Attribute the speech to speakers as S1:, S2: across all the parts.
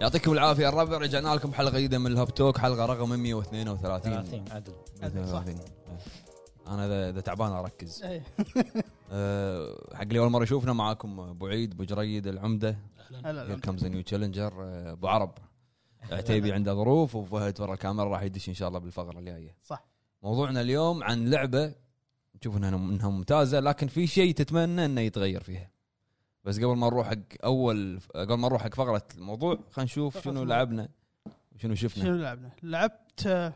S1: يعطيكم العافيه الربع رجعنا لكم حلقه جديده من الهاب توك حلقه رقم 132
S2: 30 عدل
S1: 32 انا اذا اذا تعبان اركز
S3: إيه.
S1: أه، حق اللي اول مره يشوفنا معاكم ابو عيد ابو جريد العمده
S3: هلا،
S1: هير
S3: هلا.
S1: كمز نيو تشالنجر ابو آه، عرب عتيبي عنده ظروف وفهد ورا الكاميرا راح يدش ان شاء الله بالفقره الجايه
S3: صح
S1: موضوعنا اليوم عن لعبه نشوف انها انها ممتازه لكن في شيء تتمنى انه يتغير فيها بس قبل ما نروح حق اول قبل ما نروح حق فقره الموضوع خلينا نشوف
S3: فقرة
S1: شنو
S3: الموضوع.
S1: لعبنا وشنو شفنا
S3: شنو لعبنا؟ لعبت آه،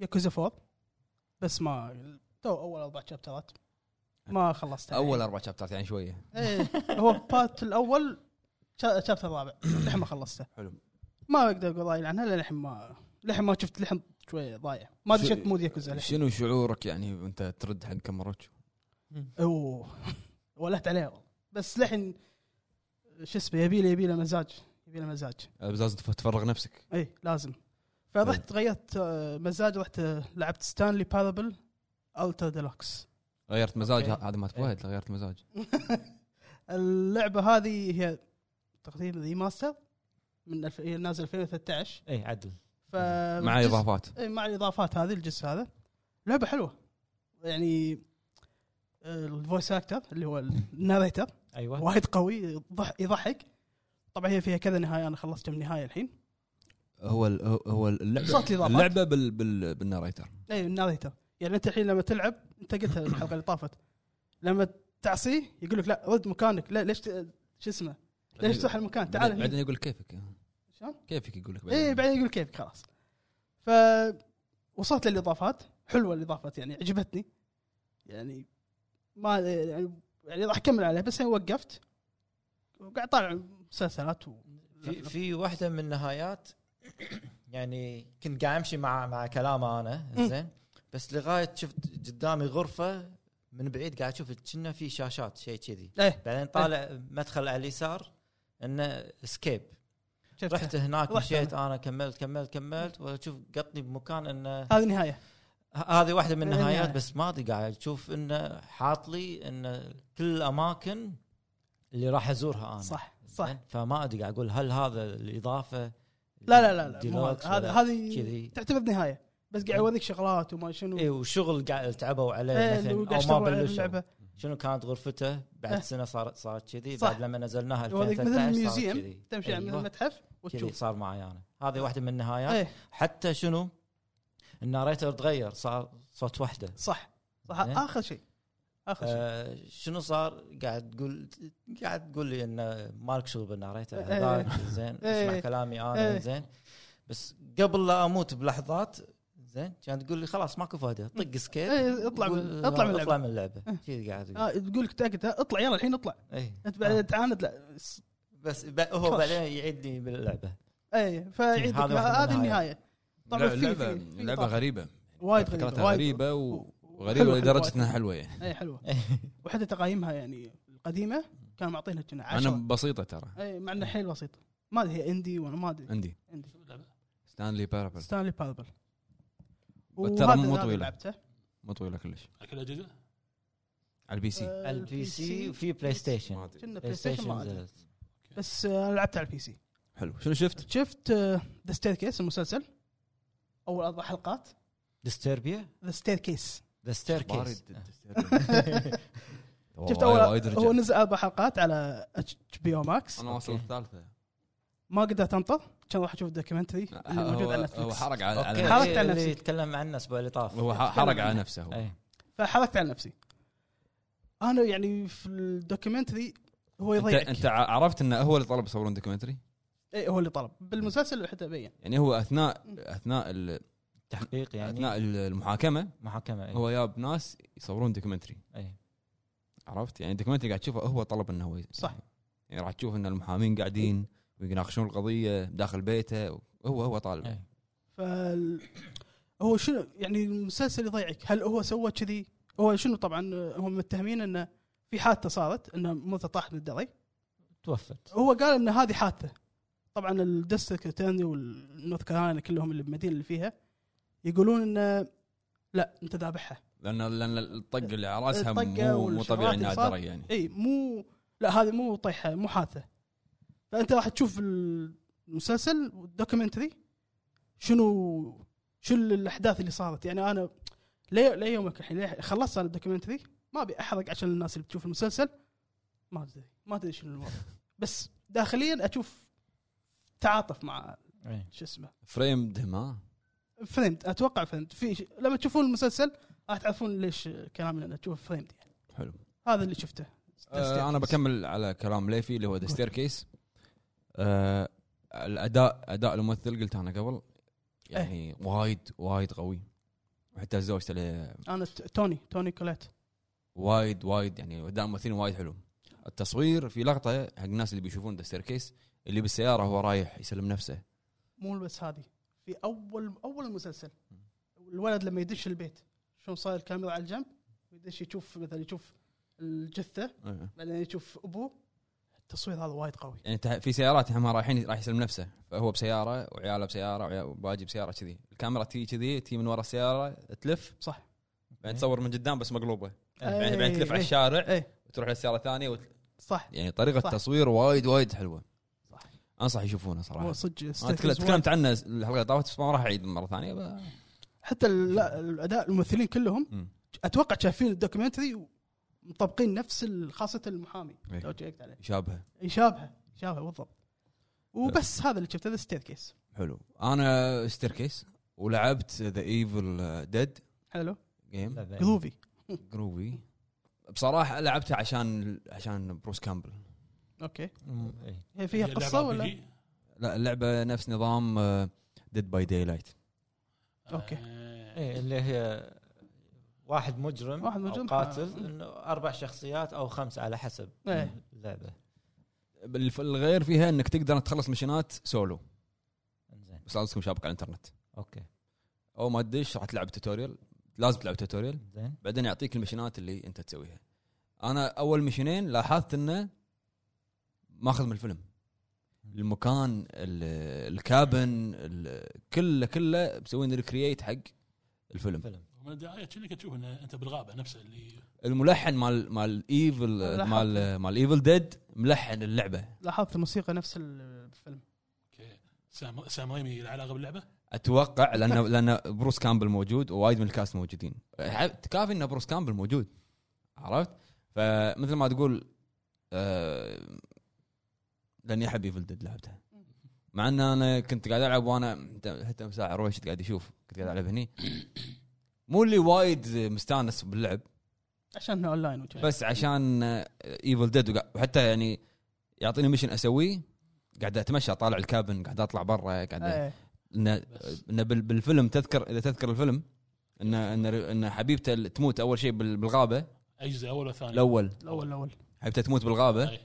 S3: ياكوزا 4 بس ما تو اول اربع شابترات ما خلصتها
S1: اول اربع شابترات يعني شويه
S3: ايه هو بات الاول شا- شابتر الرابع لحين ما خلصته
S1: حلو.
S3: ما اقدر اقول راي عنها لأن لحين ما لحين ما شفت لحين شوي ضايع ما
S1: شو-
S3: دشيت مود ياكوزا لحين
S1: شنو شعورك يعني وانت ترد حق كاميروتشو
S3: اوه ولهت عليها والله. بس لحين شو اسمه يبي له يبي له مزاج يبي له مزاج
S1: بس لازم تف- تفرغ نفسك
S3: اي إيه، لازم فرحت غيرت آه، مزاج رحت آه، لعبت ستانلي بارابل التر ديلوكس
S1: غيرت مزاج
S2: أوكي.
S1: ه- هذا مات
S3: إيه.
S1: فهد غيرت مزاج
S3: اللعبه هذه هي تقريبا ريماستر من الف... هي نازل 2013
S2: اي إيه، عدل
S3: ف
S1: مع
S3: الجزء-
S1: اضافات
S3: إيه، مع الاضافات هذه الجزء هذا لعبه حلوه يعني آه، الفويس اكتر اللي هو الناريتر
S2: ايوه
S3: وايد قوي يضح- يضحك طبعا هي فيها كذا نهايه انا خلصت من نهايه الحين
S1: هو ال- هو- هو
S3: صوت
S1: اللعبه
S3: الإضافات.
S1: اللعبه بال بال بالناريتر
S3: اي الناريتر يعني انت الحين لما تلعب انت قلتها الحلقه اللي طافت لما تعصيه يقول لك لا رد مكانك لا ليش ت- شو اسمه ليش تروح المكان تعال
S1: بعدين
S3: هنا.
S1: بعدين يقول كيفك
S3: شلون؟
S1: كيفك يقول لك
S3: اي
S1: بعدين
S3: بعدين يقول كيفك خلاص ف وصلت للاضافات حلوه الاضافات يعني عجبتني يعني ما يعني يعني راح اكمل عليها بس أنا وقفت وقاعد طالع مسلسلات و...
S2: في, في واحده من النهايات يعني كنت قاعد امشي مع مع كلامه انا زين بس لغايه شفت قدامي غرفه من بعيد قاعد اشوف كنا في شاشات شيء كذي
S3: ايه
S2: بعدين طالع مدخل على اليسار انه سكيب
S3: شفتها.
S2: رحت هناك
S3: رحت
S2: مشيت انا كملت كملت كملت واشوف قطني بمكان انه
S3: هذه نهايه
S2: ه- هذه واحده من
S3: إيه،
S2: النهايات
S3: نهاية.
S2: بس ما ادري قاعد اشوف انه حاط لي انه كل الاماكن اللي راح ازورها انا
S3: صح صح
S2: زين؟ فما ادري قاعد اقول هل هذا الاضافه
S3: لا لا لا, لا مو
S2: ديلوكس
S3: هذا هذا
S2: ولا-
S3: هذه
S2: كذي. إيه.
S3: تعتبر نهايه بس قاعد يوريك شغلات وما شنو
S2: اي إيه، وشغل قاعد تعبوا عليه
S3: إيه،
S2: مثلا
S3: اللي
S2: او
S3: قاعد
S2: ما
S3: يشتغلوا على
S2: بلشوا
S3: اللعبه
S2: شنو كانت غرفته
S3: إيه.
S2: بعد سنه صارت صارت كذي
S3: صح.
S2: بعد لما نزلناها
S3: يوريك مثل
S2: 2013 صارت
S3: الميوزيوم
S2: كذي
S3: تمشي على مثل
S2: أيوة.
S3: المتحف
S2: كذي
S3: وتشوف
S2: صار معي انا هذه واحده من النهايات
S3: ايه
S2: حتى شنو الناريتر تغير صار صوت وحده
S3: صح صح
S2: زين.
S3: اخر شيء اخر شيء
S2: إيه. آه شنو صار قاعد تقول قاعد تقول لي انه مالك شغل بالناريتر
S3: إيه.
S2: هذاك زين
S3: إيه.
S2: اسمع كلامي
S3: إيه.
S2: انا زين بس قبل لا اموت بلحظات زين كانت تقول لي خلاص ماكو فايده طق سكيب
S3: إيه، اطلع من
S2: قول- آه،
S3: اطلع من
S2: اطلع
S3: اللعبه
S2: من اللعبه كذي قاعد يقول.
S3: آه تقول لك تاكد اطلع يلا الحين اطلع
S2: إيه.
S3: انت
S2: آه.
S3: بعد تعاند لا س-
S2: بس ب- هو
S3: كوش.
S2: بعدين يعيدني باللعبه
S3: اي فيعيدك
S2: إيه، هذا واحد من
S3: هذه
S2: النهاية.
S3: النهايه طبعاً في-
S1: لعبه
S3: في- في
S1: لعبه
S3: إضافة.
S1: غريبه
S3: وايد غريبه
S1: فكرتها
S3: وايد-
S1: غريبه
S3: و-
S1: وغريبه
S3: حلوة-
S1: لدرجه
S3: حلوة.
S1: انها حلوه يعني
S3: اي حلوه وحتى تقايمها يعني القديمه كانوا معطينها كنا
S1: انا
S3: 10
S1: بسيطه ترى
S3: اي إيه، مع انها حيل بسيطه ما ادري هي اندي وانا ما ادري
S1: عندي
S3: عندي
S1: ستانلي بارابل
S3: ستانلي باربل
S1: بس ترى مو طويلة. مو طويله كلش
S4: على كل اجهزه
S1: على البي
S3: أه.
S1: سي
S3: آه،
S2: البي سي وفي بلاي ستيشن
S3: كنا
S2: بلاي
S3: بلاي ستيشن ما
S2: ستيشن
S3: ادري
S2: نزلت.
S3: بس آه، لعبت على البي سي
S1: حلو شنو شفت؟
S3: شفت ذا ستير كيس المسلسل اول اربع حلقات
S2: ديستربيا
S3: ذا ستير كيس
S2: ذا ستير كيس
S3: أه. شفت اول هو نزل اربع حلقات على اتش بي او ماكس
S1: انا واصل الثالثه
S3: ما قدرت انطر عشان راح اشوف الدوكيومنتري اللي موجود على
S1: هو- هو
S3: نتفلكس
S1: حرق على
S2: اوكي
S1: على-
S3: حركت
S2: اللي-
S3: على
S2: اللي
S3: نفسك.
S2: يتكلم عن الاسبوع اللي طاف
S1: هو ح- حرق على نفسه هو
S2: إيه.
S3: فحركت على نفسي انا يعني في الدوكيومنتري هو
S1: انت
S3: يضيعك
S1: انت ع- عرفت انه هو اللي طلب يصورون دوكيومنتري؟
S3: إيه هو اللي طلب بالمسلسل حتى بين
S1: يعني هو اثناء اثناء ال-
S2: تحقيق يعني أيوة.
S1: اثناء ال- المحاكمه
S2: محاكمه أي.
S1: هو جاب ناس يصورون دوكيومنتري
S2: أي.
S1: عرفت يعني الدوكيومنتري قاعد تشوفه هو طلب انه هو
S3: صح.
S1: يعني راح تشوف ان المحامين قاعدين ويناقشون القضيه داخل بيته هو هو طالب
S2: أي.
S3: ف هو شنو يعني المسلسل يضيعك هل هو سوى كذي هو شنو طبعا آه، هم متهمين انه في حادثه صارت انه موته طاح من الدرج
S2: توفت
S3: هو قال ان هذه حادثه طبعا الدستريكت التيرني والنورث كارولينا كلهم اللي بالمدينه اللي فيها يقولون ان لا انت ذابحها
S1: لان لان الطق اللي على راسها
S3: الطقة
S1: مو مو
S3: والشغلات
S1: طبيعي
S3: اللي
S1: انها
S3: صار.
S1: درج يعني
S3: اي مو لا هذه مو طيحه مو حادثه فانت راح تشوف ال- المسلسل والدوكيومنتري شنو شنو الاحداث اللي صارت يعني انا لي لي يومك الحين لي- خلصت انا الدوكيومنتري ما ابي احرق عشان الناس اللي بتشوف المسلسل ما ادري ما ادري شنو الوضع بس داخليا اشوف تعاطف مع
S2: إيه.
S3: شو اسمه
S1: فريم دم ها
S3: فريمد اتوقع فريمد في ش... لما تشوفون المسلسل راح تعرفون ليش كلامي انا تشوف فريمد يعني
S1: حلو
S3: هذا اللي شفته
S1: آه انا بكمل على كلام ليفي اللي هو ذا ستير كيس آه الاداء اداء الممثل قلت انا قبل
S3: إيه.
S1: يعني وايد وايد قوي وحتى زوجته له
S3: انا ت- توني توني كوليت
S1: وايد وايد يعني اداء الممثلين وايد حلو التصوير في لقطه حق الناس اللي بيشوفون ذا ستير كيس اللي بالسياره هو رايح يسلم نفسه
S3: مو بس هذه في اول اول المسلسل الولد لما يدش البيت شلون صاير الكاميرا على الجنب ويدش يشوف مثلا يشوف الجثه
S1: آه.
S3: بعدين يشوف ابوه التصوير هذا وايد قوي
S1: يعني تح- في سيارات هم رايحين راح يسلم نفسه فهو بسياره وعياله بسياره وعيا- وباجي بسياره كذي الكاميرا تي كذي تي من ورا السياره تلف
S3: صح إيه.
S2: إيه.
S1: بعدين تصور من قدام بس مقلوبه
S3: أي-
S1: يعني بعدين بعدين تلف على
S3: أي-
S1: الشارع
S3: اي
S1: وتروح للسياره الثانيه وت...
S3: إيه، صح
S1: يعني طريقه
S3: إيه. صح.
S1: التصوير وايد وايد حلوه
S3: صح.
S1: انصح يشوفونه صراحه
S3: هو صدق
S1: انا تكل-
S3: استيكرز وايد.
S1: تكلمت عنه الحلقه اللي طافت بس ما راح اعيد مره ثانيه ب...
S3: حتى ال- لا، الاداء الممثلين كلهم
S1: مم.
S3: اتوقع شايفين الدوكيومنتري ومطبقين نفس ال- خاصه المحامي
S1: إيه.
S3: لو جيت عليه
S1: يشابهه
S3: يشابهه يشابهه بالضبط وبس هذا اللي شفته ذا ستير كيس
S1: حلو انا ستيركيس ولعبت ذا ايفل ديد
S3: حلو
S1: جيم
S2: لا، ذا-
S3: قلوبي
S1: جروبي بصراحه لعبتها عشان عشان بروس كامبل
S3: اوكي
S2: مم، إيه.
S3: هي فيها قصه ولا
S1: لا اللعبه نفس نظام آه، ديد باي داي لايت
S3: أوكي.
S4: آه،
S2: إيه، اللي هي واحد مجرم
S3: واحد
S2: واحد
S3: مجرم.
S2: مجرم قاتل انه اربع شخصيات او خمسه على حسب
S3: إيه.
S2: اللعبه
S1: الغير فيها انك تقدر تخلص مشينات سولو
S2: انزين
S1: بس لازم تكون شابك على الانترنت
S2: اوكي
S1: اول ما تدش راح تلعب توتوريال لازم تلعب توتوريال
S2: زين
S1: بعدين يعطيك المشينات اللي انت تسويها انا اول مشينين لاحظت انه ماخذ من الفيلم المكان ال- الكابن ال- كله كله مسوين ريكرييت حق الفيلم
S2: فيلم
S4: من دعايه كأنك تشوف ان انت بالغابه نفسه اللي
S1: الملحن مال مال ايفل
S3: لاحظت.
S1: مال مال ايفل ديد ملحن اللعبه
S3: لاحظت الموسيقى نفس الفيلم
S4: اوكي سام سام ريمي له علاقه باللعبه؟
S1: اتوقع لان لان بروس كامبل موجود ووايد من الكاست موجودين كافي ان بروس كامبل موجود عرفت فمثل ما تقول آه لاني احب ايفل ديد لعبتها مع ان انا كنت قاعد العب وانا حتى مساعة رويش قاعد يشوف كنت قاعد العب هني مو اللي وايد مستانس باللعب
S3: عشان انه اونلاين وجه.
S1: بس عشان آه، ايفل ديد وحتى يعني يعطيني ميشن اسويه قاعد اتمشى اطالع الكابن قاعد اطلع برا قاعد
S3: إيه.
S1: انه
S4: بس.
S1: انه بال- بالفيلم تذكر اذا تذكر الفيلم ان ان ان حبيبته اللي تموت اول شيء بال-
S3: طيب.
S1: بالغابه
S4: اجزاء اول وثاني
S1: الاول
S3: الاول الاول
S1: حبيبته تموت
S3: طيب.
S1: بالغابه
S4: أي.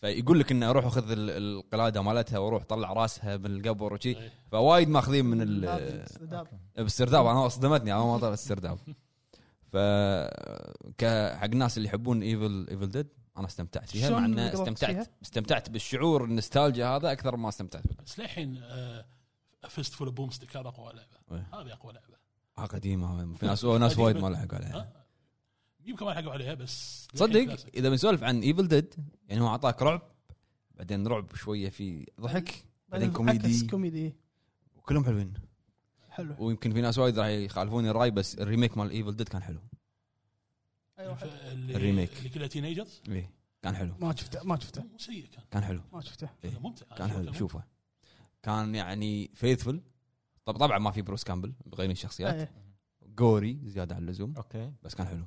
S1: فيقول لك انه روح خذ ال- القلاده مالتها وروح طلع راسها بالقبر
S3: طيب.
S1: وشي
S4: أي.
S1: فوايد ماخذين طيب، من
S3: هذا
S1: ال-
S3: الاستعداد.
S1: الاسترداب انا صدمتني انا ما طلع استرداب ف ك- حق الناس اللي يحبون ايفل ايفل ديد انا استمتعت فيها
S3: شلون
S1: مع ان
S3: قدرت
S1: استمتعت
S3: فيها؟
S1: استمتعت بالشعور النستالجيا هذا اكثر ما استمتعت
S4: بس للحين آه، فيست فول بوم ستيك هذا اقوى لعبه
S1: أي.
S4: هذه اقوى لعبه
S1: اه قديمه في ناس ناس وايد ما لحقوا عليها
S4: ها؟ يمكن ما لحقوا عليها بس للحين
S1: تصدق
S4: كلاسيك.
S1: اذا بنسولف عن ايفل ديد يعني هو اعطاك رعب بعدين رعب شويه في ضحك بعدين
S3: عكس
S1: كوميدي
S3: كوميدي
S1: وكلهم حلوين
S3: حلو
S1: ويمكن في ناس وايد راح يخالفوني الراي بس الريميك مال ايفل ديد كان حلو
S3: اي واحد
S4: اللي
S1: الريميك.
S4: اللي كلها تينيجرز
S1: ايه كان حلو
S3: ما شفته ما شفته
S4: مو سيء كان
S1: كان حلو
S3: ما شفته
S1: إيه.
S4: كان ممتع
S1: كان حلو شوفه كان يعني فيثفل طب طبعا ما في بروس كامبل بغير الشخصيات
S3: إيه.
S1: جوري زياده عن اللزوم
S2: اوكي
S1: بس كان حلو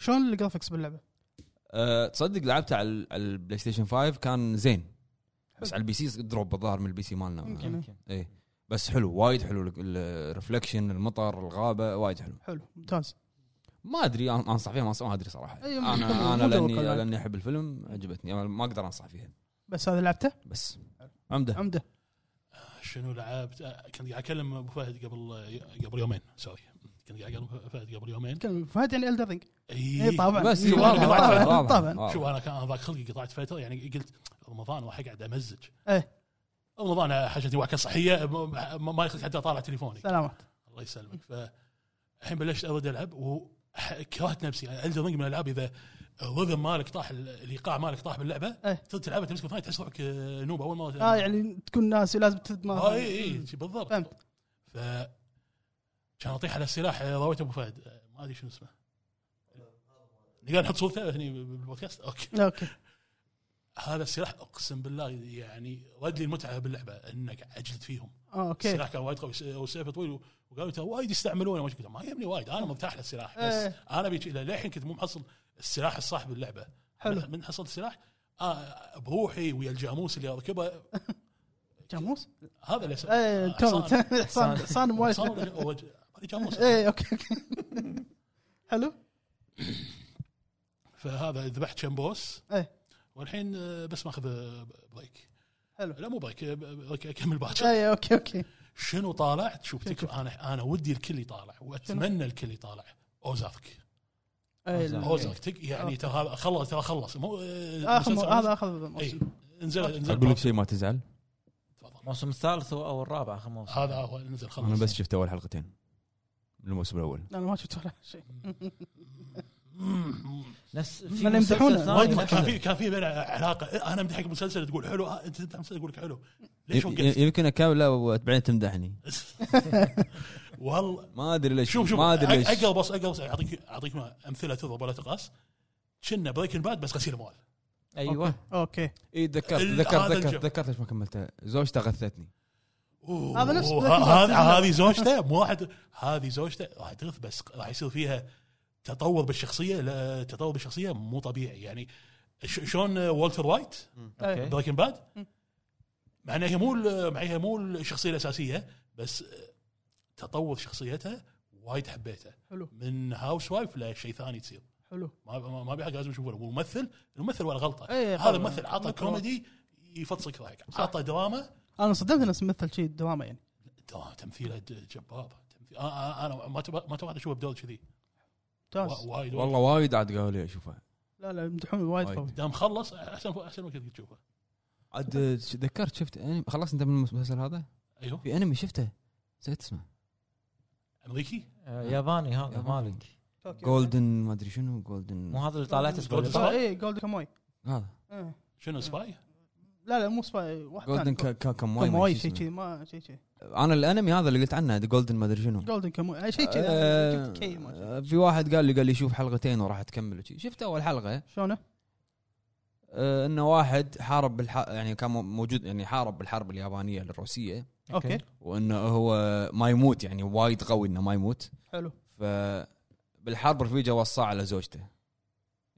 S3: شلون الجرافكس باللعبه؟
S1: أه تصدق لعبته على ال- على البلاي ستيشن 5 كان زين بس
S3: حلو.
S1: على البي سي دروب الظاهر من البي سي مالنا
S3: يمكن.
S2: يمكن
S1: ايه بس حلو وايد حلو الرفلكشن المطر الغابه وايد حلو
S3: حلو ممتاز
S1: ما ادري أن- انصح فيها ما أنصح- ما ادري صراحه
S3: أي
S1: انا
S3: ممكن.
S1: انا
S3: ممكن
S1: لاني
S3: وكلاك.
S1: لاني احب الفيلم عجبتني أنا ما اقدر انصح فيها
S3: بس هذا لعبته
S1: بس عمده
S3: عمده
S4: شنو لعبت آه، كنت قاعد اكلم ابو فهد قبل قبل يومين سوري كنت قاعد اكلم أبو فهد قبل يومين إيه.
S3: كان فهد يعني الدر رينج
S4: اي
S3: اي طبعا
S1: بس
S3: إي،
S1: واضح
S3: طبعاً،
S1: واضح
S3: طبعا
S1: واضح
S4: شوف
S1: واضح.
S4: انا كان ذاك خلقي قطعت فتره يعني قلت رمضان راح اقعد امزج
S3: إيه.
S4: رمضان حاجتي واكل صحيه ما ما- ما يخليك حتى اطالع تليفوني
S3: سلامات
S4: الله يسلمك فالحين بلشت ارد العب و ح- كرهت نفسي يعني الدر رينج من الالعاب اذا الرذم مالك طاح ال- الايقاع مالك طاح باللعبه
S3: إيه.
S4: تصير تلعبها تمسك الثاني تحس روحك آه، نوب اول مره
S3: اه يعني تكون ناسي لازم تد ما
S4: اه اي اي شي بالضبط
S3: فهمت.
S4: ف كان اطيح على السلاح آه، رويته ابو فهد آه، ما ادري شنو اسمه نقدر نحط صورته هني بالبودكاست اوكي
S3: اوكي
S4: هذا السلاح اقسم بالله يعني رد لي المتعه باللعبه انك عجلت فيهم
S3: اه اوكي
S4: السلاح كان وايد قوي س- والسيف طويل وقالوا ترى وايد يستعملونه ما شو كذا. ما يهمني وايد انا مرتاح للسلاح بس
S3: إيه.
S4: انا بيجي للحين كنت مو محصل السلاح الصح باللعبه
S3: حلو.
S4: من حصلت سلاح آه بروحي ويا الجاموس اللي اركبه
S3: جاموس؟
S4: هذا اللي أسوي.
S3: ايه
S4: آه،
S3: تو
S4: حصان.
S3: حصان حصان
S4: حصان
S3: موالد
S4: ولا- ولا- ولا جاموس
S3: ايه اوكي اوكي حلو
S4: فهذا ذبحت كم بوس
S3: إيه.
S4: والحين آه، بس ماخذ آه، بريك
S3: حلو
S4: لا مو بريك آه، بريك اكمل باكر
S3: ايه اوكي اوكي
S4: شنو طالعت شوف
S3: شوف.
S4: تكفى انا انا ودي الكل يطالع واتمنى الكل يطالع اوزارك
S3: إيه،
S1: أوزاك.
S3: لا.
S4: اوزارك تك- يعني
S3: أوكي.
S4: ترى هذا خلص ترى خلص مو آه،
S3: اخر
S4: مسلسل-
S3: مو- هذا اخر
S4: اي
S3: موسم
S4: انزل انزل
S1: اقول لك شيء ما تزعل
S4: تفضل.
S2: الموسم الثالث هو او الرابع اخر موسم
S4: هذا هو انزل خلص
S1: انا بس شفت اول حلقتين من الموسم الاول
S3: انا ما شفت ولا شيء
S4: مم.
S2: نفس في
S3: ما
S2: مسلسل
S3: يمدحونه.
S2: ثاني
S4: وايد
S2: نفس-
S4: كان في كان في بيننا علاقه انا امدحك مسلسل تقول حلو آه، انت تمدح مسلسل تقول لك حلو ليش
S1: ي-
S4: وقفت؟
S1: يمكن اكمله وبعدين تمدحني
S4: والله
S1: ما ادري ليش
S4: شوف شوف
S1: ما ادري
S4: أق-
S1: ليش
S4: اقل بس اقل بس اعطيك اعطيك امثله تضرب ولا تقاس كنا بريكن باد بس غسيل اموال
S2: ايوه
S3: اوكي
S1: اي تذكرت
S4: ال-
S1: تذكرت
S4: هذا
S1: تذكرت
S4: الجو.
S1: تذكرت ليش ما كملته زوجته غثتني
S4: أوه،
S3: هذا نفس
S4: ه-
S3: Breaking Bad.
S4: هذه هذه زوجته مو واحد هذه زوجته راح تغث بس راح يصير فيها تطور بالشخصيه لا تطور بالشخصيه مو طبيعي يعني ش- شلون والتر وايت
S3: إيه.
S4: بريكن باد
S3: مم.
S4: مع انها هي مو ال- مع إنها هي مو الشخصيه الاساسيه بس تطور شخصيتها وايد حبيته
S3: حلو
S4: من هاوس وايف لشيء ثاني تصير
S3: حلو
S4: ما ما ما بيحق لازم يشوفونه ممثل الممثل ولا غلطه
S3: إيه،
S4: هذا
S3: طبعاً.
S4: الممثل عطى كوميدي يفصلك رايك
S3: صح.
S4: عطى دراما
S3: انا انصدمت انه مثل شيء دراما يعني
S4: دراما آه، تمثيله د- جبار تمثيل- آه، آه، انا ما تب- ما توقعت اشوفه بدور كذي
S3: ممتاز
S4: وا- وايد والله
S1: والله وايد عاد قالوا لي اشوفها
S3: لا لا يمدحون وايد
S1: وايد.
S3: قوي
S4: دام خلص احسن احسن وقت تشوفه
S1: عاد آه، ش- تذكرت شفت أنمي- خلصت انت من المسلسل هذا
S4: ايوه
S1: في انمي شفته نسيت اسمه
S4: امريكي
S2: آه، ياباني هذا
S1: ياباني.
S2: مالك
S1: جولدن ما ادري شنو جولدن
S2: مو هذا اللي طالعت
S4: Golden
S2: اسمه
S4: Sun.
S3: اي جولد كاموي
S1: هذا
S3: إيه.
S4: شنو سباي؟
S3: لا لا مو سباي واحد
S1: جولدن
S3: ثاني.
S1: كاموي
S3: كاموي شيء كذي ما شيء كذي
S1: انا الانمي هذا اللي قلت عنه جولدن ما ادري شنو
S3: جولدن كاموي اي شيء كذي
S1: آه،
S3: شفت كي ما شفت.
S1: آه، في واحد قال لي قال لي شوف حلقتين وراح تكمل وشي. شفت اول حلقه
S3: شلونه؟
S1: آه، انه واحد حارب بالح... يعني كان موجود يعني حارب بالحرب اليابانيه الروسيه
S3: اوكي
S1: وانه هو ما يموت يعني وايد قوي انه ما يموت
S3: حلو
S1: ف بالحرب رفيجه وصاه على زوجته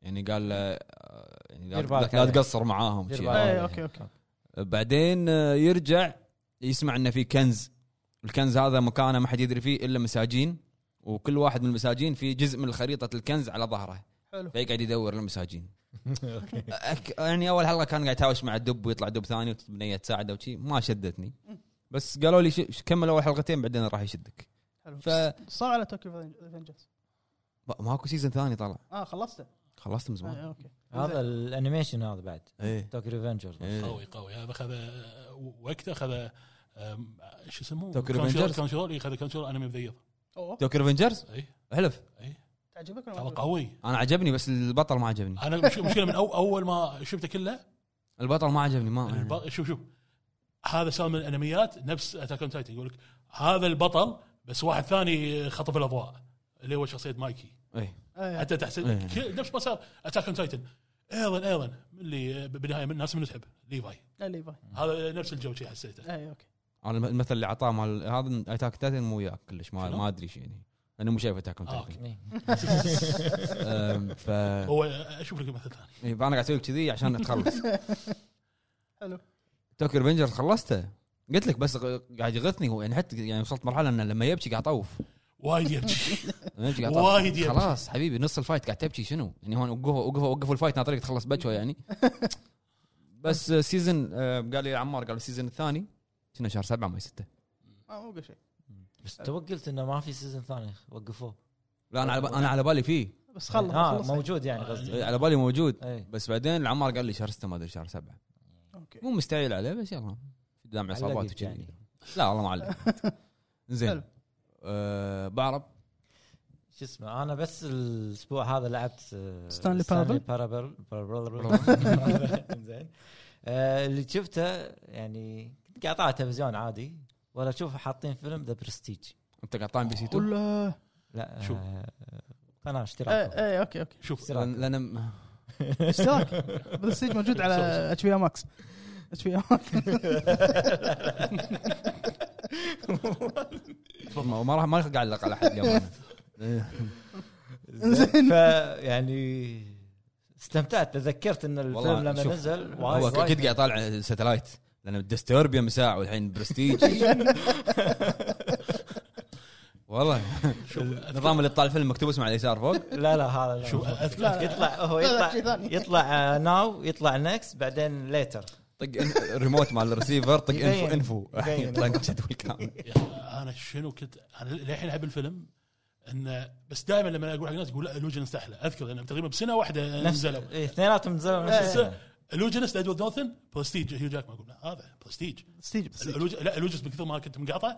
S1: يعني قال له آه، يعني لا-
S2: دير بالك
S1: لا
S2: عليه.
S1: تقصر معاهم
S2: دير
S1: شي. آه،
S2: بالك.
S3: اي اوكي اوكي
S1: بعدين آه، يرجع يسمع انه في كنز الكنز هذا مكانه ما حد يدري فيه الا مساجين وكل واحد من المساجين في جزء من خريطه الكنز على ظهره
S3: حلو
S1: فيقعد يدور المساجين أك- يعني اول حلقه كان قاعد يتهاوش مع الدب ويطلع دب ثاني وبنيه تساعده وشي ما شدتني بس قالوا لي ش- كمل اول حلقتين بعدين راح يشدك
S3: حلو
S1: ف-
S3: صار على توكيو ريفنجرز
S1: ما- ماكو سيزون ثاني طلع
S3: اه خلصته
S1: خلصت من زمان
S3: آه، اوكي
S2: هذا الانيميشن هذا بعد
S1: ايه
S2: توك ريفنجرز
S1: إيه.
S4: قوي قوي هذا خذ آه، وقته خذ آم، شو يسموه؟
S1: توك
S4: كنترول-
S1: ريفنجرز؟
S4: كنترول اي خذ كنترول انمي اوف ذا يير
S3: اوه
S1: توكي ريفنجرز
S4: اي
S1: احلف
S4: اي
S3: تعجبك ولا ما
S4: إيه. ترى
S3: تعجبك؟
S4: قوي
S1: انا عجبني بس البطل ما عجبني
S4: انا مش- مشكله من أو- اول ما شفته كله
S1: البطل ما عجبني ما
S4: الب- شوف شوف هذا صار من الانميات نفس اتاك اون تايتن يقول لك هذا البطل بس واحد ثاني خطف الاضواء اللي هو شخصيه مايكي
S1: ايه
S3: إيه.
S4: حتى تحسن
S1: إيه.
S4: كل- نفس ما صار اتاك اون تايتن ايرن ايرن من اللي بالنهايه من الناس من تحب ليفاي
S3: لا ليفاي
S4: هذا نفس الجو شي حسيته
S3: اي اوكي
S1: انا الم- المثل اللي اعطاه مال هذا اتاك تايتن مو وياك كلش ما
S4: شنو؟
S1: ما ادري شو يعني انا مو شايف اتاك
S4: آه،
S1: تايتن
S4: أوكي.
S2: إيه.
S1: أم، ف إيه،
S4: هو اشوف لك مثل ثاني
S1: فانا قاعد اسوي لك كذي عشان تخلص
S3: حلو
S1: توكي ريفنجرز خلصته قلت لك بس غ- قاعد يغثني هو يعني حتى يعني وصلت مرحله انه لما يبكي قاعد اطوف
S4: وايد يبكي
S1: لما يبكي قاعد أطوف.
S4: وايد يبكي.
S1: خلاص حبيبي نص الفايت قاعد تبكي شنو؟ يعني هون وقفوا وقفوا وقفوا الفايت ناطرك تخلص بجوه يعني بس آه، سيزن آه، قال لي عمار قال السيزن الثاني كنا شهر سبعه ما سته
S3: ما آه، مو شيء
S2: بس تو قلت انه ما في سيزون ثاني وقفوه
S1: لا انا على انا على بالي فيه
S3: بس خلص
S2: اه
S3: خلص
S2: موجود
S1: آه،
S2: يعني قصدي إيه،
S1: على بالي موجود
S2: اي
S1: بس بعدين العمار قال لي شهر سته ما ادري شهر سبعه
S3: اوكي
S1: مو مستعيل عليه بس يلا دام عصابات
S2: علقت
S1: وكذي
S2: يعني.
S1: لا والله ما علق
S3: حلو.
S1: آه، زين أه بعرب
S2: شو اسمه انا بس الاسبوع هذا لعبت آه،
S3: Stanley Parable.
S2: بارابل زين آه، اللي شفته يعني كنت قاعد طالع تلفزيون عادي ولا اشوف حاطين فيلم ذا برستيج
S1: انت قطعان بي سي 2
S3: ولا إيه،
S2: لا
S4: شو؟
S2: آه، قناه اشتراك
S3: اي اوكي اوكي
S4: شوف
S2: اشتراك.
S1: لان لأن-
S3: اشتراك بالستيج موجود على اتش بي ماكس اتش بي
S1: ما ما راح ما راح اعلق على احد اليوم أنا. إيه.
S3: إنزين.
S2: فيعني يعني استمتعت تذكرت ان الفيلم
S1: والله
S2: لما
S1: شوف،
S2: نزل وايد-
S1: هو
S2: وايد
S1: اكيد قاعد طالع ساتلايت لان ديستربيا مساع والحين برستيج والله
S4: شوف
S1: النظام اللي طالع فيلم مكتوب اسمه على اليسار فوق
S2: لا لا هذا لا.
S4: شوف اذكر
S3: لا، لا.
S2: يطلع هو
S3: لا، لا،
S2: يطلع
S3: شيء ثاني.
S2: يطلع ناو يطلع نكست بعدين ليتر
S1: طق إن- ريموت مال الريسيفر طق
S2: يبين.
S1: انفو انفو
S2: يبين.
S1: يطلع جدول كامل
S4: يا أخي، انا شنو كنت انا للحين احب الفيلم انه بس دائما لما اقول حق الناس يقول لا الوجنس احلى اذكر انه تقريبا بسنه واحده
S2: نفس
S4: نزلوا
S2: إيه، اثنيناتهم نزلوا نفس
S3: إيه.
S2: السنه
S4: الوجنس ادوارد نورثن برستيج هيو جاك ما اقول لا، هذا برستيج
S3: ستيج بستيج
S4: الألوج- لا الوجنس من كثر ما كنت مقاطع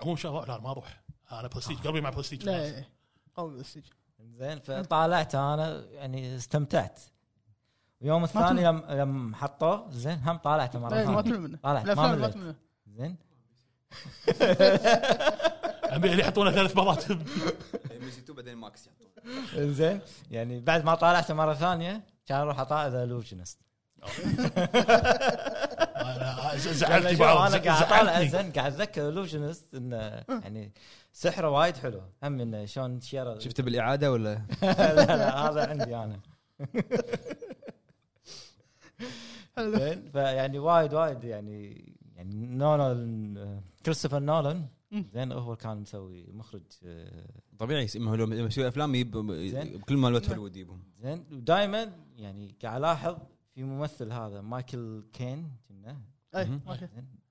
S4: عموما شو أروح؟ لا ما اروح انا برستيج قلبي مع برستيج
S3: لا
S4: خلاص.
S3: إيه. قوي بستيج
S2: زين فطالعت انا يعني استمتعت اليوم الثاني
S3: تلوم.
S2: يوم يوم حطوه زين هم طالعته مره
S3: إيه، ما
S2: ثانيه
S3: تلوم منه
S2: طالعت ما مليت
S3: الافلام ما تلوم منه
S2: زين
S4: أبي اللي يحطونه ثلاث مرات
S1: بي سي 2 بعدين ماكس يحطون
S2: زين يعني بعد ما طالعته مره ثانيه كان اروح اطالع ذا لوجنست
S4: أنا
S2: انا
S4: زعلتني بعض
S2: يعني قاعد اطالع
S4: زعلتني
S2: زين قاعد اتذكر لوجنست انه يعني سحره وايد حلو هم انه شلون شيره
S1: شفته بالاعاده ولا
S2: لا لا هذا عندي انا
S3: حلو
S2: زين فيعني وايد وايد يعني يعني نولان كريستوفر نولان
S3: مم.
S2: زين هو كان مسوي مخرج آه،
S1: طبيعي يس- ما هو لو يسوي افلام يجيب
S2: زين.
S1: بكل مالوت هوليوود يجيبهم
S2: زين ودائما يعني قاعد الاحظ في ممثل هذا مايكل كين كنا
S3: اي
S1: مهم.
S3: اوكي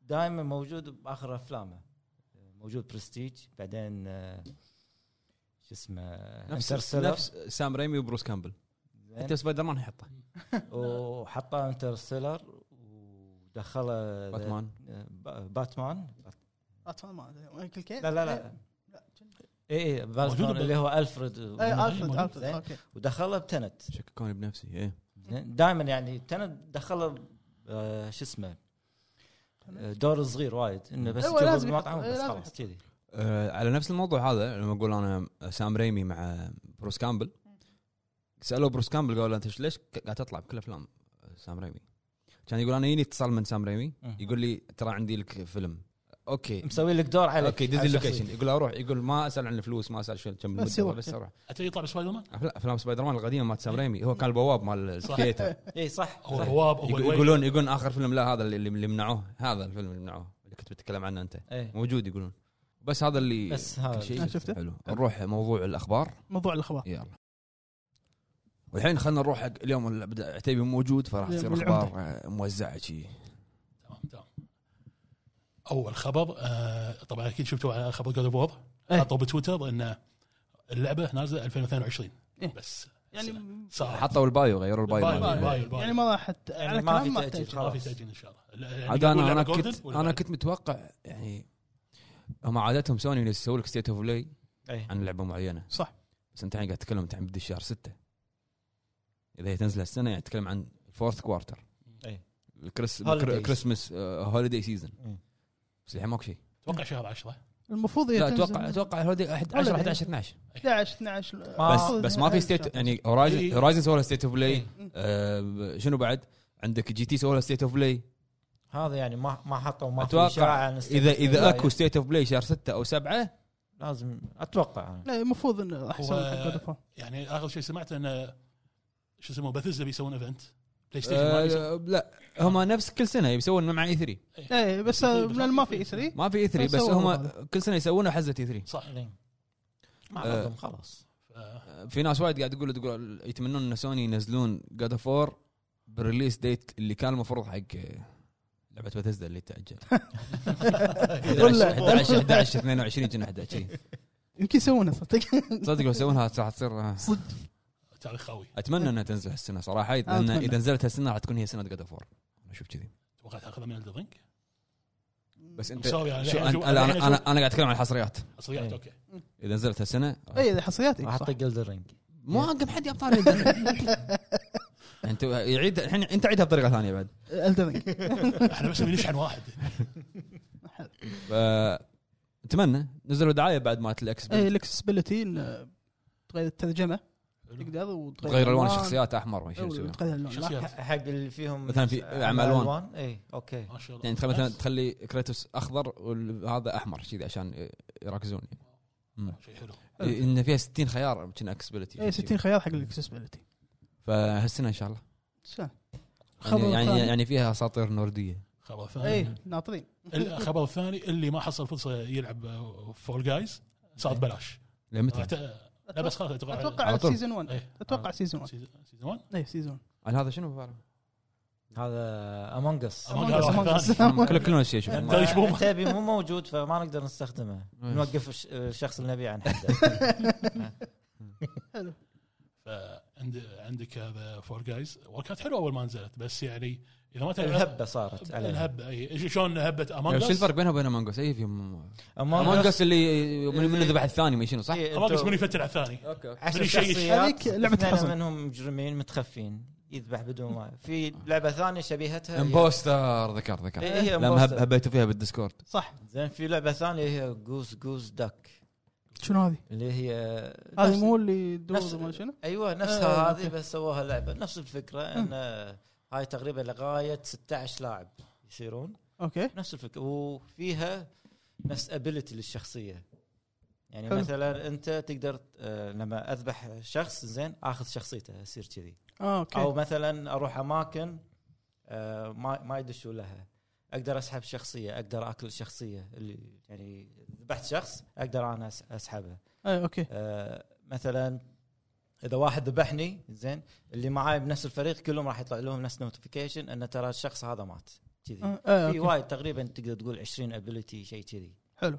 S2: دائما موجود باخر افلامه موجود برستيج بعدين آه، شو اسمه
S1: نفس
S2: Interstellar.
S1: نفس سام ريمي وبروس كامبل
S2: يعني زين.
S1: حتى سبايدر مان يحطه
S3: نعم.
S2: وحطه انترستيلر ودخله
S1: باتمان
S2: ب- باتمان
S3: أطفال ما إيه، أدري. مايكل كين
S2: لا لا لا اي اي
S4: موجود
S2: باتمان
S4: ب-
S2: اللي هو إيه، الفريد
S3: اي الفرد
S4: موجود.
S3: الفرد اوكي
S2: ودخله بتنت
S1: شككوني بنفسي ايه
S2: دائما يعني تنت دخله آه، شو اسمه آه، دور صغير وايد انه بس
S3: أيوة،
S2: تجوز
S3: لازم
S2: المطعم
S3: يحط-
S2: بس
S3: لازم
S2: خلاص كذي
S1: آه، على نفس الموضوع هذا لما اقول انا سام ريمي مع بروس كامبل سالوه بروس كامبل قالوا له، انت ليش قاعد تطلع بكل افلام سام ريمي؟ كان يقول انا يجيني اتصال من سام ريمي
S2: مم.
S1: يقول لي ترى عندي لك فيلم اوكي
S2: مسوي لك دور عليك
S1: اوكي
S2: على
S1: ديزني لوكيشن
S2: شخصيتك.
S1: يقول اروح يقول ما اسال عن الفلوس ما اسال شو كم
S3: بس
S1: المدة،
S3: يروح.
S1: بس اروح
S4: حتى يطلع بسبايدر مان
S1: أفلا- افلام سبايدر مان القديمه مال سام ريمي هو كان البواب مال
S4: إيه. صح.
S1: الكريتر
S2: اي إيه، صح
S4: هو
S2: صح.
S4: البواب هو الويل.
S1: يقولون يقولون اخر فيلم لا هذا اللي اللي منعوه هذا الفيلم اللي منعوه اللي كنت بتتكلم عنه انت
S2: إيه.
S1: موجود يقولون بس هذا اللي
S2: بس
S1: إيه، كل
S2: هذا
S1: شيء
S3: آه، شفته؟ طيب.
S1: حلو نروح موضوع الاخبار
S3: موضوع الاخبار
S1: يلا والحين خلينا نروح حق اليوم اللي بدأ عتيبي مو موجود فراح تصير
S3: اليوم
S1: اخبار آه، موزعه شي
S4: تمام تمام اول خبر آه طبعا اكيد شفتوا على خبر جود اوف وور
S3: إيه.
S4: حطوا بتويتر ان اللعبه نازله 2022
S3: إيه.
S4: بس
S3: يعني
S4: سنة. صار
S1: حطوا البايو غيروا البايو
S4: البايو،
S1: مالي.
S4: البايو.
S3: يعني ما راح حتى
S2: يعني
S3: على
S2: ما في
S3: كلام ما
S2: تأجيل.
S3: تأجيل.
S4: ما في
S2: خلاص.
S4: تاجيل ان شاء الله يعني
S1: عاد
S4: يقول
S1: انا انا
S4: لعبة golden
S1: كنت
S4: ولا
S1: انا
S4: بعد؟
S1: كنت متوقع يعني هم عادتهم سوني إن يسوي لك ستيت اوف بلاي
S2: إيه.
S1: عن لعبه معينه
S3: صح
S1: بس انت الحين قاعد تتكلم انت الحين بدي شهر ستة اذا هي تنزل هالسنه يعني تتكلم عن الفورث كوارتر
S2: إيه.
S1: الكريس
S2: Holidays.
S1: كريسمس هوليدي سيزون
S2: إيه.
S1: بس الحين ماكو شيء
S4: اتوقع شهر 10
S3: المفروض هي
S1: لا
S3: تنزل
S1: اتوقع اتوقع هوليدي 10 11 12
S3: 11 12
S1: بس
S2: آه.
S1: بس ما في ستيت يعني هورايزن
S4: إيه.
S1: هورايزن سوى لها ستيت اوف بلاي
S2: إيه.
S1: آه، شنو بعد عندك جي تي سوى لها ستيت اوف بلاي
S2: هذا يعني ما ما حطوا ما في إشاعة
S1: اتوقع
S2: عن
S1: اذا اذا
S2: الجاية.
S1: اكو ستيت اوف بلاي شهر 6 او 7
S2: لازم اتوقع أنا.
S3: لا إيه، المفروض انه راح
S4: هو-
S3: يسوي حق God of War.
S4: يعني اخر شيء سمعته ان شو اسمه بثزة بيسوون ايفنت بلاي ستيشن ما بيسوون.
S1: آه، لا هم نفس كل سنه يسوون مع اي 3
S3: ايه بس آه، لأن ما في 3
S1: ما في اي 3 بس
S3: سووا
S1: هم
S3: هذا.
S1: كل سنه يسوونها E حزه اي 3
S4: صح
S2: نعم. ما
S1: آه.
S2: عندهم خلاص
S4: ف-
S1: في ناس وايد قاعد يقولوا تقول يتمنون ان سوني ينزلون جاد اوف 4 بالريليس ديت اللي كان المفروض حق آه، لعبه بثزدا اللي تاجل 11 11 11 22 كنا 11
S3: يمكن يسوونها صدق
S1: تصدق لو يسوونها راح تصير آه.
S4: تاريخ قوي
S1: اتمنى انها تنزل هالسنه صراحه
S3: أنا
S1: لان
S3: أتمنى.
S1: اذا نزلت هالسنه راح تكون هي سنه جاد اوف وور انا اشوف كذي
S4: توقعت تاخذها من الدرينج
S1: بس انت شو
S4: سوري، أنا
S1: انا
S4: الحين أشوف-
S1: انا
S4: الحين
S1: انا, أنا قاعد اتكلم عن الحصريات
S4: حصريات اوكي
S1: اذا نزلت هالسنه
S3: اي اذا حصرياتي
S2: راح اطق الدرينج
S1: مو عقب حد يبطل انت يعيد الحين انت عيدها بطريقه ثانيه بعد
S3: إيه، الدرينج
S4: احنا بس نبي نشحن واحد
S1: ف- اتمنى نزلوا دعايه بعد مالت الاكس
S3: اي
S1: بي.
S3: الاكسسبيلتي إيه، إن تغير الترجمه تقدر وتغير
S1: تغير الوان طيب، الشخصيات احمر وما شي
S3: أو
S1: يسوي.
S3: تغير اللون لا.
S4: شخصيات
S2: حق اللي فيهم آه،
S1: مثلاً في أعمال ألوان.
S2: اي اوكي
S4: ما شاء الله
S1: يعني تخيل مثلا تخلي كريتوس اخضر وهذا احمر كذي عشان يركزون
S4: شيء حلو
S1: ان فيها 60 خيار كنا اكسبيلتي
S3: اي 60 إيه، خيار حق الاكسسبيلتي
S1: فهالسنه ان شاء الله يعني يعني, يعني فيها اساطير نورديه
S4: خبر ثاني
S3: اي إيه، ناطرين
S4: الخبر الثاني اللي ما حصل فرصه يلعب فول جايز صار
S1: إيه.
S4: ببلاش
S1: لا متى؟
S4: أعت- لا بس خلاص اتوقع
S3: اتوقع
S1: على طول.
S3: سيزون 1
S4: إيه.
S3: اتوقع سيزون 1
S4: سيزون 1
S3: اي سيزون
S1: على هذا شنو بعرف؟
S2: هذا امونج اس
S4: Among Us.
S1: كل كلنا شيء شوف
S4: أنت- ليش مو-
S2: تبي مو موجود فما نقدر نستخدمه نوقف الش- الشخص اللي نبيه عن حده
S4: فعندك هذا فول جايز كانت حلوه اول ما نزلت بس يعني اذا ما تلعب-
S2: الهبه صارت علينا
S4: الهبه اي شلون هبه امونج
S1: شو
S4: اس
S1: الفرق بينها وبين امونج اس؟ اي فيهم
S2: امونج
S1: امونج اس
S2: اس
S1: اللي من من ذبح الثاني ما شنو
S2: إيه.
S1: صح؟
S4: امونج اس من يفتر على الثاني
S1: اوكي
S2: عشر
S4: من يشيش.
S2: شخصيات
S3: هذيك لعبة
S2: اثنين
S3: حصن.
S2: منهم مجرمين متخفين يذبح بدون ما في لعبه ثانيه شبيهتها هي-
S1: امبوستر ذكر ذكر
S3: إيه،
S2: إي، هي
S1: لما هب
S2: Imposter.
S1: هبيتوا فيها بالديسكورد
S3: صح
S2: زين في لعبه ثانيه هي جوس جوس دك
S3: شنو هذه؟
S2: اللي هي
S3: هذه
S2: نفس-
S3: مو اللي دور
S2: نفس-
S3: وما شنو؟
S2: ايوه نفسها
S3: آه،
S2: آه
S3: أوكي.
S2: هذه بس سووها لعبه نفس الفكره ان آه، هاي تقريبا لغايه 16 لاعب يصيرون
S3: اوكي
S2: نفس الفكره وفيها نفس ابيلتي للشخصيه يعني
S3: حلو.
S2: حلو. مثلا انت تقدر آه، لما اذبح شخص زين اخذ شخصيته اصير كذي
S3: اه
S2: او
S3: اوكي
S2: مثلا اروح اماكن آه، ما ما يدشوا لها اقدر اسحب شخصيه اقدر اكل شخصيه اللي يعني ذبحت شخص اقدر انا أس- اسحبه
S3: اي اوكي
S2: آه، مثلا اذا واحد ذبحني زين اللي معاي بنفس الفريق كلهم راح يطلع لهم نفس نوتيفيكيشن ان ترى الشخص هذا مات كذي
S3: آه،
S1: أيوه.
S3: آه،
S2: في
S3: أوكي.
S2: وايد تقريبا تقدر تقول 20 ابيلتي شيء كذي
S3: حلو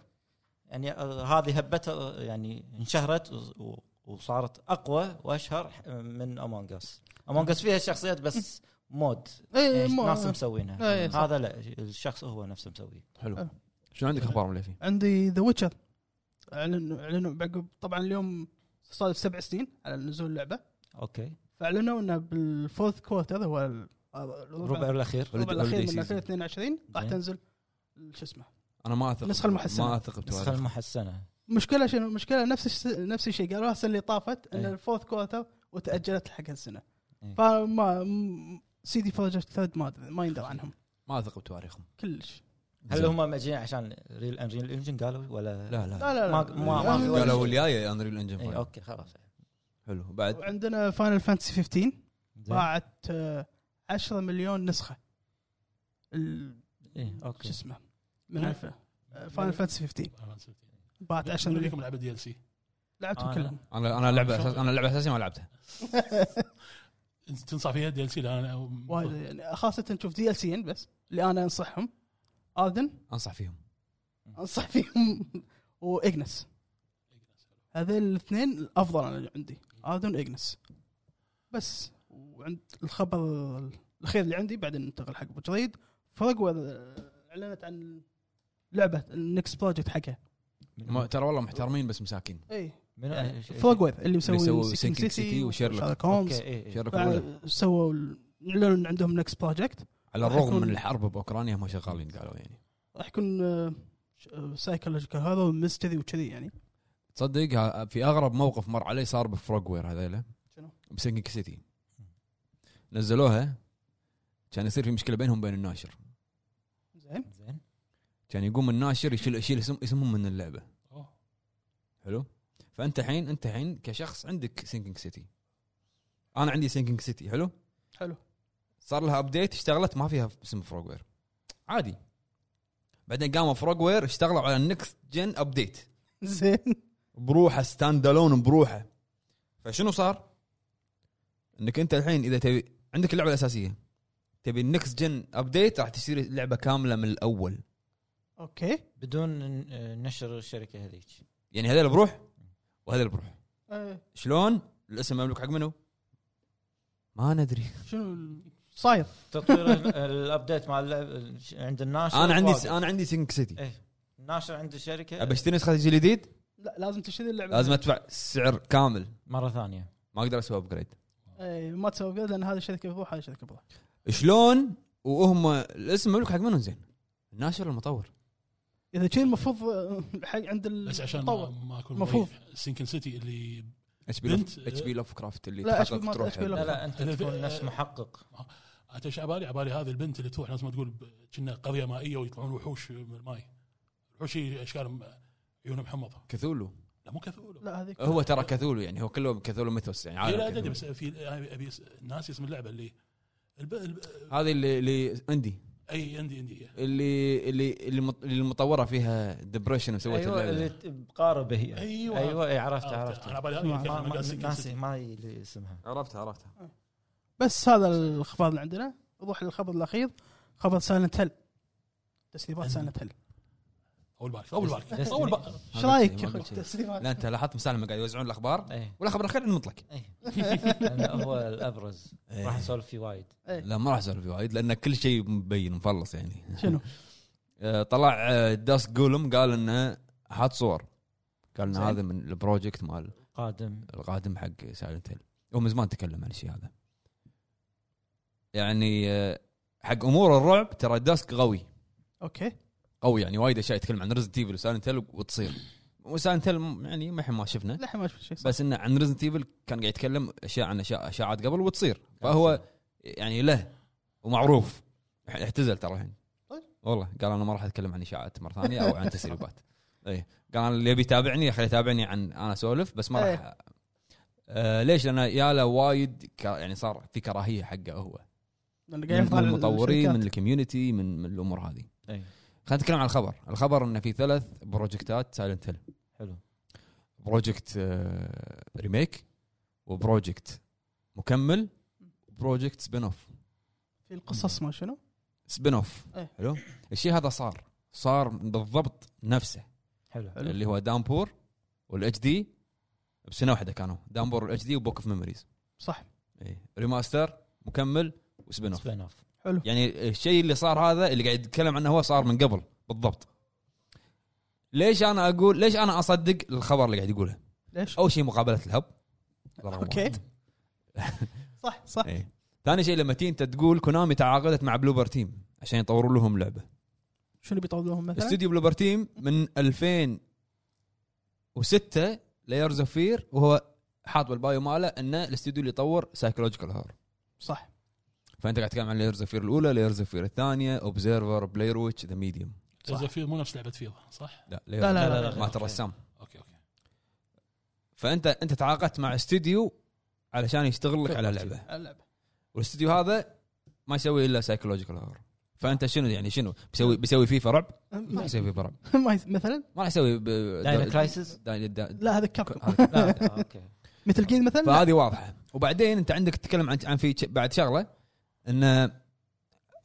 S2: يعني آه، هذه هبتها آه، يعني انشهرت و- و- وصارت اقوى واشهر ح- من امونج اس امونج اس فيها شخصيات بس مود
S3: اي
S2: يعني
S3: مو-
S2: ناس
S3: إيه، إيه، صح.
S2: مسوينها هذا لا الشخص هو نفسه مسويه
S1: حلو شنو عندك اخبار مليفين؟
S3: عندي ذا ويتشر اعلنوا اعلنوا بعقب طبعا اليوم صار سبع سنين على نزول اللعبه
S2: اوكي
S3: فاعلنوا انه بالفورث كوارتر هو ال-
S2: الربع
S3: الربع
S2: الاخير
S3: الربع
S1: holiday
S3: الاخير
S1: season.
S3: من 2022 راح
S2: زين.
S3: تنزل شو اسمه
S1: انا ما اثق
S3: النسخة المحسنة.
S1: ما اثق
S2: النسخه
S1: بتواريخ
S2: المحسنه
S3: مشكلة شنو المشكلة نفس الش- نفس الشيء قالوا السنة اللي طافت ان
S2: أي.
S3: الفورث كوارتر وتأجلت حق هالسنة
S2: أي.
S3: فما م- سي دي بروجكت ثيرد ما أدري- ما يندر عنهم
S1: ما اثق بتواريخهم
S3: كلش
S2: هل
S1: زين.
S2: هم ماجيين عشان ريل انريل انجن قالوا ولا
S1: لا لا
S3: لا لا يعني لا
S2: ما- ما- ما في ولا
S1: قالوا
S2: شيء.
S1: الجايه انريل انجن
S2: اي
S1: فايف.
S2: اوكي خلاص
S1: حلو بعد
S3: وعندنا فاينل فانتسي 15
S2: زين.
S3: باعت آه، 10 مليون نسخة ال-
S2: إيه،
S3: شو
S2: اوكي
S3: اسمه
S4: من-
S3: من آه، الفا فاينل فانتسي 15 باعت 10
S4: عشان
S3: مليون
S4: لكم لعبه دي ال سي
S3: لعبتهم
S2: أنا-
S3: كلهم
S1: انا انا لعبه أساس... انا لعبه اساسيه ما لعبتها
S4: تنصح فيها دي ال سي
S3: وايد يعني خاصة تشوف دي ال سيين بس اللي انا انصحهم اذن
S1: انصح فيهم
S3: انصح فيهم واجنس هذول الاثنين الافضل انا عندي اذن واجنس بس وعند الخبر الاخير اللي عندي بعدين ننتقل حق ابو جريد فرق اعلنت عن لعبه النكست بروجكت حقها
S1: ما... إيه، ترى والله محترمين بس مساكين
S3: اي
S2: من
S3: يعني
S2: شيء-
S3: فرق ويب اللي
S1: يسووا
S3: مسوي
S1: Sinking
S3: سيكن
S1: City
S3: سيتي
S1: وشيرلوك.
S3: وشيرلوك
S2: اوكي
S3: هومز
S2: إيه، إيه.
S1: شارك الأولى.
S3: سووا ال- اعلنوا ان عندهم نكست بروجكت
S1: على الرغم
S3: يكون-
S1: من الحرب باوكرانيا ما شغالين قالوا يعني
S3: راح يكون آه، سايكولوجيكال هذا وميستري وكذي يعني
S1: تصدق ها- في اغرب موقف مر علي صار بفروغوير هذيلا
S3: شنو؟
S1: بسنكينج سيتي نزلوها كان يصير في مشكله بينهم وبين الناشر
S3: زين
S2: زين
S1: كان يقوم الناشر يشيل يشيل اسم اسمهم من اللعبه حلو فانت الحين انت الحين كشخص عندك سينكينج سيتي انا عندي سينكينج سيتي حلو
S3: حلو
S1: صار لها ابديت اشتغلت ما فيها اسم فروغوير عادي بعدين قاموا فروغوير اشتغلوا على النكست جن ابديت
S3: زين
S1: بروحه ستاند الون بروحه فشنو صار؟ انك انت الحين اذا تبي عندك اللعبه الاساسيه تبي النكست جن ابديت راح تشتري اللعبه كامله من الاول
S3: اوكي
S2: بدون آه، نشر الشركه هذيك
S1: يعني هذا اللي بروح وهذا اللي بروح
S3: آه،
S1: شلون؟ الاسم مملوك حق منو؟ ما ندري
S3: شنو ال- صاير
S2: تطوير ال- الابديت مال اللعب عند الناشر
S1: انا عندي
S2: واجد.
S1: انا عندي سينك سيتي
S2: إيه. الناشر عنده شركه
S1: ابي اشتري نسخه الجيل الجديد
S3: لا لازم تشتري اللعبه
S1: لازم ادفع سعر كامل
S2: مره ثانيه
S1: ما اقدر اسوي ابجريد
S3: اي إيه، ما تسوي كذا لان هذه شركه بروح هذه شركه بروح
S1: شلون وهم الاسم مملوك حق منهم زين الناشر المطور
S3: اذا كذي المفروض آه، حق عند
S4: بس عشان ما,
S3: المطور.
S4: ما اكون
S3: مفروض.
S4: مفروض سينكن سيتي اللي
S1: اتش بي
S4: بنت
S1: اتش بي لوف كرافت اللي
S3: لا،
S1: تحقق
S3: HP ما-
S1: تروح
S3: HP لا.
S2: لا لا انت
S4: أنا
S2: تكون
S4: في-
S2: نفس محقق
S4: انت ايش عبالي؟ عبالي هذه البنت اللي تروح ناس ما تقول ب- كنا قريه مائيه ويطلعون وحوش من الماي وحوش اشكالهم عيون محمضه
S1: كثولو
S4: لا مو كثول
S3: لا هذيك
S1: هو ترى كثولو يعني هو كله كثولو ميثوس يعني
S4: لا
S1: عالم
S4: ادري بس
S1: كثولو.
S4: في أنا ابي أس- ناسي اسم اللعبه اللي الب... الب...
S1: هذه اللي اللي عندي
S4: اي عندي عندي
S1: أيوة. اللي اللي اللي مط- اللي المطوره فيها ديبرشن وسوت
S2: ايوه اللي
S1: اللعبة.
S2: ت- بقاربه هي
S4: أيوة.
S2: ايوه إيه، عرفت
S4: انا
S2: عرفت
S3: ما-
S4: عبالي هذه
S2: ما
S4: أنا
S2: ما-
S4: قاعد سينكن
S2: ناسي
S4: سيتي.
S2: ما لي اسمها
S1: عرفتها عرفتها
S3: بس هذا الخبر اللي عندنا نروح للخبر الاخير خبر سايلنت هيل تسريبات
S4: أنا-
S3: سايلنت هيل
S4: طول بالك طول بالك طول بالك
S3: ايش رايك
S1: ما
S3: يا اخوي
S1: قلت شيء.
S3: تسريبات
S1: لا انت لاحظت مسالمه قاعد يوزعون الاخبار
S2: ايه
S1: ولا خبر الاخير عن المطلق
S2: ايه لأنه هو الابرز
S1: إيه.
S2: راح نسولف فيه وايد
S3: إيه.
S1: لا ما راح اسولف فيه وايد لان كل شيء مبين مفلص يعني
S3: شنو؟
S1: آه، طلع آه، داس جولم قال انه حاط صور قال ان
S2: زين.
S1: هذا من البروجكت مال
S2: قادم
S1: القادم حق سايلنت هيل هو من زمان تكلم عن الشيء هذا يعني آه، حق امور الرعب ترى داسك قوي
S3: اوكي
S1: قوي يعني وايد اشياء يتكلم عن ريزنت ايفل وسايلنت هيل وتصير وسايلنت هيل يعني ما ما شفنا
S3: للحين ما شفت شيء صح.
S1: بس انه عن ريزنت ايفل كان قاعد يتكلم اشياء عن اشياء اشاعات قبل وتصير فهو يعني له ومعروف اعتزل ترى الحين
S3: طيب.
S1: والله قال انا ما راح اتكلم عن اشاعات مره ثانيه او عن تسريبات اي قال أنا اللي يبي يتابعني خليه يتابعني عن انا اسولف بس ما راح
S3: إيه.
S1: آه ليش؟ لان ياله وايد ك- يعني صار في كراهيه حقه هو
S3: لأن قاعد
S1: من
S3: يفضل
S1: من المطورين من
S3: الشركات.
S1: الكوميونتي من, من الامور هذه
S2: ايه
S1: خلينا نتكلم عن الخبر الخبر انه في ثلاث بروجكتات سايلنت هيل
S2: حلو
S1: بروجكت آه، ريميك وبروجكت مكمل وبروجكت سبين اوف
S3: في القصص ما شنو
S1: سبين اوف
S3: إيه.
S1: حلو الشيء هذا صار صار بالضبط نفسه
S2: حلو
S3: حلو.
S1: اللي هو دامبور والاتش دي بسنه واحده كانوا دامبور والاتش دي وبوك اوف ميموريز إيه.
S3: صح
S1: ريماستر مكمل وسبين اوف
S2: سبين اوف
S3: حلو
S1: يعني الشيء اللي صار هذا اللي قاعد يتكلم عنه هو صار من قبل بالضبط ليش انا اقول ليش انا اصدق الخبر اللي قاعد يقوله
S3: ليش؟
S1: اول شيء مقابله الهب رقم واحد.
S3: اوكي صح صح
S1: إيه. ثاني شيء لما تي انت تقول كونامي تعاقدت مع بلوبر تيم عشان يطوروا لهم لعبه
S3: شنو بيطول لهم مثلا؟
S1: استوديو بلوبر تيم من 2006 لايرز اوف فير وهو حاط بالبايو ماله انه الاستوديو اللي يطور سايكولوجيكال هور
S3: صح
S1: فانت قاعد تتكلم عن لايرز اوف فير الاولى لايرز اوف فير الثانيه اوبزرفر بلاير ويتش ذا ميديوم
S4: زفير مو نفس لعبه فيضه صح؟
S1: لا
S3: لا لا لا,
S2: لا،
S3: لا,
S2: لا.
S1: مات الرسام
S4: اوكي اوكي
S1: فانت انت تعاقدت مع استوديو علشان يشتغل لك على لعبه
S3: اللعبه
S1: والاستوديو هذا ما يسوي الا سايكولوجيكال هور فانت شنو يعني شنو بيسوي بيسوي فيفا رعب ما راح يسوي فيفا رعب
S3: ما يس- مثلا
S1: ما راح يسوي ب...
S2: داينا كرايسيس
S1: داين- دا-
S3: لا هذا كاب
S1: هذا-
S2: لا اوكي
S3: مثل جيد مثلا لا.
S1: فهذه واضحه وبعدين انت عندك تتكلم عن عن في ش- بعد شغله ان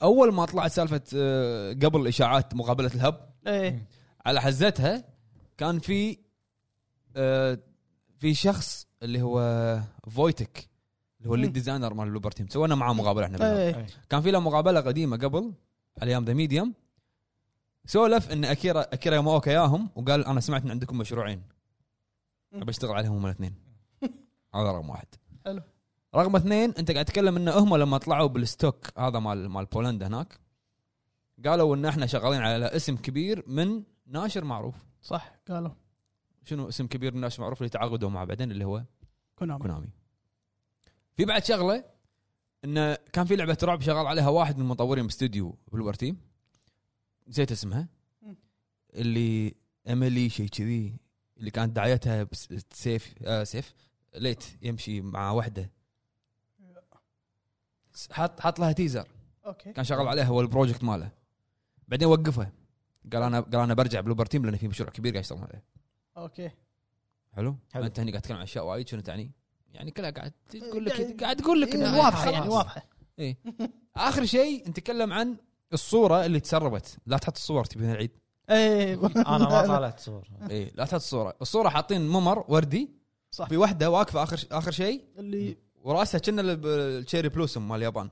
S1: اول ما طلعت سالفه آه، قبل اشاعات مقابله الهب
S3: إيه.
S1: على حزتها كان في آه، في شخص اللي هو فويتك اللي هو الليد
S3: مم.
S1: ديزاينر مال لوبر تيم سوينا معاه مقابله احنا بالهب.
S3: إيه.
S2: إيه.
S1: كان في له مقابله قديمه قبل على ايام ذا ميديوم سولف ان اكيرا اكيرا ياماوكا ياهم وقال انا سمعت ان عندكم مشروعين ابي اشتغل عليهم هم الاثنين هذا رقم واحد
S3: حلو.
S1: رقم اثنين انت قاعد تتكلم ان هم لما طلعوا بالستوك هذا مال مال بولندا هناك قالوا ان احنا شغالين على اسم كبير من ناشر معروف
S3: صح قالوا
S1: شنو اسم كبير من ناشر معروف اللي تعاقدوا معه بعدين اللي هو
S3: كونامي
S1: كونامي أمم. في بعد شغله انه كان في لعبه رعب شغال عليها واحد من مطورين باستوديو بلوبر تيم نسيت اسمها
S3: مم.
S1: اللي املي شيء كذي اللي كانت دعايتها بس- سيف آه سيف ليت يمشي مع وحده س- حط حط لها تيزر
S3: اوكي
S1: كان شغال عليها هو البروجكت ماله بعدين وقفه قال انا قال انا برجع بلوبر تيم لان في مشروع كبير قاعد يشتغلون عليه
S3: اوكي
S1: حلو,
S2: حلو.
S1: انت هني قاعد تتكلم عن اشياء وايد شنو تعني؟ يعني كلها قاعد تقول
S3: قاعد-
S1: لك قاعد تقول لك
S3: إيه،
S1: إنها
S3: واضحه
S1: خلاص.
S3: يعني واضحه
S1: اخر شيء نتكلم عن الصوره اللي تسربت لا تحط الصور تبي العيد
S3: اي
S2: انا ما طالعت صور
S1: اي لا تحط الصوره الصوره حاطين ممر وردي
S3: صح.
S1: في واحده واقفه اخر اخر شيء
S3: اللي
S1: وراسها كنا الشيري بلوسم مال اليابان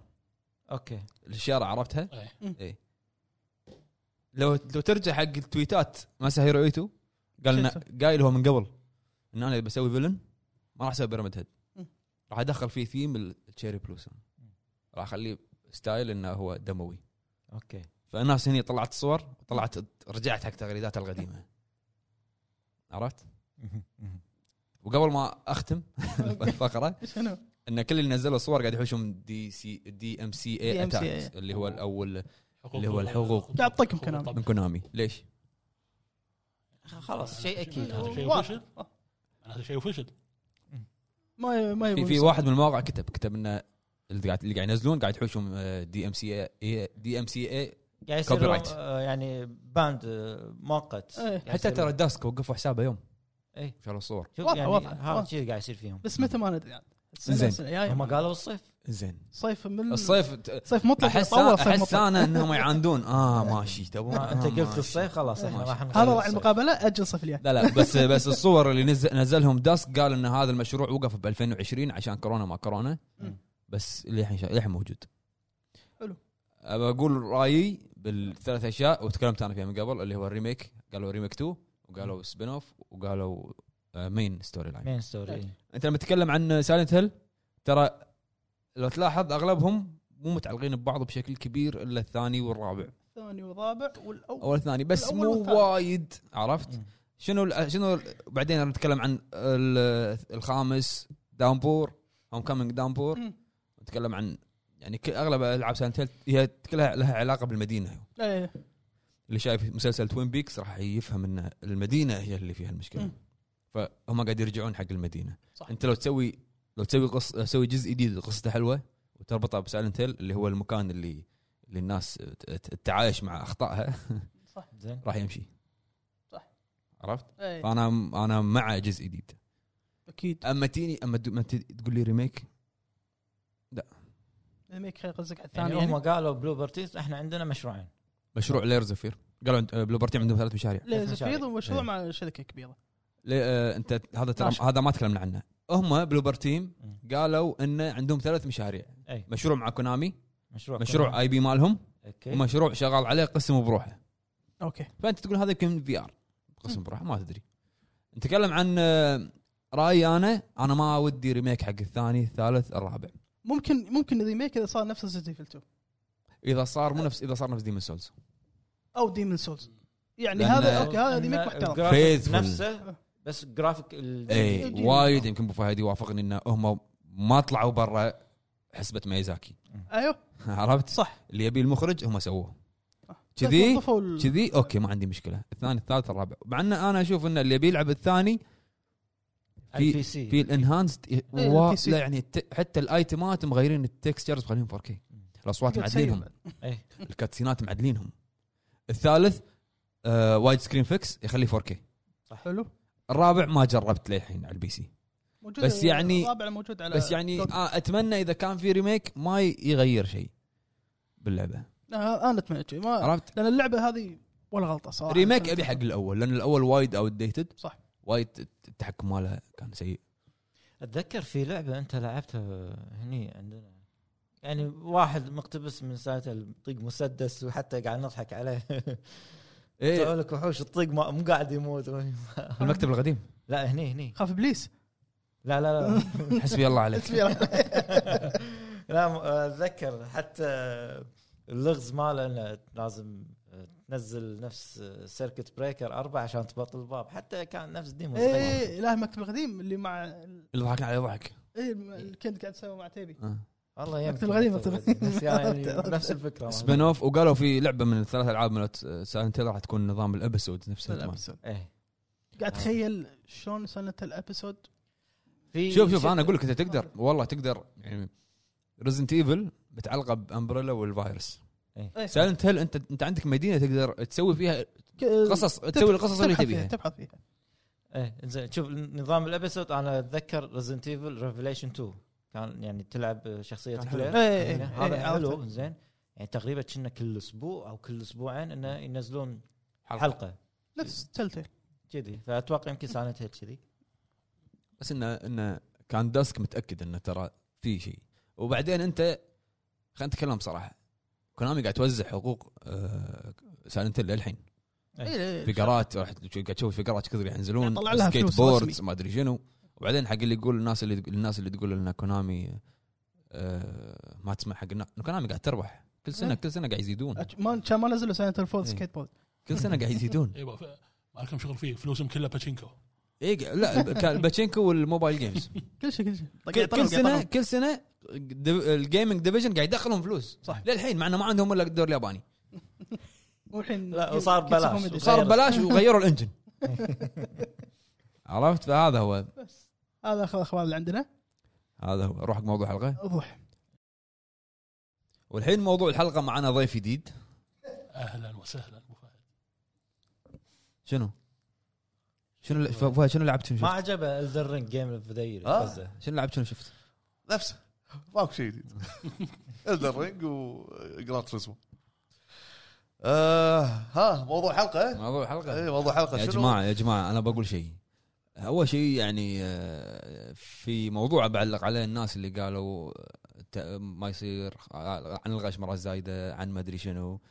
S2: اوكي
S1: الشارع عرفتها؟
S4: إيه.
S1: اي لو لو ترجع حق التويتات ماسا هيرو ايتو قال لنا قايل هو من قبل ان انا بسوي فيلن ما راح اسوي بيراميد هيد
S3: مم.
S1: راح ادخل فيه ثيم التشيري بلوسم راح اخليه ستايل انه هو دموي
S2: اوكي
S1: فالناس هني طلعت صور طلعت رجعت حق تغريداتها القديمه عرفت؟ وقبل ما اختم الفقره
S3: شنو؟
S1: ان كل اللي نزلوا صور قاعد يحوشهم دي سي دي ام سي اي
S3: DMCA.
S1: اتاكس اللي هو الاول
S4: حقوق-
S1: اللي هو الحقوق.
S3: يعطيكم
S4: حقوق
S3: كلام.
S4: الطبع.
S1: من كونامي ليش؟
S2: خلاص شيء اكيد
S4: هذا شيء
S3: واضح.
S4: وفشل هذا شيء وفشل
S3: ما ما
S2: طيب،
S1: في
S3: يبون
S1: في
S3: يسوون.
S1: واحد من المواقع كتب كتب انه اللي قاعد اللي قاعد ينزلون قاعد آه، يحوشهم دي ام سي اي دي ام سي اي
S2: قاعد يصير
S1: Copyright.
S2: لهم، آه، يعني باند آه، مؤقت
S3: إيه.
S2: قاعد
S1: حتى
S2: يصير
S1: ترى
S2: لهم.
S1: داسك وقفوا حسابه يوم
S2: إي.
S1: شالوا الصور
S2: شوف
S3: واضحة-
S2: يعني
S3: واضحة-
S2: هذا
S3: واضحة.
S2: الشيء قاعد يصير فيهم
S3: بس متى ما ندري عاد
S1: زين.
S3: السنه الجاية.
S2: هم قالوا الصيف
S1: زين
S3: صيف من
S1: الصيف ت-
S3: صيف مطلق
S1: احس
S3: يتطور صيف
S1: احس
S3: مطلق
S1: انا انهم يعاندون اه ماشي تبون
S2: ما انت
S1: آه،
S2: قلت
S1: ماشي.
S2: الصيف خلاص احنا
S1: ماشي.
S2: راح نخلي
S3: هذا راعي
S2: الصيف.
S3: المقابله اجل صيف الجاي
S1: لا لا بس بس الصور اللي نزل نزلهم داسك قال ان هذا المشروع وقف ب 2020 عشان كورونا ما كورونا
S3: مم.
S1: بس للحين شا- للحين موجود
S3: حلو.
S1: ابى اقول رايي بالثلاث اشياء وتكلمت انا فيها من قبل اللي هو الريميك قالوا ريميك 2 وقالوا سبين اوف وقالوا آه، مين ستوري لاين
S2: مين ستوري
S1: انت لما تتكلم عن سايلنت هيل ترى لو تلاحظ اغلبهم مو متعلقين ببعض بشكل كبير الا الثاني والرابع
S3: الثاني والرابع والاول
S1: او الثاني بس
S3: الأول
S1: مو
S3: والثاني.
S1: وايد عرفت
S2: مم.
S1: شنو ال- شنو ال- بعدين نتكلم عن ال- الخامس دامبور هوم كامينج دامبور
S3: مم.
S1: نتكلم عن يعني ك- اغلب العاب سانتيل هي كلها لها علاقه بالمدينه
S3: إيه.
S1: اللي شايف مسلسل توين بيكس راح يفهم ان المدينه هي اللي فيها المشكله
S3: مم.
S1: فهم قاعد يرجعون حق المدينه
S3: صح.
S1: انت لو تسوي لو تسوي قص تسوي جزء جديد قصته حلوه وتربطها بسايلنت هيل اللي هو المكان اللي اللي الناس ت- ت- تتعايش مع اخطائها
S3: إيه،
S2: زين
S1: راح يمشي
S3: صح.
S1: عرفت؟
S3: إيه.
S1: فانا انا مع جزء جديد
S3: اكيد
S1: اما تيني اما تد- ما تد- تقول لي ريميك
S3: ريميك خير قصدك على الثاني
S2: يعني
S3: يعني
S2: هم قالوا بلو بارتيز احنا عندنا مشروعين
S1: مشروع لير زفير قالوا عند- آه، بلو بارتي عندهم ثلاث مشاريع
S3: ليزر
S2: مشاريع.
S3: فيض ومشروع
S1: إيه.
S3: مع شركه كبيره
S1: ليه آه، انت هذا ترى
S3: ماشي.
S1: هذا ما تكلمنا عنه هم بلوبر تيم
S2: مم.
S1: قالوا انه عندهم ثلاث مشاريع
S2: اي
S1: مشروع مع كونامي
S2: إيه، مشروع إيه.
S1: مشروع اي بي مالهم
S2: اوكي
S1: ومشروع شغال عليه قسم بروحه
S3: اوكي
S1: فانت تقول هذا يمكن في ار قسم بروحه ما تدري نتكلم عن آه، رايي انا انا ما ودي ريميك حق الثاني الثالث الرابع
S3: ممكن ممكن ريميك اذا صار نفس سيتي فيل 2
S1: اذا صار مو نفس اذا صار نفس ديمون سولز
S3: او ديمن سولز يعني
S1: لأن-
S3: هذا اوكي هذا
S2: إن
S3: ريميك محترم
S2: الجرافيك
S1: Faithful. إيه.
S2: نفسه بس جرافيك ال-
S1: اي وايد يمكن ابو فهد يوافقني انه هم ما طلعوا برا حسبه ميزاكي
S3: ايوه
S1: عرفت؟
S3: صح
S1: اللي يبي المخرج هم سووه
S3: صح. بس
S1: كذي
S3: نظفوا ال-
S1: كذي اوكي ما عندي مشكله الثاني الثالث الرابع مع ان انا اشوف ان اللي يبي يلعب الثاني
S2: على
S1: في-
S2: البي سي
S1: في الانهانسد
S3: إيه،
S1: و...
S3: PC.
S1: لا يعني الت... حتى الايتمات مغيرين التكستشرز مخليهم 4K الاصوات
S3: قاعد تسيب
S1: معدلينهم
S3: بعد.
S2: إيه.
S1: الكاتسينات معدلينهم الثالث آه وايد سكرين فيكس يخليه 4K
S3: حلو
S1: الرابع ما جربت للحين على البي سي
S3: موجود
S1: بس يعني-
S3: الرابع موجود على
S1: بس يعني
S3: دوت.
S1: آه اتمنى اذا كان في ريميك ما ي- يغير شيء باللعبه
S3: آه، انا اتمنى شيء ما
S1: عرفت
S3: لان اللعبه هذه ولا غلطه صراحه
S1: ريميك ابي حق الاول لان الاول وايد اوت ديتد
S3: صح.
S1: وايد التحكم ماله كان سيء
S2: اتذكر في لعبه انت لعبتها هني عندنا يعني واحد مقتبس من ساعتها طق مسدس وحتى قاعد نضحك عليه
S1: ايه
S3: آه،
S2: طلعوا لك وحوش الطق ما- مو قاعد يموت
S1: المكتب القديم
S2: لا هني هني
S3: خاف ابليس
S2: لا لا لا
S1: حسبي الله عليك
S2: لا م- اتذكر حتى اللغز ماله انه لازم تنزل نفس سيركت بريكر أربعة عشان تبطل الباب حتى كان نفس ديمو
S1: إيه.
S2: صغير
S3: اي لا إيه، المكتب القديم اللي مع ال-
S1: اللي ضحكنا عليه ضحك
S3: ايه الم- الكنت قاعد تسوي مع تيبي
S1: آه.
S2: والله يمكن
S3: مكتب القديم،
S2: مكتب
S3: مكتب
S2: القديم. بس يعني
S3: القديم.
S2: نفس الفكره
S1: سبين اوف وقالوا في لعبه من الثلاث العاب من سايلنت راح تكون نظام الابيسود نفسه
S3: الابيسود.
S2: إيه.
S1: آه.
S3: قاعد تخيل شلون سنت الابيسود
S2: في
S1: شوف شوف انا اقول لك انت تقدر والله تقدر يعني ريزنت ايفل متعلقه بامبريلا والفيروس
S3: إيه.
S1: سايلنت هيل انت انت عندك مدينه تقدر تسوي فيها
S3: ك- إيه،
S1: قصص
S3: تبحث-
S1: تسوي القصص اللي
S3: تبحث
S1: تبيها
S3: فيها تبحث فيها
S2: ايه زين شوف نظام الابيسود انا اتذكر ريزنت ايفل ريفليشن 2 كان يعني تلعب شخصيه
S1: كان
S2: كلير
S1: حلو.
S3: إيه، إيه،
S2: يعني
S3: إيه،
S2: هذا
S3: إيه،
S2: حلو
S3: عرفته.
S2: زين يعني تقريبا كنا كل اسبوع او كل اسبوعين انه ينزلون
S1: حلقة.
S2: حلقه
S3: نفس تلتيل
S2: كذي فاتوقع يمكن سايلنت هيل كذي
S1: بس انه انه كان داسك متاكد انه ترى في شيء وبعدين انت خلينا نتكلم بصراحه كونامي قاعد توزع حقوق آه سايلنت للحين إيه.
S3: إيه،
S1: فقرات راح تش- قاعد تشوف فقرات كثير ينزلون
S3: طلع لها
S1: سكيت
S3: فلوس
S1: بوردز
S3: رسمي.
S1: ما ادري شنو وبعدين حق اللي يقول الناس اللي الناس اللي تقول ان كونامي آه ما تسمع حق الناس كونامي قاعد تربح كل سنه
S3: إيه.
S1: كل سنه قاعد يزيدون
S3: ما كان ما نزلوا سايلنت فول
S1: إيه.
S3: سكيت بورد
S1: كل سنه قاعد يزيدون
S4: إيه، ف- ما لكم شغل فيه فلوسهم كلها باتشينكو
S1: اي إيه، لا الب- كان الباتشينكو والموبايل جيمز
S3: كل شيء كل شيء
S1: كل,
S3: طلعوا-
S1: كل سنه
S3: طلعوا.
S1: كل سنه ديف- الجيمنج ديفيجن قاعد يدخلهم فلوس
S2: نعم.
S3: صح.
S1: للحين مع انه ما عندهم الا الدور الياباني
S3: والحين
S2: لا، وصار
S3: كيتس
S2: بلاش.
S3: كوميدي.
S1: وصار
S2: غيروا.
S1: ببلاش وغيروا الانجن عرفت فهذا هو
S3: بس هذا اخر الاخبار اللي عندنا
S1: هذا هو روح حق موضوع الحلقه
S3: وضوح
S1: والحين موضوع الحلقه معنا ضيف جديد
S4: اهلا وسهلا ابو فهد
S1: شنو؟ شنو ل- ف- فهد شنو لعبت شنو
S2: ما
S1: شفت؟
S2: عجبه الدرينج جيم الفديري
S5: آه.
S2: قصده.
S1: شنو لعبت شنو شفت؟
S5: نفسه ماكو شيء جديد الدر رينج وجراند تريزمو آه ها موضوع حلقه
S1: موضوع
S2: أه،
S1: الحلقه
S5: اي موضوع حلقه
S1: يا
S5: شنو؟
S1: جماعه يا جماعه انا بقول شيء اول شيء يعني آه، في موضوع بعلق عليه الناس اللي قالوا آه، ت- ما يصير آه، عن الغش مرات زايده عن ما ادري شنو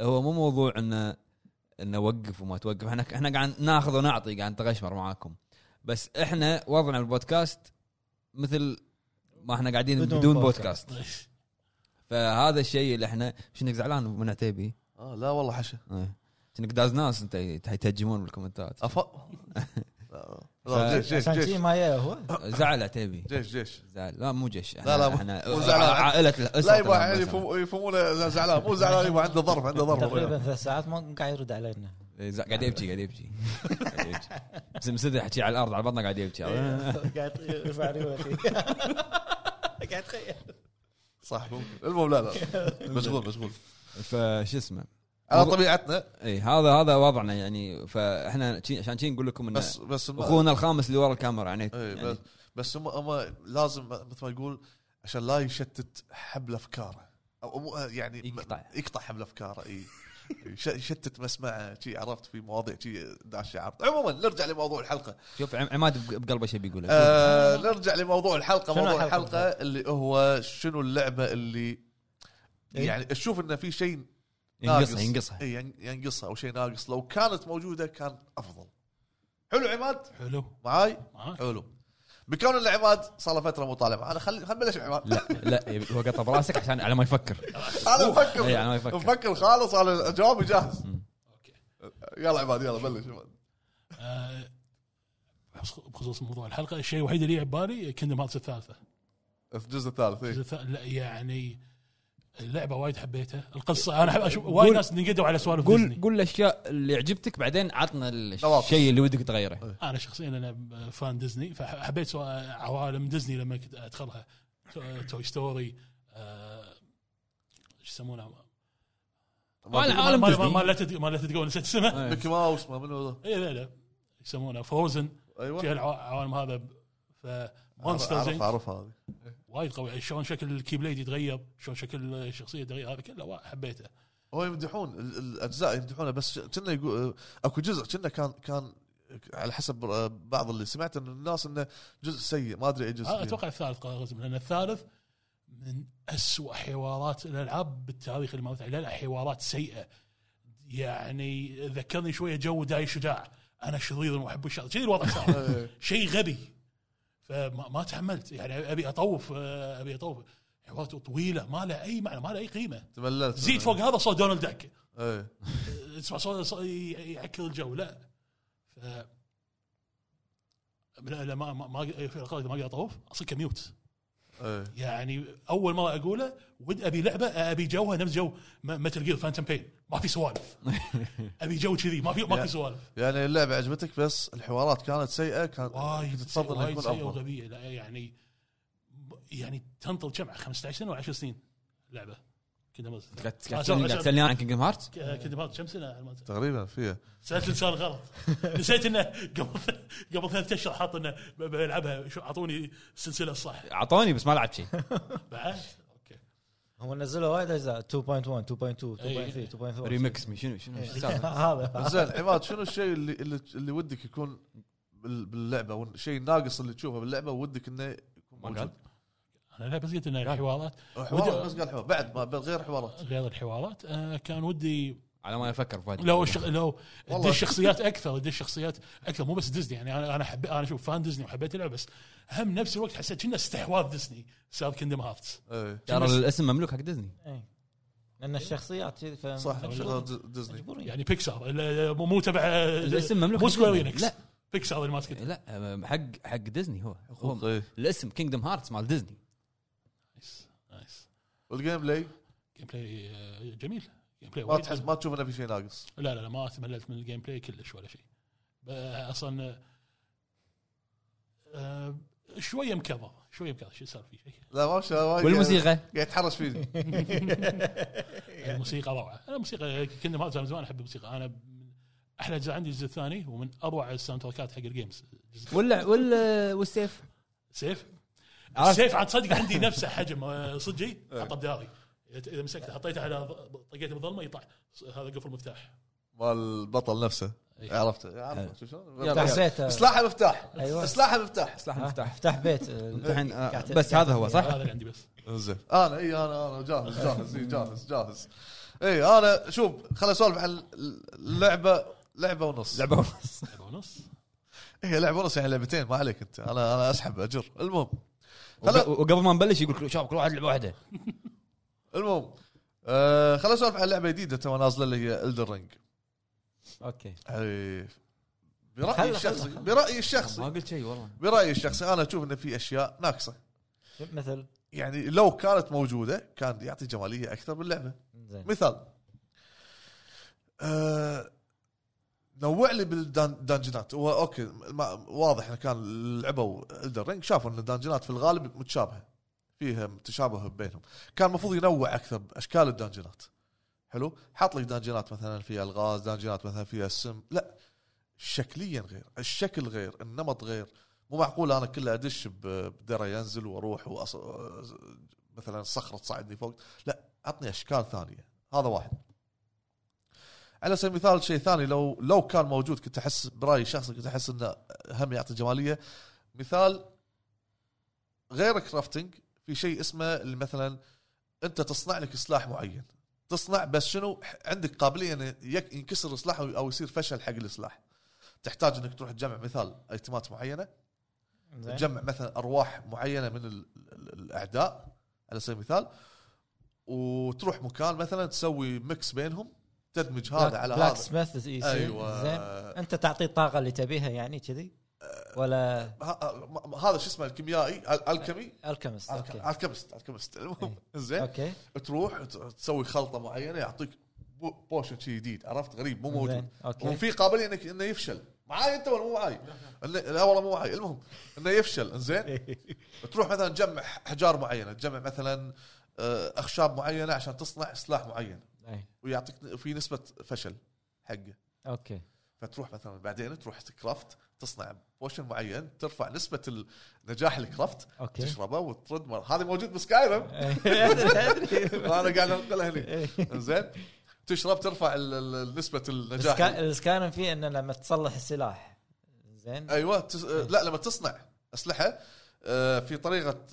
S1: هو مو موضوع انه انه وقف وما توقف احنا احنا قاعد ناخذ ونعطي قاعد نتغشمر معاكم بس احنا وضعنا البودكاست مثل ما احنا قاعدين بدون,
S2: بدون
S1: بدون
S2: بودكاست.
S1: بودكاست فهذا الشيء اللي احنا شنك زعلان من عتيبي
S5: آه لا والله حشه
S1: إيه. شنك داز ناس انت تهجمون بالكومنتات
S5: أف... لا، لا جيش جيش
S2: عشان شي
S5: جيش
S2: ما جاء هو
S1: زعل عتيبي
S5: جيش جيش
S1: زعل لا مو جيش احنا
S5: لا، لا، مو-
S1: احنا
S5: مو زعلان.
S1: عائله الأسرة
S5: لا يعني يبا
S1: تلعب بس.
S5: يفهم- يفهمونه زعلان مو زعلان يبا عنده ظرف عنده
S2: تقريبا
S5: ظرف
S2: ثلاث ساعات ما قاعد يرد علينا
S1: إيه، زع- قاعد يبكي قاعد يبكي قاعد يبكي. بس مسدح يحكي على الارض على بطنه قاعد يبكي
S5: إيه.
S2: قاعد يرفع ريوتي قاعد تخيل
S5: صح ممكن المهم لا لا مشغول مشغول
S1: فشو اسمه
S5: على طبيعتنا
S1: اي هذا هذا وضعنا يعني فاحنا شي- عشان شي نقول لكم ان
S5: بس بس ما-
S1: اخونا الخامس اللي ورا الكاميرا يعني,
S5: إيه،
S1: يعني
S5: بس بس هم هم لازم مثل ما يقول عشان لا يشتت حبل افكاره او مو يعني م-
S1: يقطع.
S5: يقطع حبل افكاره اي يش- يشتت مسمعه شي عرفت في مواضيع شي داشه عرفت عموما نرجع لموضوع الحلقه
S1: شوف عم- عماد بق- بقلبه شيء بيقوله
S5: آه نرجع لموضوع الحلقه
S2: شنو
S5: موضوع
S2: الحلقة
S5: الحلقه اللي هو شنو اللعبه اللي
S2: إيه؟
S5: يعني تشوف انه في شيء
S1: ينقصها ينقصها
S5: إي، ين- ينقصها او شيء ناقص لو كانت موجوده كان افضل حلو عماد
S4: حلو
S5: معاي
S4: معاك
S5: حلو بكون ان عماد صار له فتره مو طالع معنا خلي خلي نبلش عماد
S1: لا لا يبي- هو قطع براسك عشان على ما يفكر
S5: انا
S1: اي على
S5: مفكر
S1: ما يفكر
S5: مفكر خالص انا جوابي جاهز
S4: اوكي
S5: يلا عماد يلا بلش عماد
S4: آه، بخصوص موضوع الحلقه الشيء الوحيد اللي ببالي كندم هارتس الثالثه
S1: إيه.
S5: في الجزء الثالث إيه. إي.
S4: الجزء الثا- لا يعني اللعبه وايد حبيتها القصه انا احب اشوف وايد
S1: قول-
S4: ناس نقدوا على سوالف
S1: قول
S4: ديزني
S1: قول الاشياء اللي عجبتك بعدين عطنا
S5: نواقص.
S1: الشيء اللي ودك تغيره
S4: انا شخصيا انا فان ديزني فحبيت سواء عوالم ديزني لما كنت ادخلها تو- توي ستوري آه، ايش يسمونها
S1: أنا
S4: ما-
S1: عالم
S4: ما-
S1: ديزني.
S4: ما لا تدقوا ما لا تدقوا نسيت اسمها
S1: إيه.
S5: ميكي ماوس ما منو ذا؟
S4: اي إيه، لا لا يسمونها فروزن فيها
S5: ايوه
S4: الع- العوالم هذا فمونسترز
S5: اعرف اعرف هذه
S4: وايد قوي شلون شكل الكيبليد يتغير شلون شكل الشخصيه يتغير هذا كله وا- حبيته
S5: هو يمدحون ال- الاجزاء يمدحونه بس كنا يقول اكو جزء كنا كان كان على حسب آه، بعض اللي سمعت ان الناس انه جزء سيء ما ادري اي جزء
S4: آه، اتوقع الثالث قال غزم لان الثالث من أسوأ حوارات الالعاب بالتاريخ اللي مرت عليه لا، حوارات سيئه يعني ذكرني شويه جو داي شجاع انا شرير ومحب الشر كذي الوضع صار
S5: إيه.
S4: شيء غبي فما ما تحملت يعني ابي اطوف آه، ابي اطوف حوارات طويله ما لها اي معنى ما لها اي قيمه
S5: تمللت
S4: زيد فوق هذا صوت دونالد داك
S5: ايه
S4: تسمع صوت صوت ي- يعكر الجو لا ف لا لا ما ما ما في القائد ما اقدر اطوف اصير كميوت
S5: ايه
S4: يعني اول مره اقوله ود ابي لعبه ابي جوها نفس جو متل جير فانتوم بين ما في سوالف ابي جو كذي ما في ما في سوالف
S5: يعني اللعبه عجبتك بس الحوارات كانت سيئه كان
S4: وايد
S5: تفضل إنه
S4: وايد
S5: يكون
S4: سيئه
S5: افضل
S4: وغبيه لا يعني يعني تنطل كم 15 سنه ولا 10 سنين لعبه كذا ما
S1: قاعد
S2: آه،
S1: قاعد تسألني- قاعد تسالني عن كينجدم هارت
S5: آه.
S4: كذا كم سنه
S5: تقريبا فيها
S4: سالت لسان غلط نسيت انه قبل قبل ثلاث اشهر حاط انه ب- بلعبها شو اعطوني السلسله الصح
S1: اعطوني بس ما لعبت شيء
S4: بعد اوكي
S2: هم نزلوا وايد اجزاء 2.1
S4: إي.
S2: 2.2 2.3 2.4
S1: ريمكس من شنو
S2: إيه.
S1: شنو شو السالفة؟
S2: هذا
S5: زين عماد شنو الشيء اللي اللي, اللي ودك يكون بال- باللعبه والشيء الناقص اللي تشوفه باللعبه ودك انه يكون
S1: ما قال؟
S5: موجود
S4: انا لا بس قلت انه حوارات
S5: حوار بس قال حوار بعد ما غير حوارات
S4: غير الحوارات آه، كان ودي
S1: على ما افكر فهد
S4: لو شغ... لو
S5: والله.
S4: دش شخصيات اكثر دش شخصيات اكثر مو بس ديزني يعني انا انا حب... انا شوف فان ديزني وحبيت اللعبه بس هم نفس الوقت حسيت كنا استحواذ ديزني صار كندم هارتس
S5: إيه.
S1: ترى الاسم مملوك حق ديزني
S2: إيه. لان الشخصيات كذي ف-
S5: صح
S2: مجبورين-
S5: شغل د- ديزني
S2: مجبورين
S4: يعني بيكسار ال- مو مو تبع
S1: الاسم مملوك
S4: مو
S1: حق
S4: سكوير
S1: ديزني.
S4: انكس
S1: لا. إيه.
S4: لا بيكسار اللي ماسكته
S1: لا أم- حق حق ديزني هو,
S5: حقوق،
S1: هو
S5: إيه.
S1: الاسم كينجدم هارتس مال ديزني
S4: نايس نايس
S5: والجيم بلاي
S4: جيم بلاي آه، جميل جيم بلاي
S5: ما
S4: وايد
S5: تحس ما تشوف انه في شيء ناقص
S4: لا لا لا ما تمللت من الجيم بلاي كلش ولا شيء ب- اصلا آه، آه، شويه مكبر شويه مكبر شو صار في شيء
S5: لا ما شاء الله
S1: والموسيقى
S5: قاعد يتحرش فيني
S1: يعني
S4: الموسيقى روعه انا موسيقى كنا ما زمان زمان احب الموسيقى انا من احلى جزء عندي الجزء الثاني ومن اروع الساوند تراكات حق الجيمز الجزء-
S1: ولا ولا والسيف
S4: سيف
S1: عرفت. إيه.
S4: السيف عاد صدق عندي نفسه حجم آه، صدقي حطه بداري إذا- اذا مسكته حطيته على ض- طقيته بالظلمه يطلع ص- هذا قفل مفتاح
S5: مال البطل نفسه عرفته عرفته شو شلون
S2: تحسيت
S5: سلاح مفتاح
S2: أيوة.
S5: سلاح مفتاح
S1: سلاح
S2: مفتاح
S1: المفتاح
S2: افتح بيت
S1: الحين آه،
S2: قاعد- آه.
S1: بس
S2: قاعد-
S1: هذا هو صح؟
S4: هذا اللي عندي بس
S5: زين انا اي انا انا جاهز جاهز إي، جاهز جاهز اي انا شوف خل اسولف عن اللعبه لعبه ونص
S1: لعبه ونص
S4: بونص
S5: هي لعبه ونص يعني لعبتين ما عليك انت انا انا اسحب اجر المهم
S1: وق- وقبل ما نبلش يقول لك شباب كل واحد لعبه واحده
S5: المهم آه خلينا نسولف عن لعبه جديده تو نازله اللي هي الدر رينج
S2: اوكي
S5: برايي
S2: خلنا-
S5: الشخصي
S2: خلنا-
S5: برايي الشخصي
S1: قلت شيء والله
S5: برايي الشخصي انا اشوف ان في اشياء ناقصه
S2: مثل
S5: يعني لو كانت موجوده كان يعطي جماليه اكثر باللعبه
S2: زين
S5: مثال آه نوع لي بالدانجنات هو اوكي ما واضح ان كان لعبوا الدر رينج شافوا ان الدانجنات في الغالب متشابهه فيها تشابه بينهم كان المفروض ينوع اكثر باشكال الدانجنات حلو حاط لك دانجنات مثلا فيها الغاز دانجنات مثلا فيها السم لا شكليا غير الشكل غير النمط غير مو معقول انا كله ادش ب- بدرع ينزل واروح وأص... مثلا صخره تصعدني فوق لا عطني اشكال ثانيه هذا واحد على سبيل المثال شيء ثاني لو لو كان موجود كنت احس برايي الشخصي كنت احس انه هم يعطي جماليه مثال غير كرافتنج في شيء اسمه اللي مثلا انت تصنع لك سلاح معين تصنع بس شنو عندك قابليه ان يك- ينكسر السلاح او أو يصير فشل حق السلاح تحتاج انك تروح تجمع مثال ايتمات معينه
S2: زين.
S5: تجمع مثلا ارواح معينه من ال- ال- الاعداء على سبيل المثال وتروح مكان مثلا تسوي ميكس بينهم تدمج هذا على
S2: بلاك
S5: هذا
S2: سميث يصير
S5: أيوة.
S2: زين انت تعطيه الطاقه اللي تبيها يعني كذي
S5: أه.
S2: ولا
S5: ه- م- م- هذا شو اسمه الكيميائي ال- الكيمي
S2: الكيمست اوكي
S5: الكيمست الكيمست المهم زين
S2: اوكي
S5: تروح ت- تسوي خلطه معينه يعطيك بو- بوشن شي جديد عرفت غريب مو
S2: زين.
S5: موجود
S2: اوكي
S5: وفي قابليه انك انه يفشل معاي انت ولا مو معاي؟ إنه- لا والله مو معاي المهم انه يفشل زين
S2: إيه.
S5: تروح مثلا تجمع احجار معينه تجمع مثلا آه، اخشاب معينه عشان تصنع سلاح معين
S2: إيه.
S5: ويعطيك في نسبه فشل حقه
S2: اوكي
S5: فتروح مثلا بعدين تروح تكرافت تصنع بوشن معين ترفع نسبه النجاح الكرافت
S2: اوكي
S5: تشربه وترد مر هذا موجود بسكايرم انا قاعد انقلها هنا زين تشرب ترفع ال- ال- نسبه النجاح
S2: السكايرم فيه انه لما تصلح السلاح زين
S5: ايوه تس... لا لما تصنع اسلحه آه، في طريقه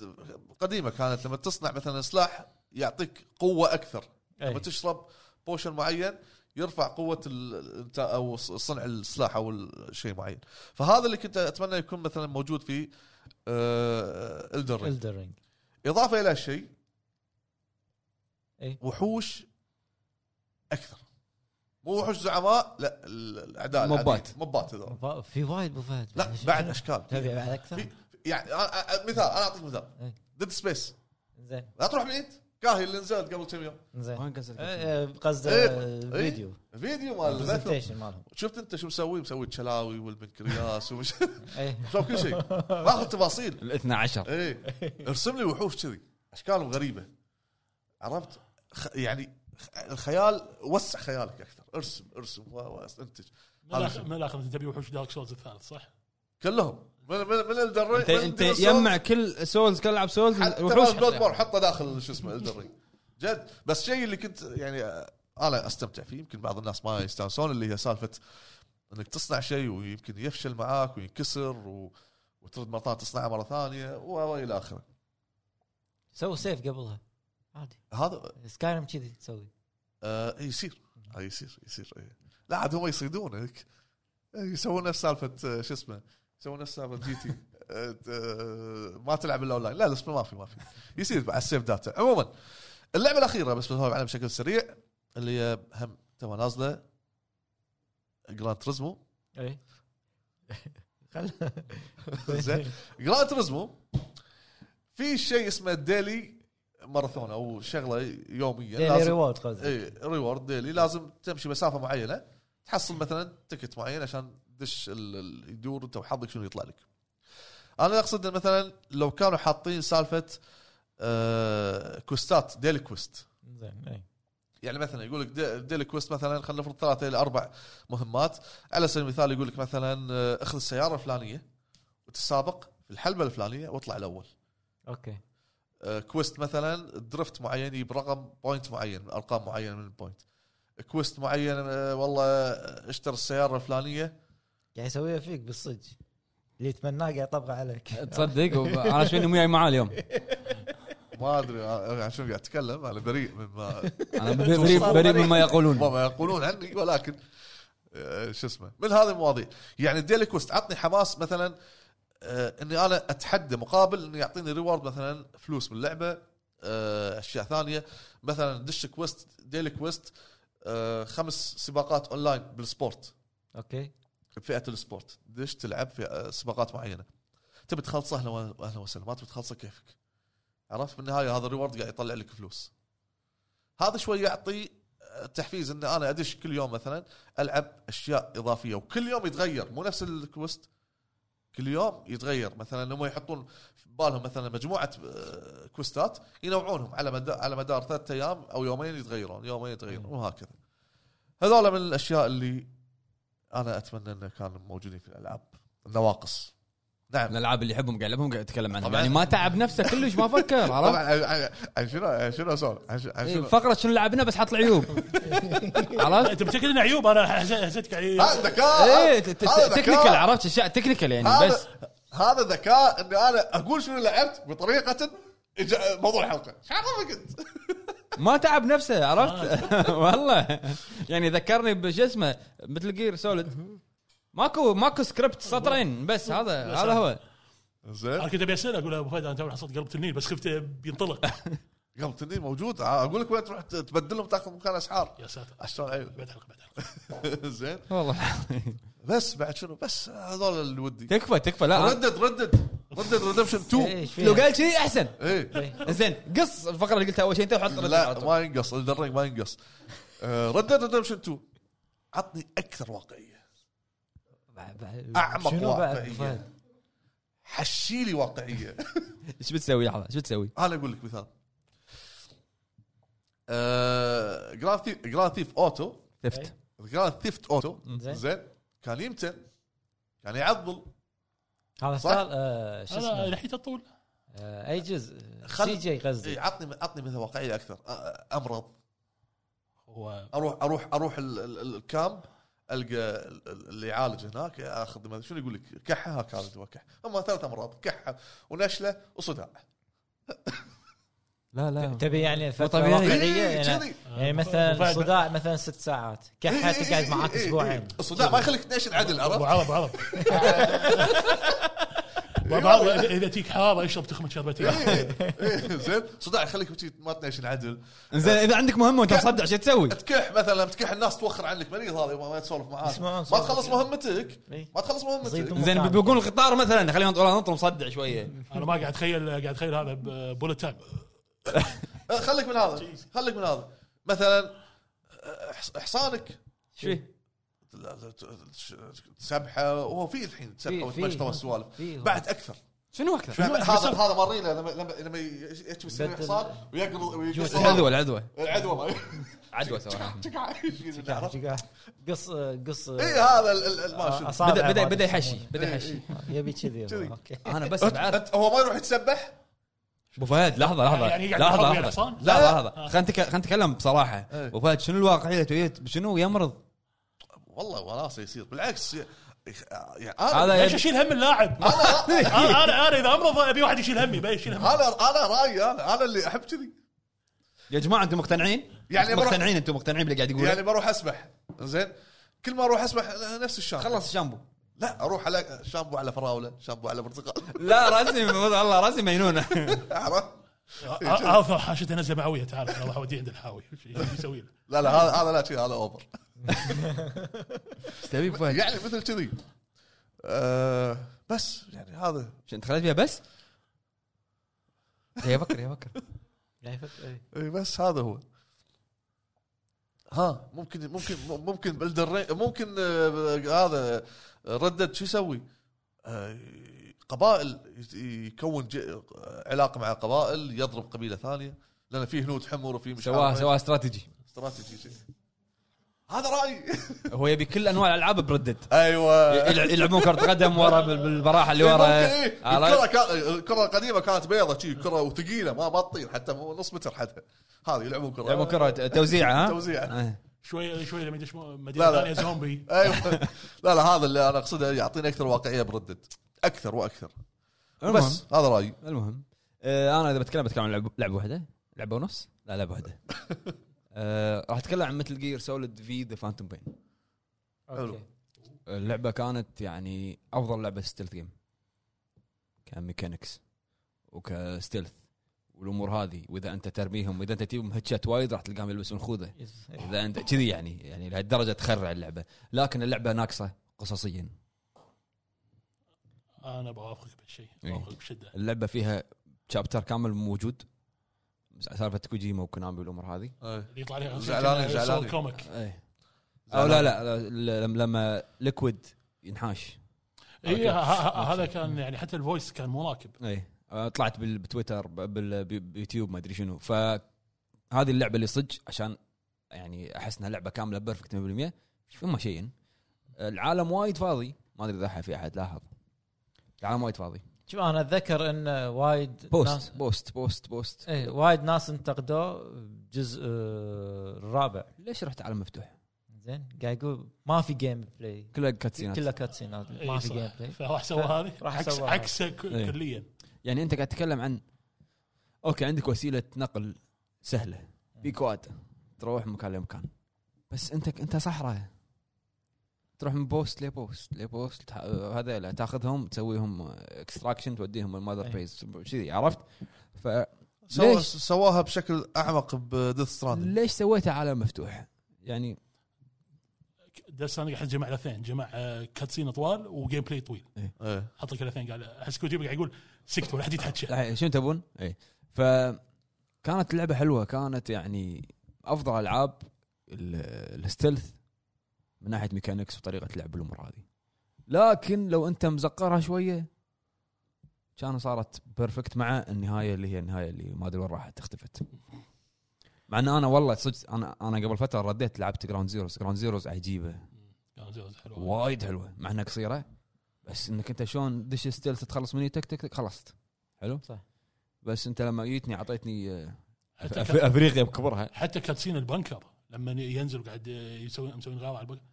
S5: قديمه كانت لما تصنع مثلا سلاح يعطيك قوه اكثر لما
S2: إيه.
S5: تشرب بوشن معين يرفع قوه ال- الإنتاج او ص- صنع السلاح او ال- شيء معين فهذا اللي كنت اتمنى يكون مثلا موجود في آه، الدر
S2: الدرينج
S5: اضافه الى شيء
S2: إيه.
S5: وحوش اكثر مو وحوش زعماء لا ال- الاعداء
S1: مبات.
S5: العاديين. مبات هذول
S2: في وايد ابو فهد
S5: لا بعد اشكال
S2: تبي بعد
S5: في
S2: اكثر
S5: يعني أنا- أنا- مثال انا اعطيك مثال
S2: إيه.
S5: ديد سبيس
S2: زين
S5: لا تروح بعيد كاهي اللي نزلت قبل كم يوم
S2: زين
S1: قصدك
S2: إيه، قصده
S5: إيه.
S2: فيديو
S5: فيديو مال البث.
S2: برزنتيشن مالهم
S5: شفت انت شو مسوي مسوي الشلاوي والبنكرياس ومش
S2: ايه
S5: مسوي كل شيء ماخذ تفاصيل
S1: ال 12
S5: ايه ارسم لي وحوش كذي اشكالهم غريبه عرفت خ... يعني خ- الخيال وسع خيالك اكثر ارسم ارسم و- وانتج
S4: من الآخر- من الاخر انت تبي وحوش دارك سولز الثالث صح؟
S5: كلهم من من من الدري
S1: انت انت يجمع كل سولز كل العاب سولز
S5: إيه. حتى
S1: وحوش
S5: بلود بور حطه داخل شو اسمه الدري جد بس شيء اللي كنت يعني آه، انا استمتع فيه يمكن بعض الناس ما يستانسون اللي هي سالفه انك تصنع شيء ويمكن يفشل معاك وينكسر و... وترد مره ثانية تصنعه مره ثانيه و- والى اخره.
S2: سووا سيف قبلها عادي
S5: هذا
S2: سكايرم كذي تسوي
S5: آه يصير آه يصير يصير إيه. لا عاد هم يصيدونك آه، يسوون نفس سالفه آه، شو اسمه يسوون نفس سالفه جي تي آه، آه، ما تلعب الا اونلاين لا لا اسمه ما في ما في يصير بعد السيف داتا عموما اللعبه الاخيره بس بسولف عنها بشكل سريع اللي هي هم تو نازله جراند تريزمو
S2: اي
S5: زين جراند تريزمو في شيء اسمه ديلي ماراثون او شغله يوميه
S2: ديلي ريورد قصدي
S5: اي ريورد إيه، ديلي لازم تمشي مسافه معينه تحصل مثلا تكت معين عشان تدش ال- ال- يدور انت وحظك شنو يطلع لك. انا اقصد إن مثلا لو كانوا حاطين سالفه آه كوستات ديلي كوست
S2: زين إيه. اي
S5: يعني مثلا يقول لك دي- ديلي كويست مثلا خلينا نفرض ثلاثة الى اربع مهمات على سبيل المثال يقول لك مثلا آه، اخذ السياره الفلانيه وتسابق في الحلبه الفلانيه واطلع الاول.
S2: اوكي
S5: آه، كويست مثلا درفت معين يجيب رقم بوينت معين ارقام معينه من البوينت كويست معين آه، والله آه، اشتر السياره الفلانيه
S2: قاعد يسويها فيك بالصدق اللي يتمناه قاعد يطبقه عليك
S1: تصدق وب- انا شوي إنه وياي معاه اليوم
S5: ما ادري آه، عن شنو قاعد اتكلم انا بريء مما
S1: انا بريء- بريء بريء مما يقولون
S5: مما يقولون عني ولكن آه، شو اسمه من هذه المواضيع يعني الديلي كويست عطني حماس مثلا آه، اني انا اتحدى مقابل انه يعطيني ريورد مثلا فلوس من اللعبه آه، اشياء ثانيه مثلا دش كويست ديلي كويست آه، خمس سباقات اونلاين بالسبورت
S2: اوكي
S5: بفئه السبورت ليش تلعب في آه، سباقات معينه تبي تخلصه اهلا و- اهلا وسهلا ما تبي تخلصه كيفك عرفت بالنهايه هذا الريورد قاعد يطلع لك فلوس هذا شوي يعطي آه، تحفيز ان انا ادش كل يوم مثلا العب اشياء اضافيه وكل يوم يتغير مو نفس الكوست كل يوم يتغير مثلا هم يحطون في بالهم مثلا مجموعه آه، كوستات ينوعونهم على مدار على مدار ثلاثة ايام او يومين يتغيرون يومين يتغيرون وهكذا هذول من الاشياء اللي انا اتمنى انه كانوا موجودين في الالعاب النواقص نعم
S1: الالعاب اللي يحبهم قاعد يلعبهم قاعد يتكلم عنها
S5: طبعاً.
S1: يعني ما تعب نفسه كلش ما فكر
S5: طبعا
S1: عرفت
S5: عن- عن- عن شنو عن شنو اسولف؟ عن شنو- عن
S1: إيه،
S5: شنو؟
S1: فقره شنو لعبنا بس حط العيوب عرفت
S4: انت بتكل إنه عيوب انا حسيت- حسيتك عليه
S5: هذا ذكاء
S1: ايه
S5: هذا
S1: ت- ت-
S5: ذكاء.
S1: تكنيكال عرفت اشياء تكنيكال يعني بس
S5: هذا هذا ذكاء اني انا اقول شنو لعبت بطريقه إج- موضوع الحلقه ايش عرفك انت؟
S1: ما تعب نفسه عرفت والله يعني ذكرني بش اسمه مثل جير سوليد ماكو ماكو سكريبت سطرين بس هذا هذا هو
S5: زين
S4: انا كنت ابي اسال اقول ابو فهد انا تو حصلت قلب تنين بس خفت بينطلق
S5: قام تنين موجود اقول لك وين تروح ت- تبدلهم تاخذ مكان اسعار
S4: يا ساتر
S5: عشان عيب
S4: بعد حلقه بعد حلقه
S5: زين
S1: والله
S5: بس بعد شنو بس هذول اللي ودي
S1: تكفى تكفى لا
S5: ردد ردد ردد ريدمشن 2
S2: ايش
S1: لو
S2: إيه، فيها؟
S1: قال كذي احسن
S5: ايه
S1: زين قص الفقره اللي قلتها اول شيء انت وحط
S5: لا ما ينقص الدرينج ما ينقص آه، ريد ديد ريدمشن 2 عطني اكثر واقعيه
S2: بعد- بعد-
S5: أعمق
S2: شنو بعد
S5: واقعية.
S2: فهد؟
S5: حشيلي واقعيه
S1: ايش بتسوي لحظه ايش بتسوي؟
S5: انا اقول لك مثال آه، جراند ثيف اوتو
S1: ثفت
S5: جراند ثيفت اوتو
S2: زين.
S5: زين كان يمتن كان يعضل
S2: هذا
S5: صح؟
S2: سؤال آه، شو
S4: انا
S2: اسمه
S4: لحيت الطول
S2: آه، اي جزء
S5: خل-
S2: سي جي
S5: إيه،
S2: قصدي
S5: عطني عطني مثل واقعيه اكثر آه، امرض
S4: هو
S5: اروح اروح اروح ال- ال- ال- الكامب القى ال- ال- اللي يعالج هناك اخذ ما- شنو يقول لك كحه هاك هذا هو كحه هم ثلاث امراض كحه ونشله وصداع
S1: لا لا
S2: تبي يعني فتره
S1: طبيعي.
S2: واقعيه
S5: إيه،
S2: يعني-
S5: كذي.
S2: يعني مثلا صداع مثلا ست ساعات كحه
S5: إيه، إيه،
S2: تقعد
S5: إيه،
S2: معاك
S5: إيه، إيه.
S2: اسبوعين
S5: الصداع ما يخليك تنشن عدل
S4: ابو
S5: عرفت؟
S4: عرب عرب ابو عرب إذا- اذا تيك حاره اشرب تخمه شربتين
S5: إيه، زين صداع يخليك بتي ما تنشن عدل
S1: زين اذا عندك مهمه وانت مصدع شو تسوي؟
S5: تكح مثلا لما تكح الناس توخر عنك مريض هذا ما ما تسولف معاه
S2: يسمعون
S5: ما
S2: صوتك.
S5: تخلص مهمتك
S2: إيه.
S5: ما تخلص
S2: زيدهم.
S5: مهمتك
S1: زين بيقول القطار مثلا خلينا نط- والله نطر مصدع شويه
S4: انا ما قاعد اتخيل قاعد اتخيل هذا بولت تايم
S5: آه، خليك من هذا خليك من هذا مثلا آه، حص- حصانك
S1: ايش فيه؟
S5: سبحه وهو في الحين
S2: في-
S5: سبحه
S2: في.
S5: وتمشطه والسوالف
S2: في هو.
S5: بعد اكثر
S1: شنو اكثر؟
S5: هذا هذا مارينا لما لما لما يجي يصير
S2: بدل-
S5: حصان ويقرض ويقص
S1: العدوى العدوى
S5: العدوى ما
S1: عدوى سواء
S5: عرفت؟
S2: قص قص آه،
S5: اي إيه، هذا ال- ال- ال- ما شو
S2: أصابع
S1: بدا بدا
S2: بعد
S1: بدا
S2: يسمونه.
S1: يحشي بدا يحشي
S2: يبي كذي
S5: كذي. آه.
S2: اوكي
S1: انا بس بعرف
S5: أنت- هو ما يروح يتسبح
S1: ابو فهد لحظه لحظه
S4: يعني قاعد
S1: لحظه
S4: يحاول
S1: لحظه
S4: يحصان؟
S1: لحظه لحظه خلينا نتك- خلينا نتكلم بصراحه
S5: إيه.
S1: إيه، ابو فهد شنو الواقعيه اللي تويت- شنو يمرض؟
S5: والله وناسه يصير بالعكس يعني انا
S1: هذا
S4: ليش
S1: يد-
S4: اشيل هم اللاعب؟ انا
S1: إيه،
S4: انا انا اذا امرض ابي واحد يشيل همي بي يشيل همي
S5: انا انا رايي انا انا اللي احب كذي
S1: يا جماعه انتم مقتنعين؟
S5: يعني بروح-
S1: مقتنعين انتم مقتنعين باللي قاعد يقوله
S5: يعني بروح اسبح زين كل ما اروح اسبح نفس الشام
S1: خلص الشامبو
S5: لا اروح على شامبو على فراوله شامبو على برتقال
S1: لا رسمي والله رسمي مجنونه
S5: عرفت؟
S4: ع- عرفه حاشته نزله معويه تعال الله ودي عند الحاوي شو يسوي له؟
S5: لا لا هذا هذا لا كذي هذا اوفر
S1: ايش تبي فهد؟
S5: يعني مثل كذي آه، بس يعني هذا
S1: شو انت خليت فيها بس؟ يا بكر يا بكر
S2: لا يفكر إيه.
S5: إي بس هذا هو ها ممكن ممكن ممكن بلدر ممكن آه، هذا ردد شو يسوي؟ آه، قبائل يت- يكون ج- علاقه مع قبائل يضرب قبيله ثانيه لان في هنود حمر وفي مش
S1: سواها
S5: عارف إيه.
S1: سواها استراتيجي
S5: استراتيجي شيء. هذا رايي
S1: هو يبي كل انواع الالعاب بردد
S5: ايوه
S1: يلع- يلعبون كره قدم ورا بال- بالبراحه إيه، اللي
S5: إيه،
S1: ورا آه،
S5: الكره كان الكره القديمه كانت بيضة شي كره وثقيله ما ما تطير حتى مو نص متر حدها هذه يلعبون كره
S1: يلعبون كره توزيعه ها؟
S5: توزيعة.
S1: آه.
S4: شوي شوي لما يدش
S5: لا،
S4: مدينه
S5: لا.
S4: ثانيه زومبي
S5: ايوه لا لا هذا اللي انا اقصده يعطيني اكثر واقعيه بردد اكثر واكثر
S1: المهم.
S5: بس هذا رايي
S1: المهم آه انا اذا بتكلم بتكلم عن لعبه لعبه واحده لعبه ونص لا لعبه واحده آه راح اتكلم عن مثل جير سوليد في ذا فانتوم بين
S5: حلو.
S2: اوكي
S1: اللعبه كانت يعني افضل لعبه ستيلث جيم كميكانكس وكستيلث والامور هذه واذا انت ترميهم واذا انت تجيبهم هيتشات وايد راح تلقاهم يلبسون خوذه
S2: يس.
S1: اذا انت كذي يعني يعني لهالدرجه تخرع اللعبه لكن اللعبه ناقصه قصصيا
S4: انا بوافقك بهالشيء
S1: إيه.
S4: بوافقك بشده
S1: اللعبه فيها شابتر كامل موجود سالفه كوجيما وكونامي والامور هذه
S5: إيه.
S4: اللي يطلع لي
S5: زعلانين-
S4: صور
S5: زعلانين.
S4: كوميك
S1: ايه او لا لا لا، لما- لما ليكويد ينحاش
S4: إيه، ه- ه-
S1: أوكي.
S4: هذا كان يعني حتى الفويس كان مراكب
S1: اي أه، طلعت بال- بتويتر ب- بال- ب- بيوتيوب ما ادري شنو فهذه اللعبه اللي صدق عشان يعني احس انها لعبه كامله بيرفكت 100% فما شيء العالم وايد فاضي ما ادري اذا في احد لاحظ العالم وايد فاضي
S2: شوف انا اتذكر ان وايد ناس-
S1: بوست بوست بوست بوست
S2: ايه وايد ناس انتقدوه الجزء آه، الرابع
S1: ليش رحت عالم مفتوح؟
S2: زين قاعد يقول ما في جيم بلاي
S1: كلها كاتسينات
S2: كلها كاتسينات ما
S4: إيه،
S2: في
S4: صح.
S2: جيم بلاي
S4: فراح سوى هذه
S2: راح
S4: عكس
S2: سوى
S4: عكسه ك-
S1: إيه.
S4: كليا
S1: يعني انت قاعد تتكلم عن اوكي عندك وسيله نقل سهله
S2: إيه.
S1: في كواد تروح من مكان لمكان بس انت انت صحراء تروح من بوست لبوست لبوست تح- هذا لا تاخذهم تسويهم اكستراكشن توديهم المذر
S2: أي.
S1: بيز كذي عرفت؟
S5: سوا-
S1: ليش؟
S5: سواها بشكل اعمق بديث ستراند
S1: فليش سويته عالم مفتوح؟ يعني
S4: درس انا قاعد جمع الاثنين جمع آه، كاتسين طوال وجيم بلاي طويل حط لك الاثنين قال احس كوجيما قاعد يقول سكت ولا حد يتحكى
S1: يعني شنو تبون؟ اي فكانت اللعبه حلوه كانت يعني افضل العاب ال- الستلث من ناحيه ميكانكس وطريقه لعب الامور هذه لكن لو انت مزقرها شويه كان صارت بيرفكت مع النهايه اللي هي النهايه اللي ما ادري وين راحت اختفت مع ان انا والله صدق انا انا قبل فتره رديت لعبت جراوند زيروز جراوند زيروز عجيبه
S4: كان جوز حلو
S1: وايد حلوه مع انها قصيره بس انك انت شلون دش ستيلث تخلص مني تك تك تك خلصت حلو
S2: صح.
S1: بس انت لما جيتني اعطيتني آه،
S4: حتى
S1: أف-
S4: كان-
S1: افريقيا بكبرها
S4: حتى كاتسين البنكر لما ينزل قاعد يسوي مسوي غاره على البنكر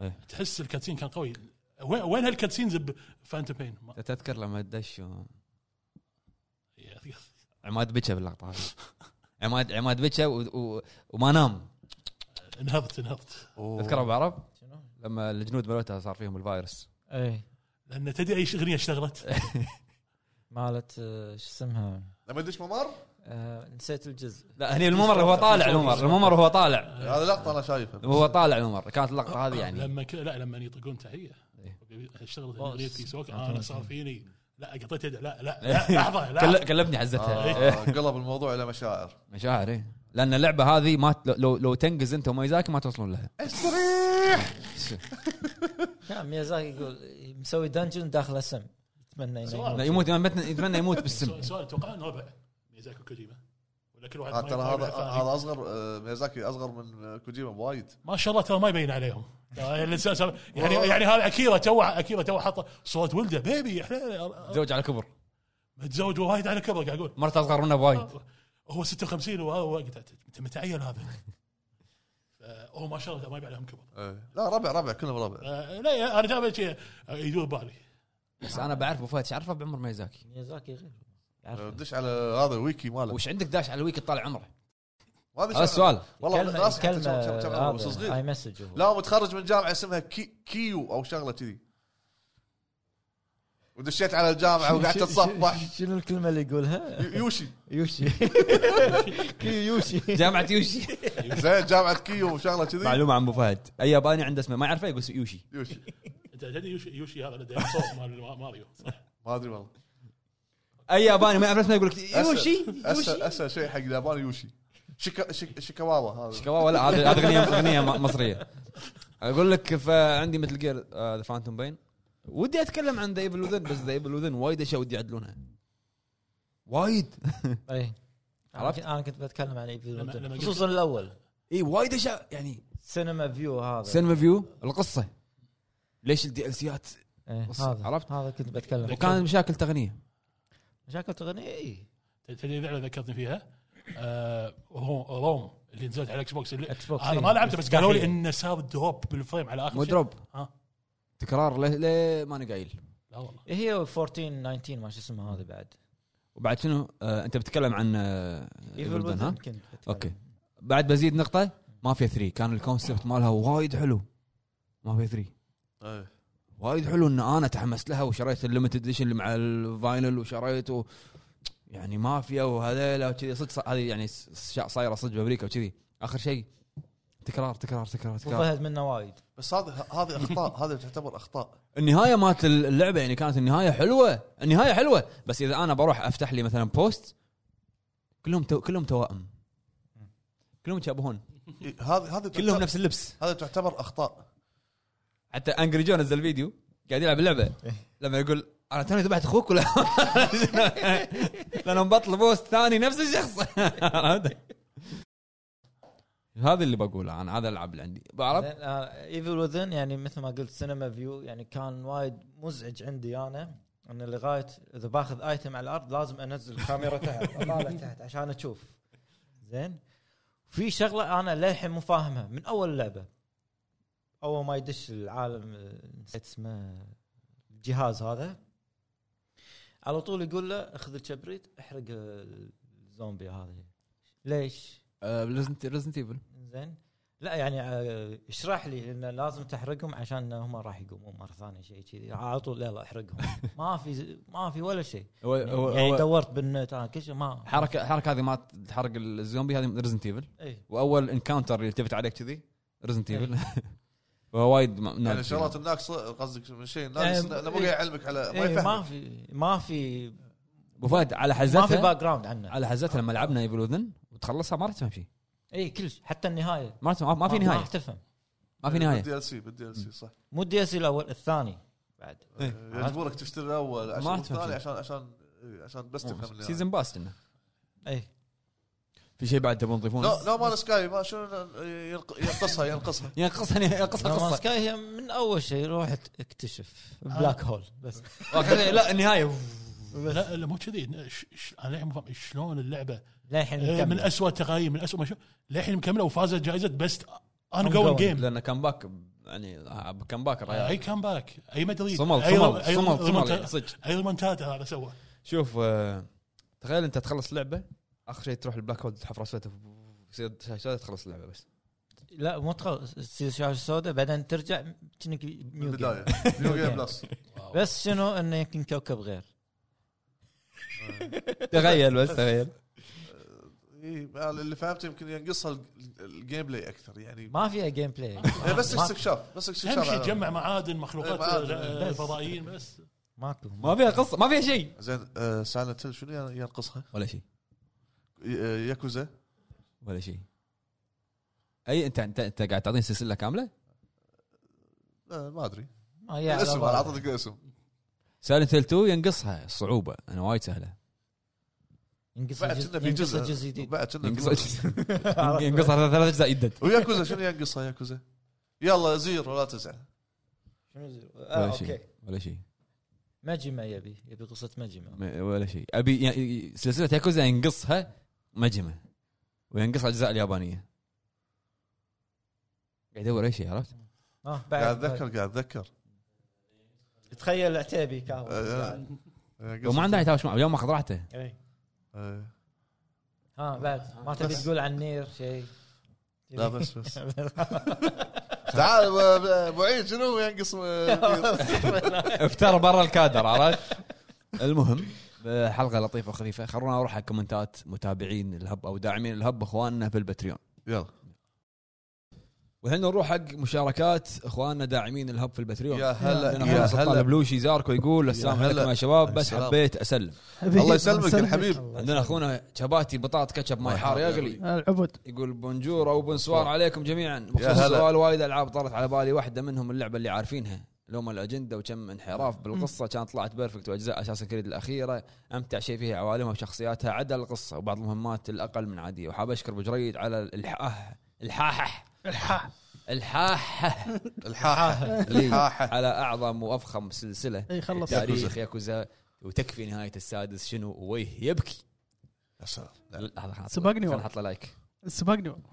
S1: إيه.
S4: تحس الكاتسين كان قوي وين وين هالكاتسينز بفانتوم بين ما-
S1: تذكر لما دش و-
S4: يا أخي.
S1: عماد بكى باللقطه هذه عماد عماد بكى و- و- وما نام
S4: انهضت انهضت
S1: تذكر ابو عرب
S2: شنو؟
S1: لما الجنود مالتها صار فيهم الفيروس
S2: ايه
S4: لان تدري اي اغنيه اشتغلت
S2: مالت آه، شو اسمها
S5: لما يدش ممر
S2: آه، نسيت الجزء
S1: لا هني الممر هو طالع الممر الممر هو طالع
S5: هذا لقطه انا شايفها
S1: هو طالع الممر كانت اللقطه هذه يعني
S4: آه، لما ك... لا لما يطقون تحيه
S1: إيه. آه،
S4: اشتغلت
S2: بوس.
S4: اغنيه سوك انا
S2: أعطوني
S4: صار
S2: تحية.
S4: فيني لا قطيت يده لا لا لا لحظه لا
S1: كل- كلبني حزتها إيه.
S5: آه، قلب الموضوع الى مشاعر
S1: مشاعر إيه. لان اللعبه هذه ما ت- لو لو تنقز انت ومايزاكي ما توصلون لها
S5: استريح
S2: كان نعم، ميازاكي يقول مسوي دنجن داخل اسم يتمنى
S4: سؤال.
S1: لا
S2: ينام
S1: يموت يتمنى يتمنى يموت بالسم
S4: سؤال- سؤال اتوقع انه ربع ميزاكي وكوجيما ولا كل واحد ما-
S5: آه، ترى
S4: ما
S5: هذا
S4: يعرف ثاني.
S5: هذا اصغر آه، ميازاكي اصغر من آه، كوجيما بوايد
S4: ما شاء الله ترى ما يبين عليهم يعني يعني هذا اكيرا تو اكيرا تو حط صوت ولده بيبي احنا
S1: زوج على كبر
S4: متزوج وايد على كبر قاعد اقول
S1: مرته اصغر منه بوايد
S4: هو 56 وهذا وقت متى متى عيل هذا؟ هو ما شرته ما يبي عليهم كبر
S5: إيه. لا ربع ربع كلهم ربع
S4: آه، لا يا- انا جابه شيء يدور بالي
S1: بس انا بعرف ابو فهد تعرفه بعمر ميزاكي
S2: ميازاكي غير
S5: دش على هذا الويكي ماله
S1: وش عندك داش على الويك تطالع عمره
S5: ما أدري
S1: هذا
S5: شنو-
S1: السؤال
S5: والله ناس حتى كم- كم- كم عمره، بس
S2: كلمه اي
S5: صغير
S2: مسج هو
S5: لا هو متخرج من جامعه اسمها كي كيو او شغله كذي ودشيت على الجامعه وقعدت اتصفح
S2: شنو الكلمه اللي يقولها؟
S5: يوشي
S2: يوشي كي يوشي
S1: جامعه يوشي
S5: زين جامعه كيو وشغله كذي
S1: معلومه عن ابو فهد اي ياباني عنده اسمه ما يعرفه يقول يوشي
S5: يوشي
S4: انت تدري يوشي, يوشي هذا الديناصور مال ماريو صح؟
S5: ما ادري والله
S1: اي ياباني ما يعرف اسمه يقول لك
S5: أسهل-
S1: يوشي
S5: اسهل
S1: يوشي
S5: اسهل شيء حق اليابان يوشي شيكا شيك- شيكاواوا هذا
S1: شكاوا ولا هذا هذا اغنيه اغنيه م- مصريه اقول لك فعندي مثل آه، جير ذا فانتوم بين ودي اتكلم عن ذا ايفل وذن بس ذا ايفل وذن وايد اشياء ودي يعدلونها وايد
S2: اي
S1: عرفت؟
S2: عرفت انا إيه. كنت بتكلم عن ايفل
S4: لما- لما
S2: وذن.
S4: قلت-
S2: خصوصا الاول
S1: اي وايد اشياء يعني
S2: سينما فيو هذا
S1: سينما فيو القصه ليش الدي ال سيات
S2: إيه،
S1: بص،
S2: هذا
S1: عرفت؟
S2: عرفت هذا كنت بتكلم
S1: وكان مشاكل تقنيه
S2: مشاكل تغني إيه. اي
S4: تدري لعبه ذكرتني فيها آه هو روم اللي نزلت على الاكس بوكس اللي
S2: اكس بوكس
S4: انا
S2: إيه.
S4: ما لعبته بس قالوا لي
S2: مستحيل.
S4: انه صار دروب بالفريم على اخر
S1: مو
S4: شيء
S1: دروب
S4: ها.
S1: تكرار ليه ليه ماني قايل
S4: لا والله
S2: إيه، هي 14 19 ما شو اسمه هذا بعد
S1: وبعد شنو آه انت بتتكلم عن آه
S2: ايفل
S1: Evil Within، ها؟
S2: وذن كنت بتكلم.
S1: اوكي بعد بزيد نقطه مافيا 3 كان الكونسبت مالها وايد حلو مافيا 3
S5: إيه.
S1: وايد حلو ان انا تحمست لها وشريت الليمتد اديشن اللي مع الفاينل وشريت و... يعني مافيا وهذيلا وكذي صدق ص- هذه يعني س- اشياء صايره صدق بامريكا وكذي اخر شيء تكرار تكرار تكرار
S2: أبو
S1: تكرار
S2: فهد منه وايد
S5: بس هذه هذه اخطاء هذه تعتبر اخطاء
S1: النهايه مالت اللعبه يعني كانت النهايه حلوه النهايه حلوه بس اذا انا بروح افتح لي مثلا بوست كلهم تو... كلهم توائم كلهم يتشابهون
S5: إيه، هذه هذه
S1: كلهم
S5: تعتبر-
S1: نفس اللبس
S5: هذه تعتبر اخطاء
S1: حتى انجري جو نزل فيديو قاعد يلعب اللعبه
S5: إيه.
S1: لما يقول انا توني ذبحت اخوك ولا لان مبطل بوست ثاني نفس الشخص هذا اللي بقوله انا هذا الالعاب اللي عندي بعرف
S2: زين، آه، ايفل وذن يعني مثل ما قلت سينما فيو يعني كان وايد مزعج عندي انا ان لغايه اذا باخذ ايتم على الارض لازم انزل الكاميرا تحت اطالع تحت عشان اشوف زين في شغله انا للحين مو فاهمها من اول اللعبه اول ما يدش العالم آه، نسيت اسمه الجهاز هذا على طول يقول له اخذ الكبريت احرق آه، الزومبي هذا ليش؟
S1: ريزنت ايفل
S2: زين لا يعني آه، اشرح لي لان لازم تحرقهم عشان هم راح يقومون مره ثانيه شيء كذي على طول يلا احرقهم ما في ما في ولا شيء
S1: هو هو-
S2: يعني
S1: هو
S2: دورت بالنت آه، كل شيء ما
S1: الحركه الحركه هذه ما تحرق الزومبي هذه ريزنت ايفل
S2: اي
S1: واول انكاونتر يلتفت عليك كذي ريزنت ايفل
S2: إيه.
S1: فهو وايد ما-
S5: يعني
S1: ناقص
S5: شغلات
S1: فيها.
S5: الناقصه قصدك من شيء
S2: يعني
S5: ناقص انه مو قاعد
S2: إيه.
S5: يعلمك على ما
S2: إي، ما
S5: يفهم
S2: في ما في
S1: ابو فهد على
S2: ما في
S1: حزتها
S2: باك جراوند عنه
S1: على حزتها لما لعبنا ايفل وذن وتخلصها ما راح تفهم شيء
S2: اي إيه، كل شيء حتى النهايه
S1: ما راح تفهم- ما في
S2: ما
S1: نهايه
S2: راح تفهم
S1: ما في نهايه
S5: بالدي ال سي بالدي ال سي صح
S2: مو الدي اس الاول الثاني بعد
S5: إيه، يجبرك تشتري الاول
S1: ما
S5: عشان
S1: راح تفهم
S5: الثاني
S1: شيء.
S5: عشان عشان إيه، عشان بس تفهم النهاية.
S1: سيزن باست إنه.
S2: اي
S1: في شيء بعد تبون تضيفونه؟
S5: نو نو مان سكاي ما شنو ينق- ينقصها ينقصها
S1: ينقصها ينقصها
S2: نومان
S1: قصه
S2: سكاي هي من اول شيء روح اكتشف
S1: آه.
S2: بلاك هول بس
S1: لا النهايه
S4: لا لا مو كذي ش- ش- انا للحين مو فاهم شلون اللعبه
S2: للحين
S1: يعني إيه،
S4: آه، من
S2: نكمل.
S4: اسوء التقييم من اسوء ما شو للحين مكمله وفازت جائزه بيست اون جوينج
S2: Ongoing.
S4: جيم
S1: لانه كان باك يعني كان باك
S4: اي كم باك اي مدريد
S1: صمل
S4: أي
S1: صمل
S4: رم- أي
S1: صمل
S4: رم-
S1: صمل
S4: ريمونتا-
S1: يعني صدق
S4: اي ريمونتادا هذا سوى
S1: شوف آه، تخيل انت تخلص لعبه اخر شيء تروح البلاك هول تحفر سويته يصير شاشات تخلص اللعبه بس
S2: لا مو تخلص تصير شاشه سوداء بعدين ترجع كأنك
S5: من
S2: نيو
S5: البدايه
S2: جيم.
S5: نيو جيم بلس
S2: بس شنو انه يمكن كوكب غير
S1: تخيل بس تخيل
S5: إيه، أنا اللي فهمته يمكن ينقصها ال- الجيم بلاي اكثر يعني
S2: ما فيها جيم بلاي
S5: إيه، بس
S2: ما-
S5: استكشاف بس استكشاف
S4: تمشي
S5: على-
S4: تجمع معادن مخلوقات
S5: إيه، معادن،
S4: آه،
S2: بس.
S4: فضائيين بس
S2: ماكو
S1: ما فيها قصه ما فيها شيء
S5: زين سايلنت هيل شنو ين- ينقصها؟
S1: ولا شيء
S5: ي- آه، ياكوزا
S1: ولا شيء اي انت انت انت قاعد تعطيني سلسله كامله
S5: آه، ما ادري
S2: ما هي على
S5: الاسم انا
S2: بعض.
S5: اعطيتك الاسم
S1: سايلنت هيل 2 ينقصها الصعوبه انا وايد سهله
S2: ينقص
S5: بعد كنا في
S2: ينقص
S5: جزء
S2: جزء جديد
S5: بعد كنا
S1: ينقصها
S5: في-
S1: ينقصها ثلاث اجزاء يدد
S5: وياكوزا شنو ينقصها ياكوزا؟ يلا زيرو لا تزعل
S2: شنو زيرو؟ آه،
S1: ولا شيء
S2: اوكي
S1: ولا شيء
S2: مجمع يبي يبي قصه مجمع
S1: ما- ولا شيء ابي يعني سلسله ياكوزا ينقصها مجمه وينقصها الاجزاء اليابانيه قاعد يدور اي شيء عرفت؟
S2: آه
S5: قاعد
S2: بعد
S5: اتذكر قاعد اتذكر
S2: تخيل عتيبي
S5: آه،
S2: كهو
S1: وما عنده يتهاوش معه يوم اخذ راحته
S2: إيه.
S5: آه،
S2: ها بعد ما تبي
S5: بس.
S2: تقول عن نير شيء طيب.
S5: لا بس بس تعال أبو- أبو- ابو عيد شنو ينقص
S1: افترى برا الكادر عرفت؟ المهم آه، حلقه لطيفه وخفيفه خلونا اروح على كومنتات متابعين الهب او داعمين الهب اخواننا في البتريون
S5: يلا
S1: والحين نروح حق مشاركات اخواننا داعمين الهب في البتريون
S5: يا هلا
S1: هلا
S5: يا
S1: هلا
S5: هلا
S1: بلوشي زاركو يقول السلام
S5: يا
S1: عليكم
S5: هلا.
S1: يا شباب بس
S5: السلام.
S1: حبيت اسلم
S5: الله يسلمك الحبيب
S1: عندنا اخونا شباتي بطاط كاتشب ماي حار يغلي
S3: العبد
S1: يقول بونجور او بونسوار عليكم جميعا بخصوص
S5: هلا.
S1: سؤال وايد العاب طرت على بالي واحده منهم اللعبه اللي عارفينها لوم الاجنده وكم انحراف بالقصه كانت طلعت بيرفكت واجزاء اساسا كريد الاخيره امتع شيء فيها عوالمها وشخصياتها عدا القصه وبعض المهمات الاقل من عاديه وحاب اشكر ابو جريد على آه، الالحاح الحاح
S3: الحاح
S1: الحاح آه.
S5: الحاحه الحاحه
S1: على اعظم وافخم سلسله
S3: اي خلص
S1: تاريخ ياكوزا وتكفي نهايه السادس شنو ويه يبكي
S5: يا سلام
S1: لحظة، خلنا-
S3: سبقني
S1: خلنا
S3: والله.
S1: نحط له لايك
S3: سبقني والله.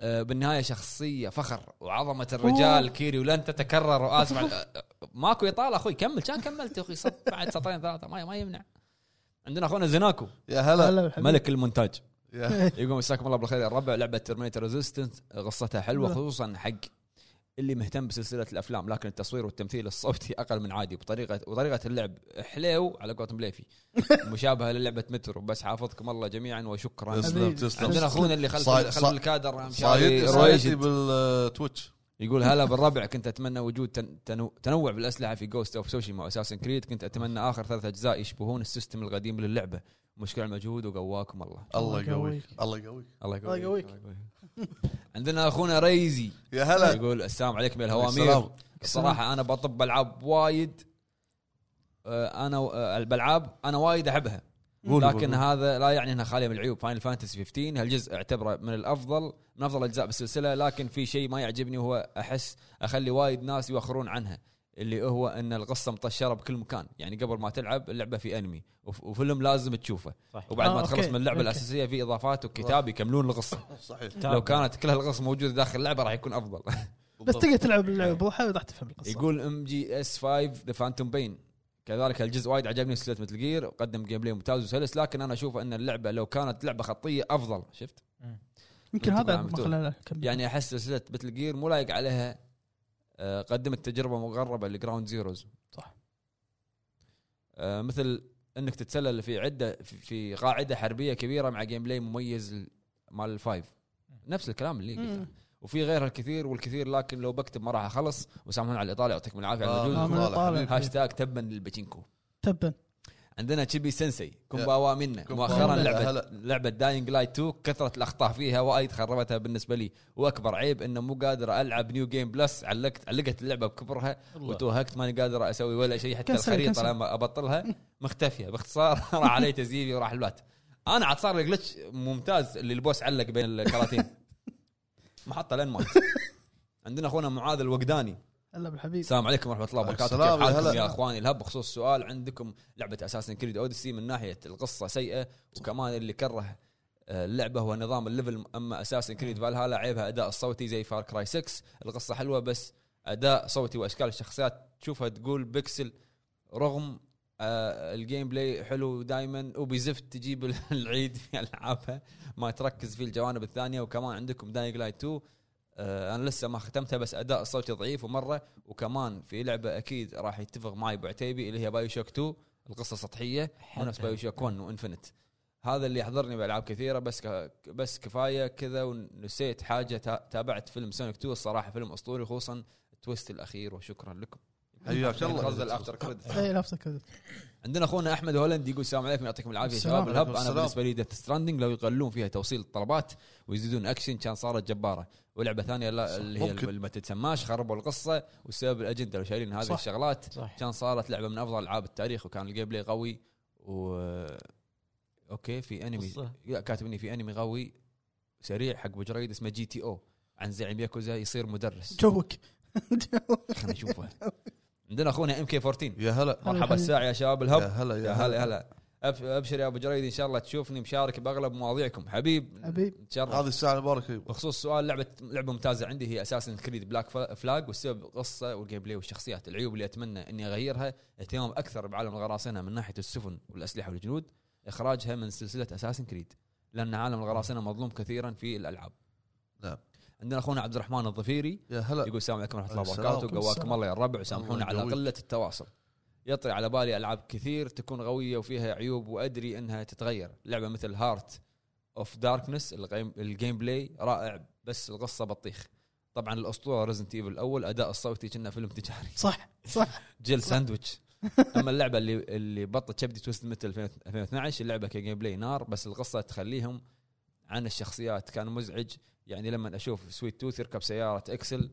S1: آه، بالنهايه شخصيه فخر وعظمه الرجال كيري ولن تتكرر واسف على- آه، آه، ماكو اطاله اخوي كمل كان كملت يا اخوي صف بعد سطرين ثلاثه ما ما يمنع عندنا اخونا زيناكو
S5: يا هلا
S3: هلا بالحبيب.
S1: ملك المونتاج
S5: يا-
S1: يقول مساكم الله بالخير يا الربع لعبه ترمينيتر ريزيستنس قصتها حلوه
S3: لا.
S1: خصوصا حق اللي مهتم بسلسله الافلام لكن التصوير والتمثيل الصوتي اقل من عادي بطريقه وطريقه اللعب حليو على قولتهم بليفي مشابهه للعبه مترو بس حافظكم الله جميعا وشكرا
S5: تسلم تسلم
S1: عندنا اخونا اللي خلف
S5: صايد-
S1: خلف
S5: صايد-
S1: الكادر
S5: صايدتي صايدتي
S1: رويشد.
S5: بالتويتش
S1: يقول هلا بالربع كنت اتمنى وجود تن- تنو- تنوع بالاسلحه في جوست اوف سوشيما واساسن كريد كنت اتمنى اخر ثلاث اجزاء يشبهون السيستم القديم للعبه مشكلة المجهود وقواكم الله
S5: الله
S3: الله
S5: يقويك الله يقويك
S1: الله
S3: الله يقويك.
S1: عندنا اخونا ريزي
S5: يا هلا
S1: يقول السلام عليكم يا
S5: السلام.
S1: الهوامير الصراحه انا بطب العاب وايد آه، انا آه، بالعاب انا وايد احبها
S5: قول- قول-
S1: لكن
S5: قول.
S1: هذا لا يعني انها خاليه من العيوب فاينل فانتسي 15 هالجزء اعتبره من الافضل من افضل الاجزاء بالسلسله لكن في شيء ما يعجبني هو احس اخلي وايد ناس يوخرون عنها اللي هو ان القصه مطشره بكل مكان يعني قبل ما تلعب اللعبه في انمي وف- وفيلم لازم تشوفه
S2: صح.
S1: وبعد ما
S3: آه،
S1: تخلص
S3: أوكي.
S1: من اللعبه
S3: أوكي.
S1: الاساسيه في اضافات وكتاب يكملون القصه
S5: صحيح
S1: لو كانت كل هالقصص موجوده داخل اللعبه راح يكون افضل
S3: بس تقدر تلعب اللعبه بوضوح راح تفهم القصه
S1: يقول ام جي اس 5 ذا فانتوم بين كذلك الجزء وايد عجبني سلسله مثل جير وقدم جيم بلاي ممتاز وسلس لكن انا اشوف ان اللعبه لو كانت لعبه خطيه افضل شفت
S3: يمكن
S1: أنت
S3: هذا
S1: عم
S3: ما
S1: تقول.
S3: خلانا نكمل
S1: يعني احس سلسله مثل جير مو لايق عليها آه، قدمت تجربه مقربه لجراوند زيروز
S3: صح.
S1: آه، مثل انك تتسلل في عده في- في قاعده حربيه كبيره مع جيم بلاي مميز مال الفايف نفس الكلام اللي قلته
S3: مم.
S1: وفي غيرها الكثير والكثير لكن لو بكتب ما راح اخلص وسامحونا على الاطاله يعطيكم العافيه على
S5: آه،
S1: المجهود
S3: آه، من
S5: والله
S3: الطالع.
S5: حبيبي.
S1: هاشتاج تبا للباتشينكو
S3: تبا
S1: عندنا تشيبي سensei كومباوا منا
S5: كومباوا
S1: مؤخرا
S5: منا،
S1: لعبه
S5: هلا.
S1: لعبه داينج لايت 2 كثره الاخطاء فيها وايد خربتها بالنسبه لي واكبر عيب انه مو قادر العب نيو جيم بلس علقت علقت اللعبه بكبرها وتوهقت ماني قادر اسوي ولا شيء حتى
S3: كنسل-
S1: الخريطه
S3: كنسل.
S1: لما ابطلها مختفيه باختصار راح علي تزييفي وراح البات انا عاد صار لي جلتش ممتاز اللي البوس علق بين الكراتين محطه لين مات عندنا اخونا معاذ الوقداني
S3: هلا بالحبيب
S1: السلام عليكم ورحمه الله وبركاته
S5: السلام،
S1: كيف
S5: يا
S1: حالكم
S5: هلا.
S1: يا اخواني الهب بخصوص سؤال عندكم لعبه اساسن كريد اوديسي من ناحيه القصه سيئه وكمان اللي كره آه، اللعبه هو نظام الليفل اما اساسن كريد فالهالا عيبها اداء الصوتي زي فار كراي 6 القصه حلوه بس اداء صوتي واشكال الشخصيات تشوفها تقول بيكسل رغم آه، الجيم بلاي حلو دائما وبزفت تجيب العيد في العابها ما تركز في الجوانب الثانيه وكمان عندكم داينج لايت 2 آه، انا لسه ما ختمتها بس اداء الصوتي ضعيف ومره وكمان في لعبه اكيد راح يتفق معي ابو عتيبي اللي هي بايو شوك 2 القصه سطحيه ونفس بايو شوك 1 وانفنت هذا اللي يحضرني بالعاب كثيره بس ك... بس كفايه كذا ونسيت حاجه تا... تابعت فيلم سونيك 2 الصراحه فيلم اسطوري خصوصا التويست الاخير وشكرا لكم
S5: حياك الله.
S1: قصد الافتر كريدت
S3: اي نفسك إيه، كذا
S1: عندنا اخونا احمد هولند يقول السلام عليكم يعطيكم العافيه يا
S3: السلام
S1: شباب الهب
S5: عليكم،
S1: انا
S5: السلام.
S1: بالنسبه لي ديث ستراندنج لو يقللون فيها توصيل الطلبات ويزيدون اكشن كان صارت جباره ولعبه ثانيه لا
S5: صح،
S1: اللي هي
S5: ممكن.
S1: اللي ما تتسماش خربوا القصه والسبب الاجنده لو شايلين هذه
S3: صح.
S1: الشغلات
S2: صح.
S1: كان صارت لعبه من افضل العاب التاريخ وكان الجيم بلاي قوي و اوكي في انمي
S2: قصة.
S1: لا كاتبني في انمي قوي سريع حق ابو جريد اسمه جي تي او عن زعيم ياكوزا يصير مدرس
S3: جوك
S1: خلينا نشوفه عندنا اخونا ام كي 14
S5: يا هلا
S1: مرحبا الساعه يا شباب الهب
S5: يا هلا
S1: يا هلا هلا أب- ابشر يا ابو جريد ان شاء الله تشوفني مشارك باغلب مواضيعكم حبيب
S3: حبيب.
S1: تشرف
S5: هذه الساعه المباركه
S1: بخصوص سؤال لعبه لعبه ممتازه عندي هي اساسا كريد بلاك فلا- فلاج والسبب القصه والجيم بلاي والشخصيات العيوب اللي اتمنى اني اغيرها اهتمام اكثر بعالم الغراسنه من ناحيه السفن والاسلحه والجنود اخراجها من سلسله اساسن كريد لان عالم الغراسنه مظلوم كثيرا في الالعاب
S5: نعم.
S1: عندنا اخونا عبد الرحمن الظفيري
S5: يا هلا
S1: يقول السلام عليكم ورحمه الله
S5: السلام
S1: وبركاته
S5: عليكم
S1: قواكم الله يا الربع وسامحونا
S5: الله
S1: على
S5: يقويك.
S1: قله التواصل يطري على بالي العاب كثير تكون قويه وفيها عيوب وادري انها تتغير لعبه مثل هارت اوف داركنس الجيم بلاي رائع بس القصه بطيخ طبعا الاسطوره ريزنت ايفل الاول اداء الصوتي كنا فيلم تجاري
S3: صح صح
S1: جيل ساندويتش اما اللعبه اللي اللي بطت شبدي توست متل 2012 اللعبه كجيم بلاي نار بس القصه تخليهم عن الشخصيات كان مزعج يعني لما اشوف سويت توث يركب سياره اكسل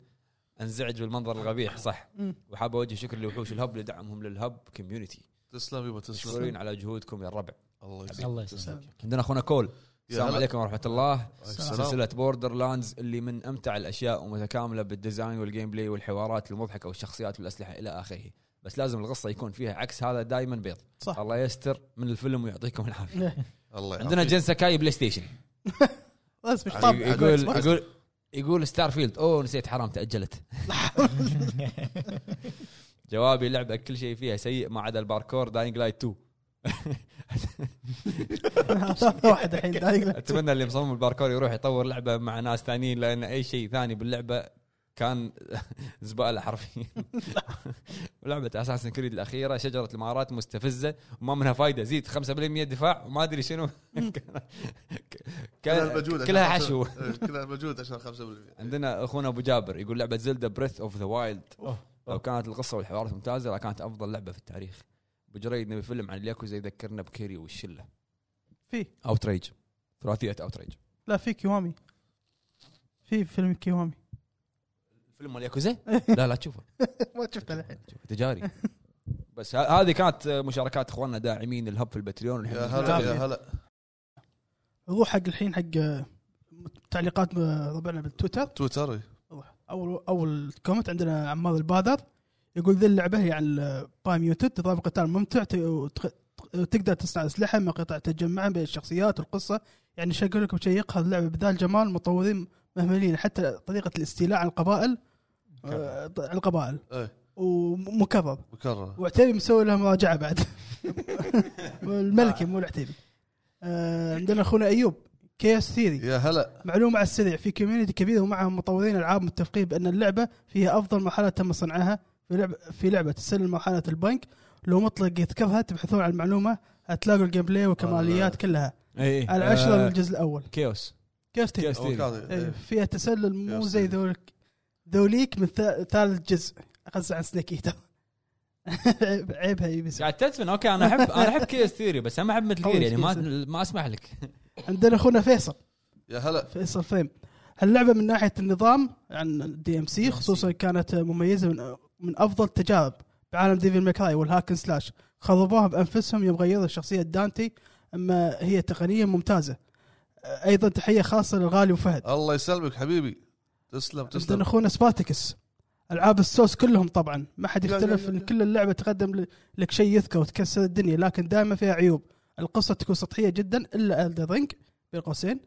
S1: انزعج بالمنظر القبيح صح
S3: مم.
S1: وحاب اوجه شكر لوحوش الهب لدعمهم للهب كوميونتي
S5: تسلم يبا تسلم
S1: مشكورين على جهودكم يا الربع
S5: الله
S2: الله
S5: يسلمك
S2: يسلمك
S1: عندنا اخونا كول
S5: يا
S1: السلام
S5: هلا.
S1: عليكم ورحمه الله
S5: السلام.
S1: سلسله بوردر لاندز اللي من امتع الاشياء ومتكامله بالديزاين والجيم بلاي والحوارات المضحكه والشخصيات والاسلحه الى اخره بس لازم القصه يكون فيها عكس هذا دائما بيض
S3: صح.
S1: الله يستر من الفيلم ويعطيكم العافيه
S5: الله
S1: عندنا جن سكاي بلاي ستيشن
S3: لازم يشطب.
S5: طب،
S1: يقول
S5: عاد-
S1: يقول يقول ستار فيلد اوه نسيت حرام تاجلت جوابي اللعبه كل شيء فيها سيء ما عدا الباركور داينج لايت 2
S3: ثالث واحد الحين دايق
S1: اتمنى اللي مصمم الباركور يروح يطور لعبه مع ناس ثانيين لان اي شيء ثاني باللعبه كان زباله حرفيا ولعبه اساسن كريد الاخيره شجره المهارات مستفزه وما منها فايده زيد 5% دفاع وما ادري شنو
S5: كلها المجهود
S1: كان- كلها
S5: عشان خمسة-
S1: حشو
S5: إيه، كلها المجهود عشان 5%
S1: عندنا اخونا ابو جابر يقول لعبه زلدا بريث اوف ذا وايلد لو كانت القصه والحوارات ممتازه لكانت افضل لعبه في التاريخ ابو جريد نبي فيلم عن الياكوزا يذكرنا بكيري والشله
S3: في
S1: اوتريج ثلاثيه اوتريج
S3: لا في كيوامي في فيلم كيوامي
S1: فيلم مال ياكوزا لا لا تشوفه
S3: ما شفته الحين
S1: تجاري بس ه- هذه كانت مشاركات اخواننا داعمين الهب في البتريون والحمد
S5: يا
S1: لله.
S5: هلا يا هلا
S3: نروح حق الحين حق آه، تعليقات آه، ربعنا بالتويتر
S5: تويتر إيه.
S3: نروح. اول اول كومنت عندنا عماد البادر يقول ذي اللعبه هي عن بايم يوتد نظام قتال ممتع ت- وتق- وتقدر تصنع اسلحه من قطع تجمعها بين الشخصيات والقصه يعني شو اقول لكم شيق هذه اللعبه بذال جمال المطورين مهملين حتى طريقه الاستيلاء على القبائل آه، ط- على القبائل
S5: ايه
S3: ومكرر
S5: مكرر
S3: وعتيبي مسوي لها مراجعه بعد الملكي مو العتيبي آه، عندنا اخونا ايوب كيس ثيري
S5: يا هلا
S3: معلومه على السريع في كوميونتي كبيره ومعهم مطورين العاب متفقين بان اللعبه فيها افضل مرحله تم صنعها في لعبه في لعبه تسلل مرحله البنك لو مطلق يذكرها تبحثون عن المعلومه هتلاقوا الجيم بلاي والكماليات كلها
S1: اي اي
S3: العشره من
S1: آه،
S3: الجزء الاول
S1: كيوس
S3: كيف تدري؟
S1: كيوس
S5: أو
S1: ثيري.
S5: كان-
S3: إيه،
S5: إيه.
S3: فيها تسلل مو
S5: كيف
S3: زي
S5: تدري؟
S3: ذولك ذوليك من ثا- ثالث جزء غزة عن سنيك ايتر عيب- عيبها يبي
S1: قاعد تدفن اوكي انا احب انا احب كيوس ثيري بس انا ما احب مثل
S3: أول
S1: جير يعني ما
S3: كيوس.
S1: ما اسمح لك
S3: عندنا اخونا فيصل
S5: يا هلا
S3: فيصل فريم هاللعبه من ناحيه النظام عن الدي ام سي خصوصا كانت مميزه من, من افضل التجارب بعالم ديفل ماكراي والهاكن سلاش خربوها بانفسهم يوم غيروا شخصيه دانتي اما هي تقنيا ممتازه ايضا تحيه خاصه للغالي وفهد
S5: الله يسلمك حبيبي تسلم
S3: عندنا
S5: تسلم
S3: اخونا سبارتكس العاب السوس كلهم طبعا ما حد
S5: لا،
S3: يختلف
S5: لا، لا،
S3: ان
S5: لا.
S3: كل اللعبه تقدم ل- لك شيء يذكر وتكسر الدنيا لكن دائما فيها عيوب القصه تكون سطحيه جدا الا الدر رينج بين قوسين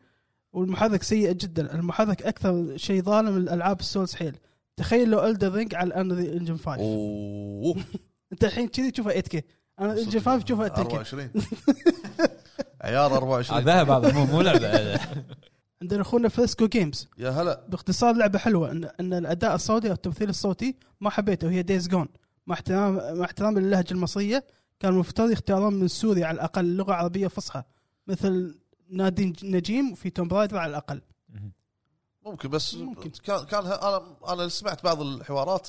S3: والمحرك سيء جدا المحرك اكثر شيء ظالم الالعاب السولز حيل تخيل لو الدر رينج على الانري انجن 5
S5: اوه
S3: انت الحين كذي تشوفها 8 كي انا انجن 5 تشوفها 10 كي
S5: 24 عيار
S1: آه،
S5: 24
S1: ذهب هذا مو مو لعبه
S3: عندنا اخونا فريسكو جيمز
S5: يا هلا
S3: باختصار لعبه حلوه ان, إن الاداء الصوتي او التمثيل الصوتي ما حبيته هي دايز جون مع احترام مع احترامي للهجه المصريه كان المفترض يختارون من سوريا على الاقل لغه عربيه فصحى مثل نادي نجيم في توم برايدر على الاقل
S5: ممكن بس
S3: ممكن.
S5: كان كان ه- انا انا سمعت بعض الحوارات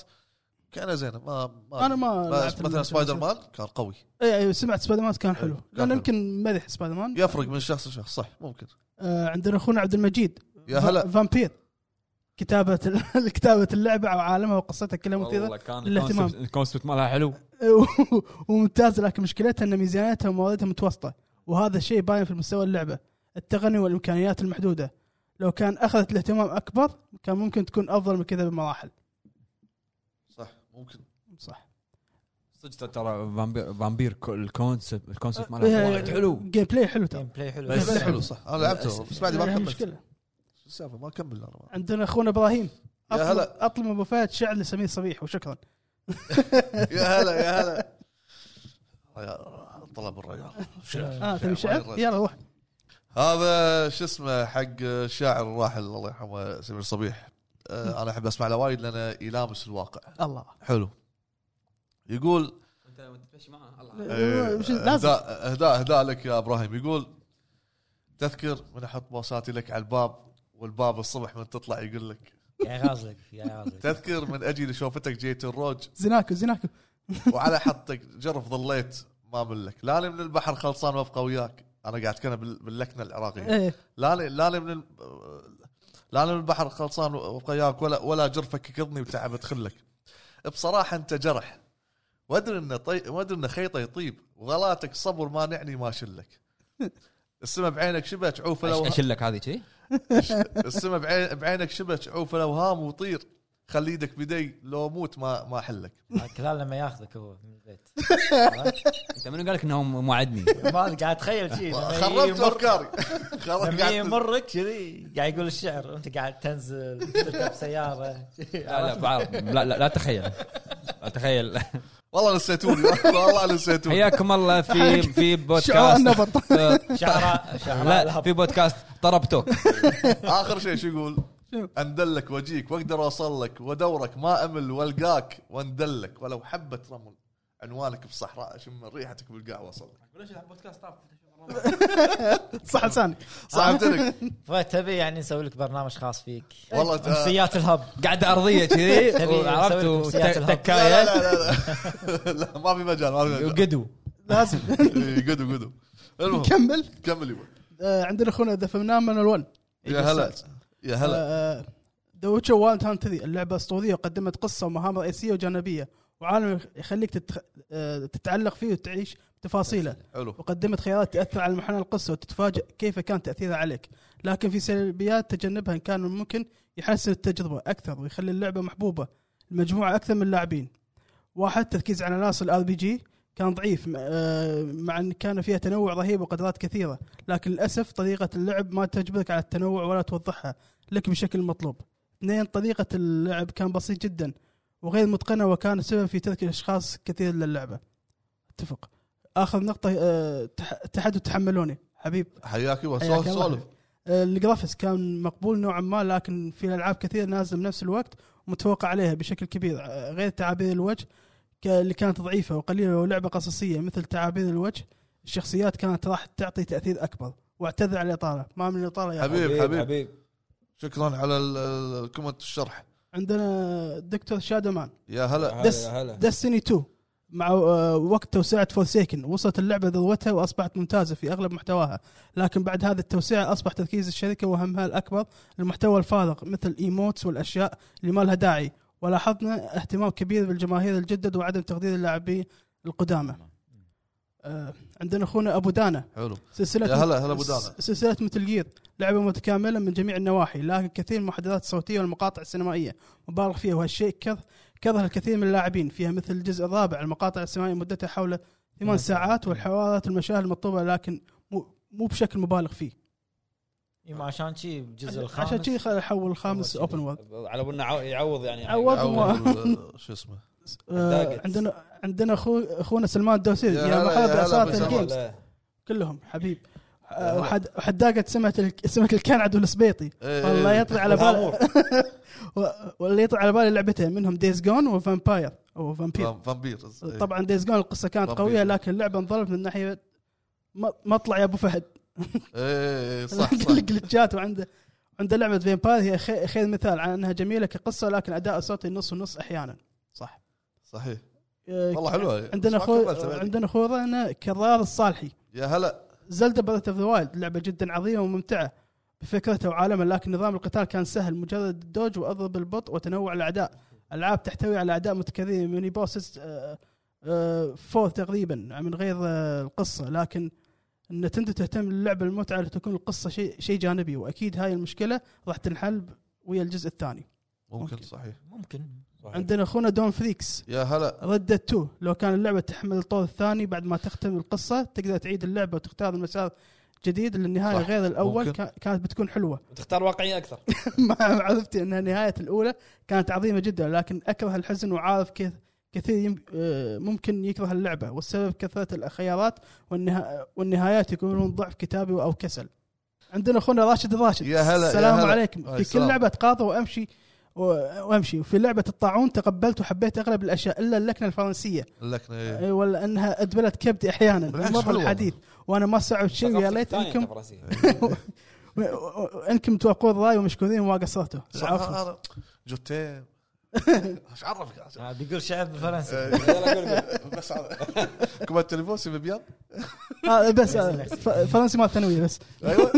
S5: كانها زينه ما, ما
S3: أنا ما
S5: بس
S3: لعبت
S5: مثلا
S3: المسلسل.
S5: سبايدر مان كان قوي
S3: اي أي، إيه، سمعت سبايدر مان كان حلو
S5: كان
S3: لان
S5: حلو.
S3: يمكن مدح سبايدر مان
S5: إيه، يفرق من شخص لشخص صح ممكن
S3: آه عندنا اخونا عبد المجيد
S5: يا
S3: فا-
S5: هلا
S3: فامبير كتابه ال- كتابه اللعبه وعالمها وقصتها كلها مثيره
S1: والله كان
S3: الاهتمام.
S1: الكونسبت- الكونسبت مالها حلو
S3: وممتاز لكن مشكلتها ان ميزانيتها ومواردها متوسطه وهذا الشيء باين في مستوى اللعبه التقني والامكانيات المحدوده لو كان اخذت الاهتمام اكبر كان ممكن تكون افضل من كذا بمراحل
S5: صح ممكن
S3: صح
S1: صدق ترى فامبير فامبير كل- الكونسبت الكونسبت ماله
S3: إيه،
S1: وايد حلو
S3: جيم بلاي حلو ترى
S1: طيب.
S2: جيم بلاي حلو
S1: بس-
S5: بس حلو صح انا لعبته
S1: بس-
S5: بس بعد ما
S3: يعني
S5: كملت
S3: مشكلة
S5: شو السالفه ما كمل انا
S3: عندنا اخونا ابراهيم
S5: يا
S3: اطلب
S5: هلا.
S3: اطلب ابو فهد شعر لسمير صبيح وشكرا
S5: يا هلا يا هلا يا طلب الرجال
S3: اه تبي شعر؟
S5: شعر.
S3: يلا روح
S5: هذا شو اسمه حق الشاعر الراحل الله يرحمه سمير صبيح آه، انا احب اسمع له وايد لانه يلامس الواقع
S3: الله
S5: حلو يقول إيه،
S3: آه، مش- لازم
S5: اهداء اهداء اهداء لك يا ابراهيم يقول تذكر من احط باصاتي لك على الباب والباب الصبح من تطلع يقول لك
S2: يا غازلك يا غازلك
S5: تذكر من اجي لشوفتك جيت الروج
S3: زناكو زناكو
S5: وعلى حطك جرف ظليت ما ملك لاني من البحر خلصان ما ابقى وياك انا قاعد كنا باللكنه العراقيه
S3: ايه
S5: لاني لاني من ال... لاني من البحر خلصان وقياك ولا ولا جرفك يكضني وتعب خلك بصراحه انت جرح وادري ان طي... وادري ان خيطه يطيب وغلاتك صبر مانعني ما شلك السما بعينك شبه تعوف لو
S1: اشلك هذه شي
S5: السما بعين... بعينك شبه تعوف الاوهام وطير خلي يدك بيدي لو موت ما ما احلك
S2: كلام لما ياخذك هو من البيت
S1: انت من قال لك انه موعدني
S2: ما قاعد اتخيل شيء
S5: خربت افكاري خربت
S2: لما
S5: قاعد-
S2: يمرك كذي قاعد يقول الشعر وانت قاعد تنزل تركب سياره
S1: لا لا بعرف. لا لا لا تخيل لا تخيل
S5: والله نسيتوني والله نسيتوني
S1: حياكم الله في في
S3: شعور
S1: بودكاست
S3: النبط
S2: شعراء
S1: لا
S2: شعراء
S1: في بودكاست طرب توك
S5: اخر شيء شو يقول؟ اندلك واجيك واقدر اوصل لك ودورك ما امل والقاك واندلك ولو حبه رمل عنوانك بصحراء اشم ريحتك بالقاع واصل لك
S3: صح لساني
S5: صعبتلك
S2: فتبي يعني نسوي لك برنامج خاص فيك
S5: والله ت- لا
S2: امسيات الهب
S1: قاعده ارضيه كذي
S2: تبي
S1: عرفت
S2: نسوي لكم سياسة الهب.
S5: لا
S1: وتكايه
S5: لا لا, لا ما في مجال ما في مجال
S1: وقدو
S3: لازم
S5: إيه، قدو قدو المهم
S3: نكمل
S5: كمل يبا
S3: آه، عندنا اخونا دفناه من الون
S5: يا هلا يا هلا
S3: آه، ذا ويتشر وان هاند 3 اللعبه اسطوريه قدمت قصه ومهام رئيسيه وجانبيه وعالم يخليك تتخ... آه، تتعلق فيه وتعيش تفاصيله
S5: حلو
S3: وقدمت خيارات تاثر على محن القصه وتتفاجئ كيف كان تاثيرها عليك لكن في سلبيات تجنبها ان كان ممكن يحسن التجربه اكثر ويخلي اللعبه محبوبه لمجموعه اكثر من اللاعبين واحد تركيز على عناصر الار بي جي كان ضعيف م- آه، مع ان كان فيها تنوع رهيب وقدرات كثيره لكن للاسف طريقه اللعب ما تجبرك على التنوع ولا توضحها لك بشكل مطلوب اثنين طريقه اللعب كان بسيط جدا وغير متقنه وكان سبب في ترك الاشخاص كثير للعبه اتفق اخر نقطه آه، تح- تحدوا تحملوني حبيب
S5: حياك يبا
S3: حياك
S5: سولف
S3: الله.
S5: سولف
S3: آه، الجرافيكس كان مقبول نوعا ما لكن في العاب كثير نازله بنفس الوقت متوقع عليها بشكل كبير آه، غير تعابير الوجه ك- اللي كانت ضعيفه وقليله ولعبه قصصيه مثل تعابير الوجه الشخصيات كانت راح تعطي تاثير اكبر واعتذر على الاطاله ما من الاطاله يا أخوان.
S5: حبيب حبيب شكرا على ال- ال- الكومنت الشرح
S3: عندنا دكتور شادو مان
S5: يا هلا
S3: دس دستني 2 مع آه، وقت توسعة فورسيكن وصلت اللعبة ذروتها وأصبحت ممتازة في أغلب محتواها لكن بعد هذه التوسعة أصبح تركيز الشركة وهمها الأكبر للمحتوى الفارغ مثل الإيموتس والأشياء اللي ما لها داعي ولاحظنا اهتمام كبير بالجماهير الجدد وعدم تقدير اللاعبين القدامى آه، عندنا أخونا أبو دانا
S5: حلو
S3: سلسلة
S5: يا هلا هلا أبو دانا.
S3: سلسلة مثل جير لعبة متكاملة من جميع النواحي لكن كثير من المحادثات الصوتية والمقاطع السينمائية مبالغ فيها وهالشيء كره كره الكثير من اللاعبين فيها مثل الجزء الرابع المقاطع السينمائية مدتها حول ثمان ساعات والحوارات والمشاهد المطلوبة لكن مو مو بشكل مبالغ فيه
S2: يما عشان شي الجزء الخامس
S3: عشان كذي خل- حول الخامس اوبن وورد
S1: على بالنا يعوض يعني
S3: عوض.
S5: أول- شو اسمه
S1: داقت.
S3: آه، عندنا عندنا أخو أخونا سلمان الدوسري
S5: يا
S3: يا
S5: هلا-
S3: مرحبا
S5: يا هلا
S3: بأساطير
S5: بسلمان.
S3: الجيمز كلهم حبيب آه، وحد وحداقة سمة ال- سمة الكنعد والسبيطي
S5: إيه،
S3: والله
S5: إيه.
S3: يطلع على بال و- واللي يطلع على بالي لعبتين منهم دايز جون وفامباير او فامبير
S5: فامبير
S3: طبعا دايز جون القصه كانت
S5: فامبير.
S3: قويه لكن اللعبه انظلمت من ناحيه ما- مطلع يا ابو فهد
S5: إيه، إيه، صح صح
S3: الجلتشات وعنده عنده لعبه فامباير هي خي- خير مثال على انها جميله كقصه لكن اداء الصوتي نص ونص احيانا صح
S5: صحيح
S3: آه،
S5: والله
S3: ك-
S5: حلوه
S3: عندنا
S5: بس ما
S3: اخو
S5: كملت بعد.
S3: عندنا اخونا كرار الصالحي
S5: يا هلا
S3: زلدا بريث اوف ذا وايلد لعبه جدا عظيمه وممتعه بفكرتها وعالمها لكن نظام القتال كان سهل مجرد الدوج واضرب البط وتنوع الاعداء العاب تحتوي على اعداء متكررين ميني بوسس آه، آه، فور تقريبا من غير آه، القصه لكن نتندو تهتم للعبه المتعه لتكون القصه شيء شيء جانبي واكيد هاي المشكله راح تنحل ب- ويا الجزء الثاني
S5: ممكن صحيح
S2: ممكن
S3: عندنا اخونا دون فريكس
S5: يا هلا
S3: ردت 2 لو كان اللعبه تحمل الطور الثاني بعد ما تختم القصه تقدر تعيد اللعبه وتختار المسار جديد للنهايه
S5: صح،
S3: غير الاول
S5: ممكن.
S3: كا- كانت بتكون حلوه
S6: تختار واقعيه اكثر
S3: ما عرفت انها نهايه الاولى كانت عظيمه جدا لكن اكره الحزن وعارف كيف كثير يم- آه، ممكن يكره اللعبه والسبب كثره الخيارات والنها... والنهايات يكونون ضعف كتابي او كسل. عندنا اخونا راشد راشد
S5: يا هلا- يا
S3: السلام
S5: هلا.
S3: عليكم في
S5: السلام.
S3: كل لعبه اتقاطع وامشي و- وامشي وفي لعبه الطاعون تقبلت وحبيت اغلب الاشياء الا اللكنه الفرنسيه
S5: لك إيه.
S3: آه، ولا انها ادبلت كبدي احيانا
S5: بالعكس
S3: بالمره
S5: حلوة.
S3: الحديث وانا ما استوعبت شيء ويا ليت
S6: ثانية
S3: انكم
S6: تبرزية.
S3: انكم توافقون الراي ومشكورين وما قصرتوا
S5: صح،
S3: العفو.
S5: أنا- جوتين ايش عرفك
S2: آه، بيقول شعب بالفرنسي
S3: آه.
S5: إيه.
S6: يلا قول قول.
S5: بس هذا. كم التليفون سي بيان
S3: آه بس آه، ف- فرنسي ما ثانويه بس
S5: ايوه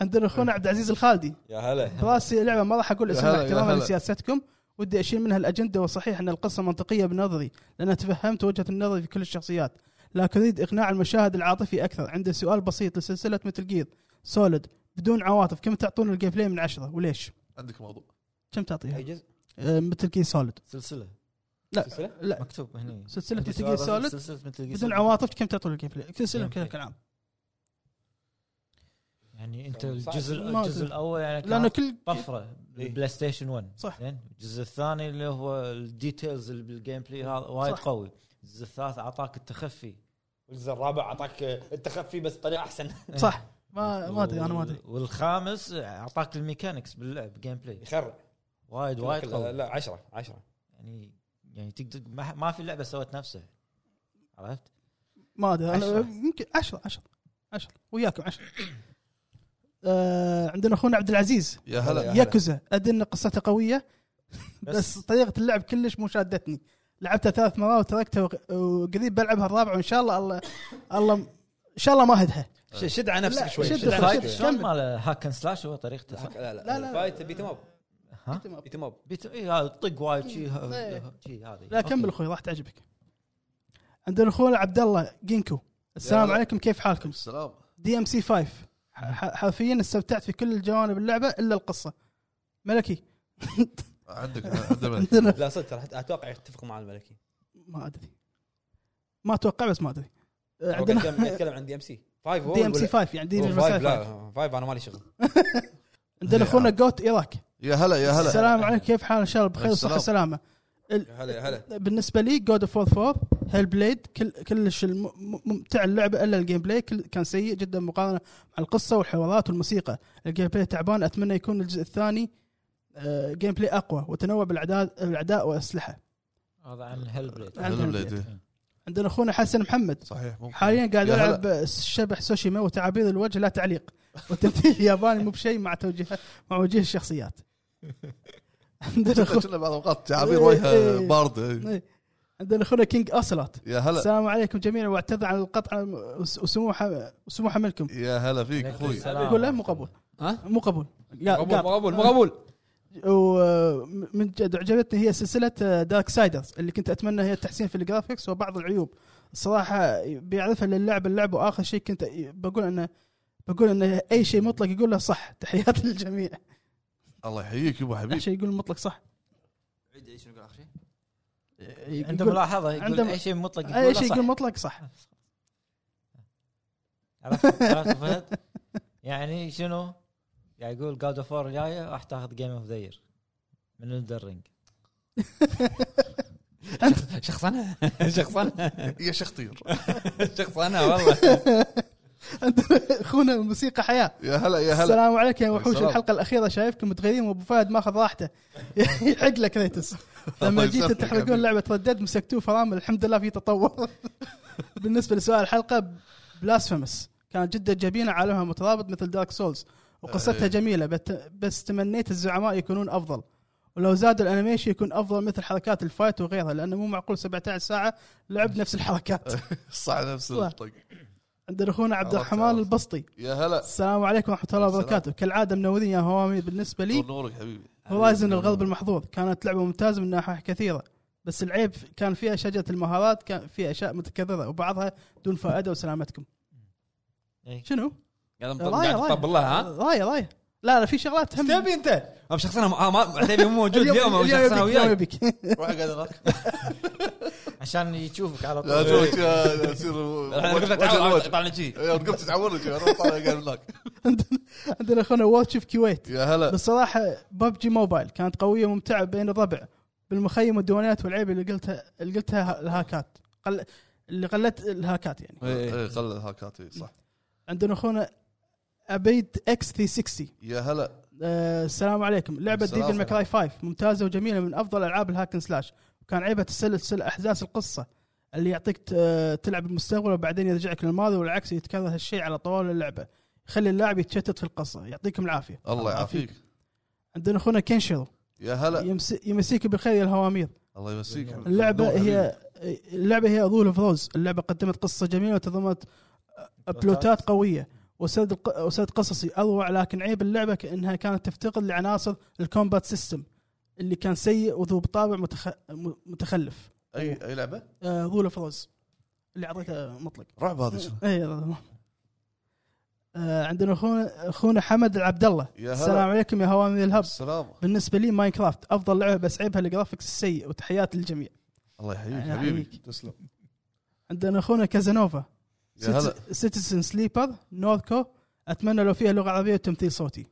S3: عندنا اخونا عبد العزيز الخالدي
S6: يا هلا
S3: راسي لعبه ما راح اقول
S5: يا
S3: اسمها
S5: هلا، يا
S3: احتراما
S5: هلا.
S3: لسياستكم ودي اشيل منها الاجنده وصحيح ان القصه منطقيه بنظري لان تفهمت وجهه النظر في كل الشخصيات لكن اريد اقناع المشاهد العاطفي اكثر عندي سؤال بسيط لسلسله مثل جير سوليد بدون عواطف كم تعطون الجيم بلاي من عشرة وليش؟
S5: عندك موضوع
S3: كم تعطيها؟ آه،
S6: اي جزء
S3: مثل جير سوليد
S2: سلسله
S3: لا
S6: سلسلة؟
S3: لا
S2: مكتوب يعني هنا
S3: سلسله مثل جير سوليد
S2: سلسله مثل جير
S3: بدون
S2: سوليد.
S3: عواطف كم تعطون الجيم بلاي؟ سلسله
S2: Game Play.
S3: بشكل عام
S2: يعني انت
S6: صعب.
S2: الجزء
S3: ما
S2: الجزء
S3: أدري.
S2: الاول يعني
S3: لان
S2: كان
S3: كل
S2: طفره بالبلاي ستيشن 1
S3: إيه. صح.
S2: زين الجزء الثاني اللي هو الديتيلز اللي بالجيم بلاي هذا وايد
S3: صح.
S2: قوي الجزء الثالث اعطاك التخفي
S6: الجزء الرابع اعطاك التخفي بس بطريقه احسن
S3: صح ما أه، ما ادري انا ما ادري
S2: والخامس اعطاك الميكانكس باللعب جيم بلاي
S6: يخرع
S2: وايد وايد قوي
S6: لا 10 10
S2: يعني يعني تقدر ما, ما في لعبه سوت نفسها عرفت؟
S3: ما ادري انا
S2: عشرة.
S3: يمكن 10 10 10 وياكم 10 آه عندنا اخونا عبد العزيز
S5: يا هلا
S6: هلا.
S3: ياكوزا ادري ان قصته قويه بس,
S2: بس.
S3: بس طريقه اللعب كلش مو شادتني لعبتها ثلاث مرات وتركتها وق- وقريب بلعبها الرابعه وان شاء الله الله الله ان شاء الله ما هدها
S6: ش- شد على
S3: لا،
S6: نفسك شوي
S3: شد
S6: شد على
S3: الفايت.
S6: نفسك شوي.
S2: شلون مال هاكن سلاش هو طريقته صح؟
S6: لا
S3: لا،
S6: لا
S3: لا.
S6: لا فايت بيت موب
S2: ها؟
S6: بيت موب
S2: بيت اي هذا طق وايد شي
S3: إيه.
S2: شي هذه
S3: لا كمل اخوي راح تعجبك عندنا اخونا عبد الله جينكو السلام
S5: هلا.
S3: عليكم كيف حالكم؟
S5: السلام
S3: دي ام سي 5 ح- حرفيا استمتعت في كل الجوانب اللعبه الا القصه ملكي
S5: عندك عندنا ملك.
S3: عندنا
S6: لا صدق ترى اتوقع يتفق مع الملكي
S3: ما ادري ما اتوقع بس ما ادري آه،
S6: عندنا
S3: عندنا
S6: نتكلم عن دي ام سي 5
S3: دي ام سي 5 يعني دي ام سي
S6: 5
S3: 5
S6: لا 5 انا مالي شغل
S3: عندنا اخونا جوت ايراك
S5: يا هلا يا هلا
S3: السلام عليكم كيف حال ان شاء الله بخير وصحه
S5: السلام.
S3: وسلامه
S6: هلا يا هلا
S3: بالنسبه لي جود اوف 4 هيل بليد كل كلش الم- م- ممتع اللعبه الا الجيم بلاي كل- كان سيء جدا مقارنه مع القصه والحوارات والموسيقى الجيم بلاي تعبان اتمنى يكون الجزء الثاني آه، جيم بلاي اقوى وتنوع بالاعداء الاعداء والاسلحه
S2: هذا عن هيل بليد
S3: عن-
S5: هلا بليدي.
S3: عندنا اخونا حسن محمد
S5: صحيح ممكن
S3: حاليا قاعد
S5: يا هلا.
S3: العب شبح سوشيما وتعابير الوجه لا تعليق والتمثيل الياباني مو بشيء مع توجيه مع وجه الشخصيات عندنا
S5: كنا
S3: اخونا
S5: كنا بعض الاوقات تعابير
S3: إيه،
S5: وجهها
S3: إيه.
S5: بارده إيه.
S3: عندنا اخونا كينج اوسلوت
S5: يا هلا
S3: السلام عليكم جميعا واعتذر عن القطع وسموحه وسموحه منكم
S5: يا هلا فيك اخوي
S2: السلام.
S3: يقول لا مو قبول
S1: ها؟
S3: مو قبول
S1: مقبول مقبول مقبول
S3: ومن جد عجبتني هي سلسله دارك سايدرز اللي كنت اتمنى هي التحسين في الجرافيكس وبعض العيوب الصراحه بيعرفها للاعب اللعب واخر شيء كنت بقول انه بقول انه اي شيء مطلق يقول له صح تحيات للجميع
S5: الله يحييك يبا
S3: اي
S5: حبيبي
S3: شيء يقول مطلق صح
S1: عيد شنو اخر شيء؟
S2: عنده
S3: يقول-
S2: ملاحظه يقول
S3: عنده-
S2: اي شيء مطلق يقول
S3: اي شيء يقول
S2: مطلق
S3: مطلق صح
S2: عرفت عرفت فهد؟ يعني شنو؟ يعني يقول جاد اوف وور جايه راح تاخذ جيم اوف ذير من الدرينج
S1: شخص انا شخص انا
S5: يا شخطير
S1: شخص انا والله
S3: عندنا اخونا الموسيقى حياه
S5: يا هلا يا هلا
S3: السلام عليكم يا وحوش
S5: السلام.
S3: الحلقه الاخيره شايفكم متغيرين وابو فهد ماخذ راحته يحق لك ريتس لما جيتوا
S5: يسلمك
S3: تحرقون
S5: حبيبي.
S3: لعبه ردد مسكتوه فرامل الحمد لله في تطور بالنسبه لسؤال الحلقه بلاسفيمس كانت جدا جبينه عالمها مترابط مثل دارك سولز وقصتها
S5: أي.
S3: جميله بت- بس تمنيت الزعماء يكونون افضل ولو زاد الانيميشن يكون افضل مثل حركات الفايت وغيرها لانه مو معقول 17 ساعه لعب نفس الحركات
S5: صح نفس الطق
S3: عندنا اخونا عبد
S5: عرفت،
S3: الرحمن
S5: عرفت.
S3: البسطي
S5: يا هلا
S3: السلام عليكم ورحمه الله
S5: السلام.
S3: وبركاته كالعاده منورين يا هوامي بالنسبه لي
S5: طول نورك حبيبي
S3: هورايزن الغرب المحظوظ كانت لعبه ممتازه من ناحيه كثيره بس العيب كان فيها شجره المهارات كان فيها اشياء متكرره وبعضها دون فائده وسلامتكم
S2: إي.
S3: شنو؟
S1: قاعد
S3: رايه
S1: مطبل لها ها؟
S3: رايه رايه لا لا في شغلات هم
S2: تبي انت
S1: ابو شخصنا ما- ما عتيبي مو موجود اليوم ابو شخصنا
S3: يبيك- اليوم
S1: وياي
S3: يبيك
S5: روح اقعد هناك
S2: عشان يشوفك على
S5: لا
S2: طول إيه،
S5: أشوفك، آه، تصير
S1: أنا قلت لك
S5: وجه
S1: تعال،
S5: لوجه.
S1: طالع شي
S5: يا رقبتي تعورك يا روح طالع قاعد هناك
S3: عندنا- عندنا اخونا واتش في كويت
S5: يا هلا
S3: بصراحه ببجي موبايل كانت قويه وممتعه بين الربع بالمخيم والديوانيات والعيب اللي قلتها اللي قلتها الهاكات قل... اللي قلت الهاكات يعني
S1: إيه.
S5: اي خل الهاكات إيه، صح
S3: عندنا اخونا ابيد اكس 360
S5: يا هلا
S3: آه، السلام عليكم لعبه
S5: السلام
S3: ديفل ماكراي 5 ممتازه وجميله من افضل العاب الهاكن سلاش وكان عيبها تسلسل احداث القصه اللي يعطيك ت- آه، تلعب المستقبل وبعدين يرجعك للماضي والعكس يتكرر هالشيء على طوال اللعبه يخلي اللاعب يتشتت في القصه يعطيكم العافيه
S5: الله يعافيك
S3: عندنا اخونا كينشيرو
S5: يا هلا
S3: يمس- يمسيك بخير يا الهوامير
S5: الله يمسيك
S3: اللعبه
S5: نور
S3: هي اللعبه هي رول اوف روز اللعبه قدمت قصه جميله وتضمنت بلوتات قويه وسرد الق- وسرد قصصي اروع لكن عيب اللعبه انها كانت تفتقر لعناصر الكومبات سيستم اللي كان سيء وذو طابع متخ... م- متخلف آه،
S5: اي اي لعبه
S3: رول اوف روز اللي اعطيته مطلق
S5: رعب هذا شنو
S3: اي آه، عندنا اخونا اخونا حمد العبد الله
S5: يا هلا.
S3: السلام عليكم يا هوامي الهب
S5: السلام
S3: بالنسبه لي ماينكرافت افضل لعبه بس عيبها الجرافكس السيء وتحياتي للجميع
S5: الله يحييك
S3: يعني
S5: حبيبي
S3: يحييك.
S5: تسلم
S3: عندنا اخونا كازانوفا
S5: يا هلا
S3: سيتيزن سليبر نوركو اتمنى لو فيها لغه عربيه وتمثيل صوتي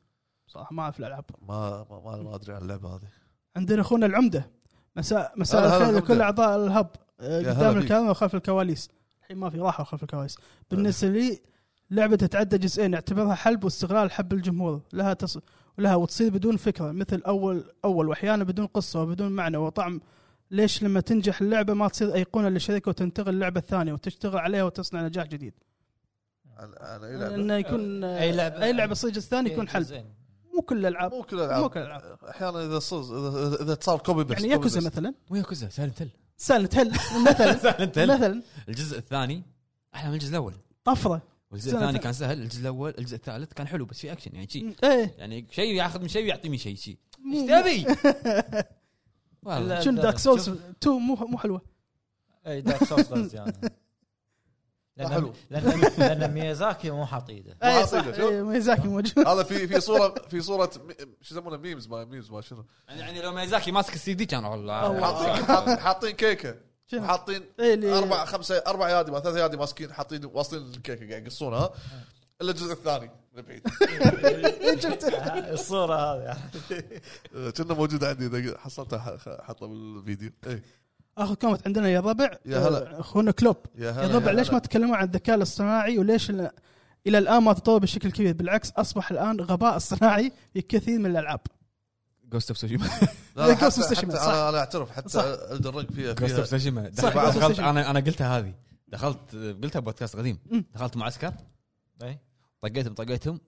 S3: صراحه ما اعرف الالعاب
S5: ما ما- ما ما ادري عن اللعبه هذه
S3: عندنا اخونا العمده مساء مساء
S5: هلا هلا
S3: الخير
S5: العمدة.
S3: لكل اعضاء الهب آه،
S5: يا هلا
S3: قدام
S5: بيك.
S3: الكاميرا وخلف الكواليس الحين ما في راحه وخلف الكواليس بالنسبه لي لعبه تتعدى جزئين اعتبرها حلب واستغلال حب الجمهور لها تص... لها وتصير بدون فكره مثل اول اول واحيانا بدون قصه وبدون معنى وطعم ليش لما تنجح اللعبه ما تصير ايقونه للشركه وتنتقل اللعبه الثانيه وتشتغل عليها وتصنع نجاح جديد
S5: عن عن اي لعبه
S3: انه يكون آه،
S2: أي لعبة. إيه،
S3: اي لعبه تصير جزء ثاني يكون حل
S2: زين.
S3: مو كل الالعاب
S5: مو كل
S3: مو
S5: الالعاب
S3: كل الالعاب
S5: احيانا اذا صار إذا- إذا- اذا صار كوبي بيست
S3: يعني
S5: كوبي
S3: ياكوزا
S5: بيست.
S3: مثلا
S1: ويا كوزا سالنت هيل
S3: سالنت هل مثلا
S1: سالنت هيل
S3: مثلا
S1: الجزء الثاني احلى من الجزء الاول
S3: طفره
S1: والجزء
S3: سالنت
S1: الثاني
S3: هيل.
S1: كان سهل الجزء الاول الجزء الثالث كان حلو بس في اكشن يعني شي
S3: ايه
S1: يعني شيء ياخذ من شيء ويعطي من شيء شي
S3: مو- آه،
S1: ايش تبي؟ والله
S2: لا،
S3: شنو
S2: لا،
S3: دارك سولز
S2: شوف.
S3: 2 مو مو حلوه
S2: اي دارك سولز غز يعني لأن-
S5: طيب، حلو.
S2: لان لان ميازاكي مو حاط ايده
S5: ما
S3: اي صح
S5: أصيله، شوف.
S3: إيه، ميزاكي موجود
S5: هذا في في صوره في صوره م- شو يسمونه ميمز ما ميمز ما شنو
S1: يعني لو ميزاكي ماسك السي دي كان
S5: حاطين
S1: والله
S5: حاطين كيكه
S3: شنو؟
S5: حاطين
S3: إيه، اللي-
S5: اربع خمسه اربع يادي ما ثلاث يادي ماسكين حاطين واصلين الكيكه قاعد يقصونها ها؟ الا الجزء الثاني من بعيد
S3: إيه،
S2: الصوره هذه
S5: كنا موجود عندي اذا حصلتها ح- حطها بالفيديو إيه. اي
S3: اخر كومنت عندنا يا الربع
S5: يا هلا.
S3: اخونا كلوب
S5: يا
S3: يا الربع ليش ما تكلموا عن الذكاء الاصطناعي وليش ال- الى الان ما تطور بشكل كبير بالعكس اصبح الان غباء اصطناعي في كثير من الالعاب
S1: جوست اوف سوشيما
S5: لا، لا،
S3: Ghost
S5: حتى-
S3: of Tsushima،
S5: حتى
S3: صح.
S5: انا انا اعترف حتى
S3: صح.
S5: الدرنج فيها
S1: جوست
S5: فيها
S1: اوف سوشيما
S3: صح، Ghost of
S1: دخلت
S3: Tsushima.
S1: انا انا قلتها هذه دخلت قلتها بودكاست قديم
S3: مم.
S1: دخلت معسكر
S2: إي.
S1: طقيتهم طقيتهم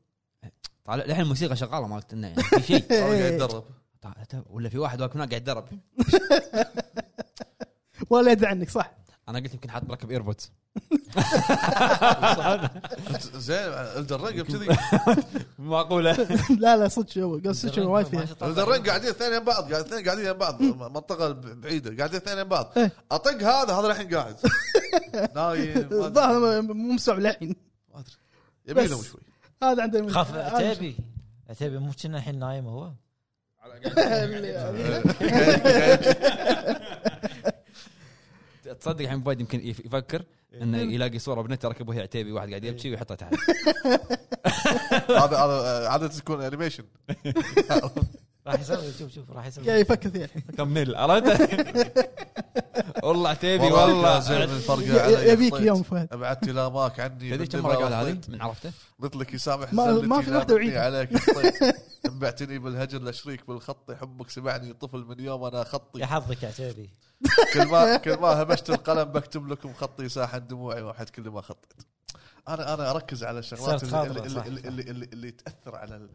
S1: طالع للحين الموسيقى شغاله مالت انه يعني في شيء
S3: إيه.
S5: أنا قاعد اتدرب
S1: طالع- ولا في واحد واقف هناك قاعد يدرب
S3: ولا يدري عنك صح
S1: انا قلت يمكن حاط مركب ايربودز
S5: زين الدرنج كذي
S1: معقوله
S3: لا لا صدق شو قصدي شو وايد فيها
S5: الدرين قاعدين اثنين يم بعض قاعدين اثنين قاعدين يم بعض منطقه بعيده قاعدين اثنين يم بعض
S3: إيه.
S5: اطق هذا هذا الحين قاعد نايم ما أدري.
S3: الظاهر مو مستوعب للحين
S5: ما أدري. يبي لهم
S3: بس.
S5: شوي
S3: هذا عندنا
S2: خاف
S3: هذا
S2: عتيبي عتيبي مو كنا الحين نايم هو
S1: تصدق الحين فايد يمكن يف- يفكر انه
S3: إيه.
S1: يلاقي صوره بنت راكب وهي عتيبي واحد قاعد يبكي ويحطها تحت
S5: هذا هذا عاده تكون انيميشن
S2: راح يسوي شوف شوف راح يسوي
S3: قاعد يفكر فيها
S1: تمنيل عرفت والله عتيبي
S5: والله يا
S1: والله
S5: زلمه الفرق علي.
S3: ي- يبيك
S5: طيت.
S3: يوم فهد
S5: ابعدت لا ماك عني
S1: تدري
S5: من
S1: كم مره قال
S5: دماغ
S1: هذه
S5: طيت.
S1: من عرفته؟
S5: قلت لك يسامح
S3: ما-
S5: زلتي،
S3: ما في
S5: لا
S3: واحدة
S5: مني
S3: وعيدة.
S5: عليك طيب. طيت. انبعتني بالهجر لشريك بالخط حبك سمعني طفل من يوم انا خطي
S2: يا حظك عتيبي
S5: كل ما كل ما همشت القلم بكتب لكم خطي ساحن دموعي واحد كل ما خطيت انا انا اركز على الشغلات
S2: صارت
S5: اللي
S2: خاطرة،
S5: اللي,
S2: صح،
S5: اللي,
S2: صح.
S5: اللي, اللي, اللي تاثر على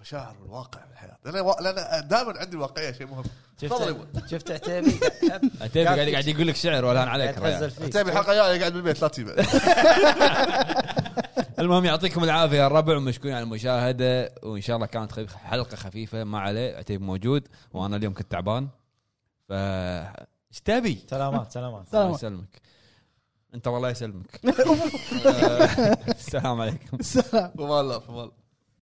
S5: المشاعر والواقع بالحياه لان وا- لان دائما عندي الواقعيه شيء مهم تفضل يا ابو
S2: شفت شفت عتيبي
S1: عتيبي قاعد قاعد يقول لك شعر ولا انا عليك
S2: يتغزل
S1: ريال.
S2: فيك
S5: تبي الحلقه الجايه قاعد بالبيت لا تجيب
S1: المهم يعطيكم العافيه يا الربع ومشكورين على المشاهده وان شاء الله كانت خفيفة- حلقه خفيفه ما عليه عتيبي موجود وانا اليوم كنت تعبان ف ايش تبي؟
S2: سلامات سلامات
S3: سلام.
S1: الله يسلمك انت والله يسلمك آه، السلام عليكم
S3: السلام
S5: فما لا فما لا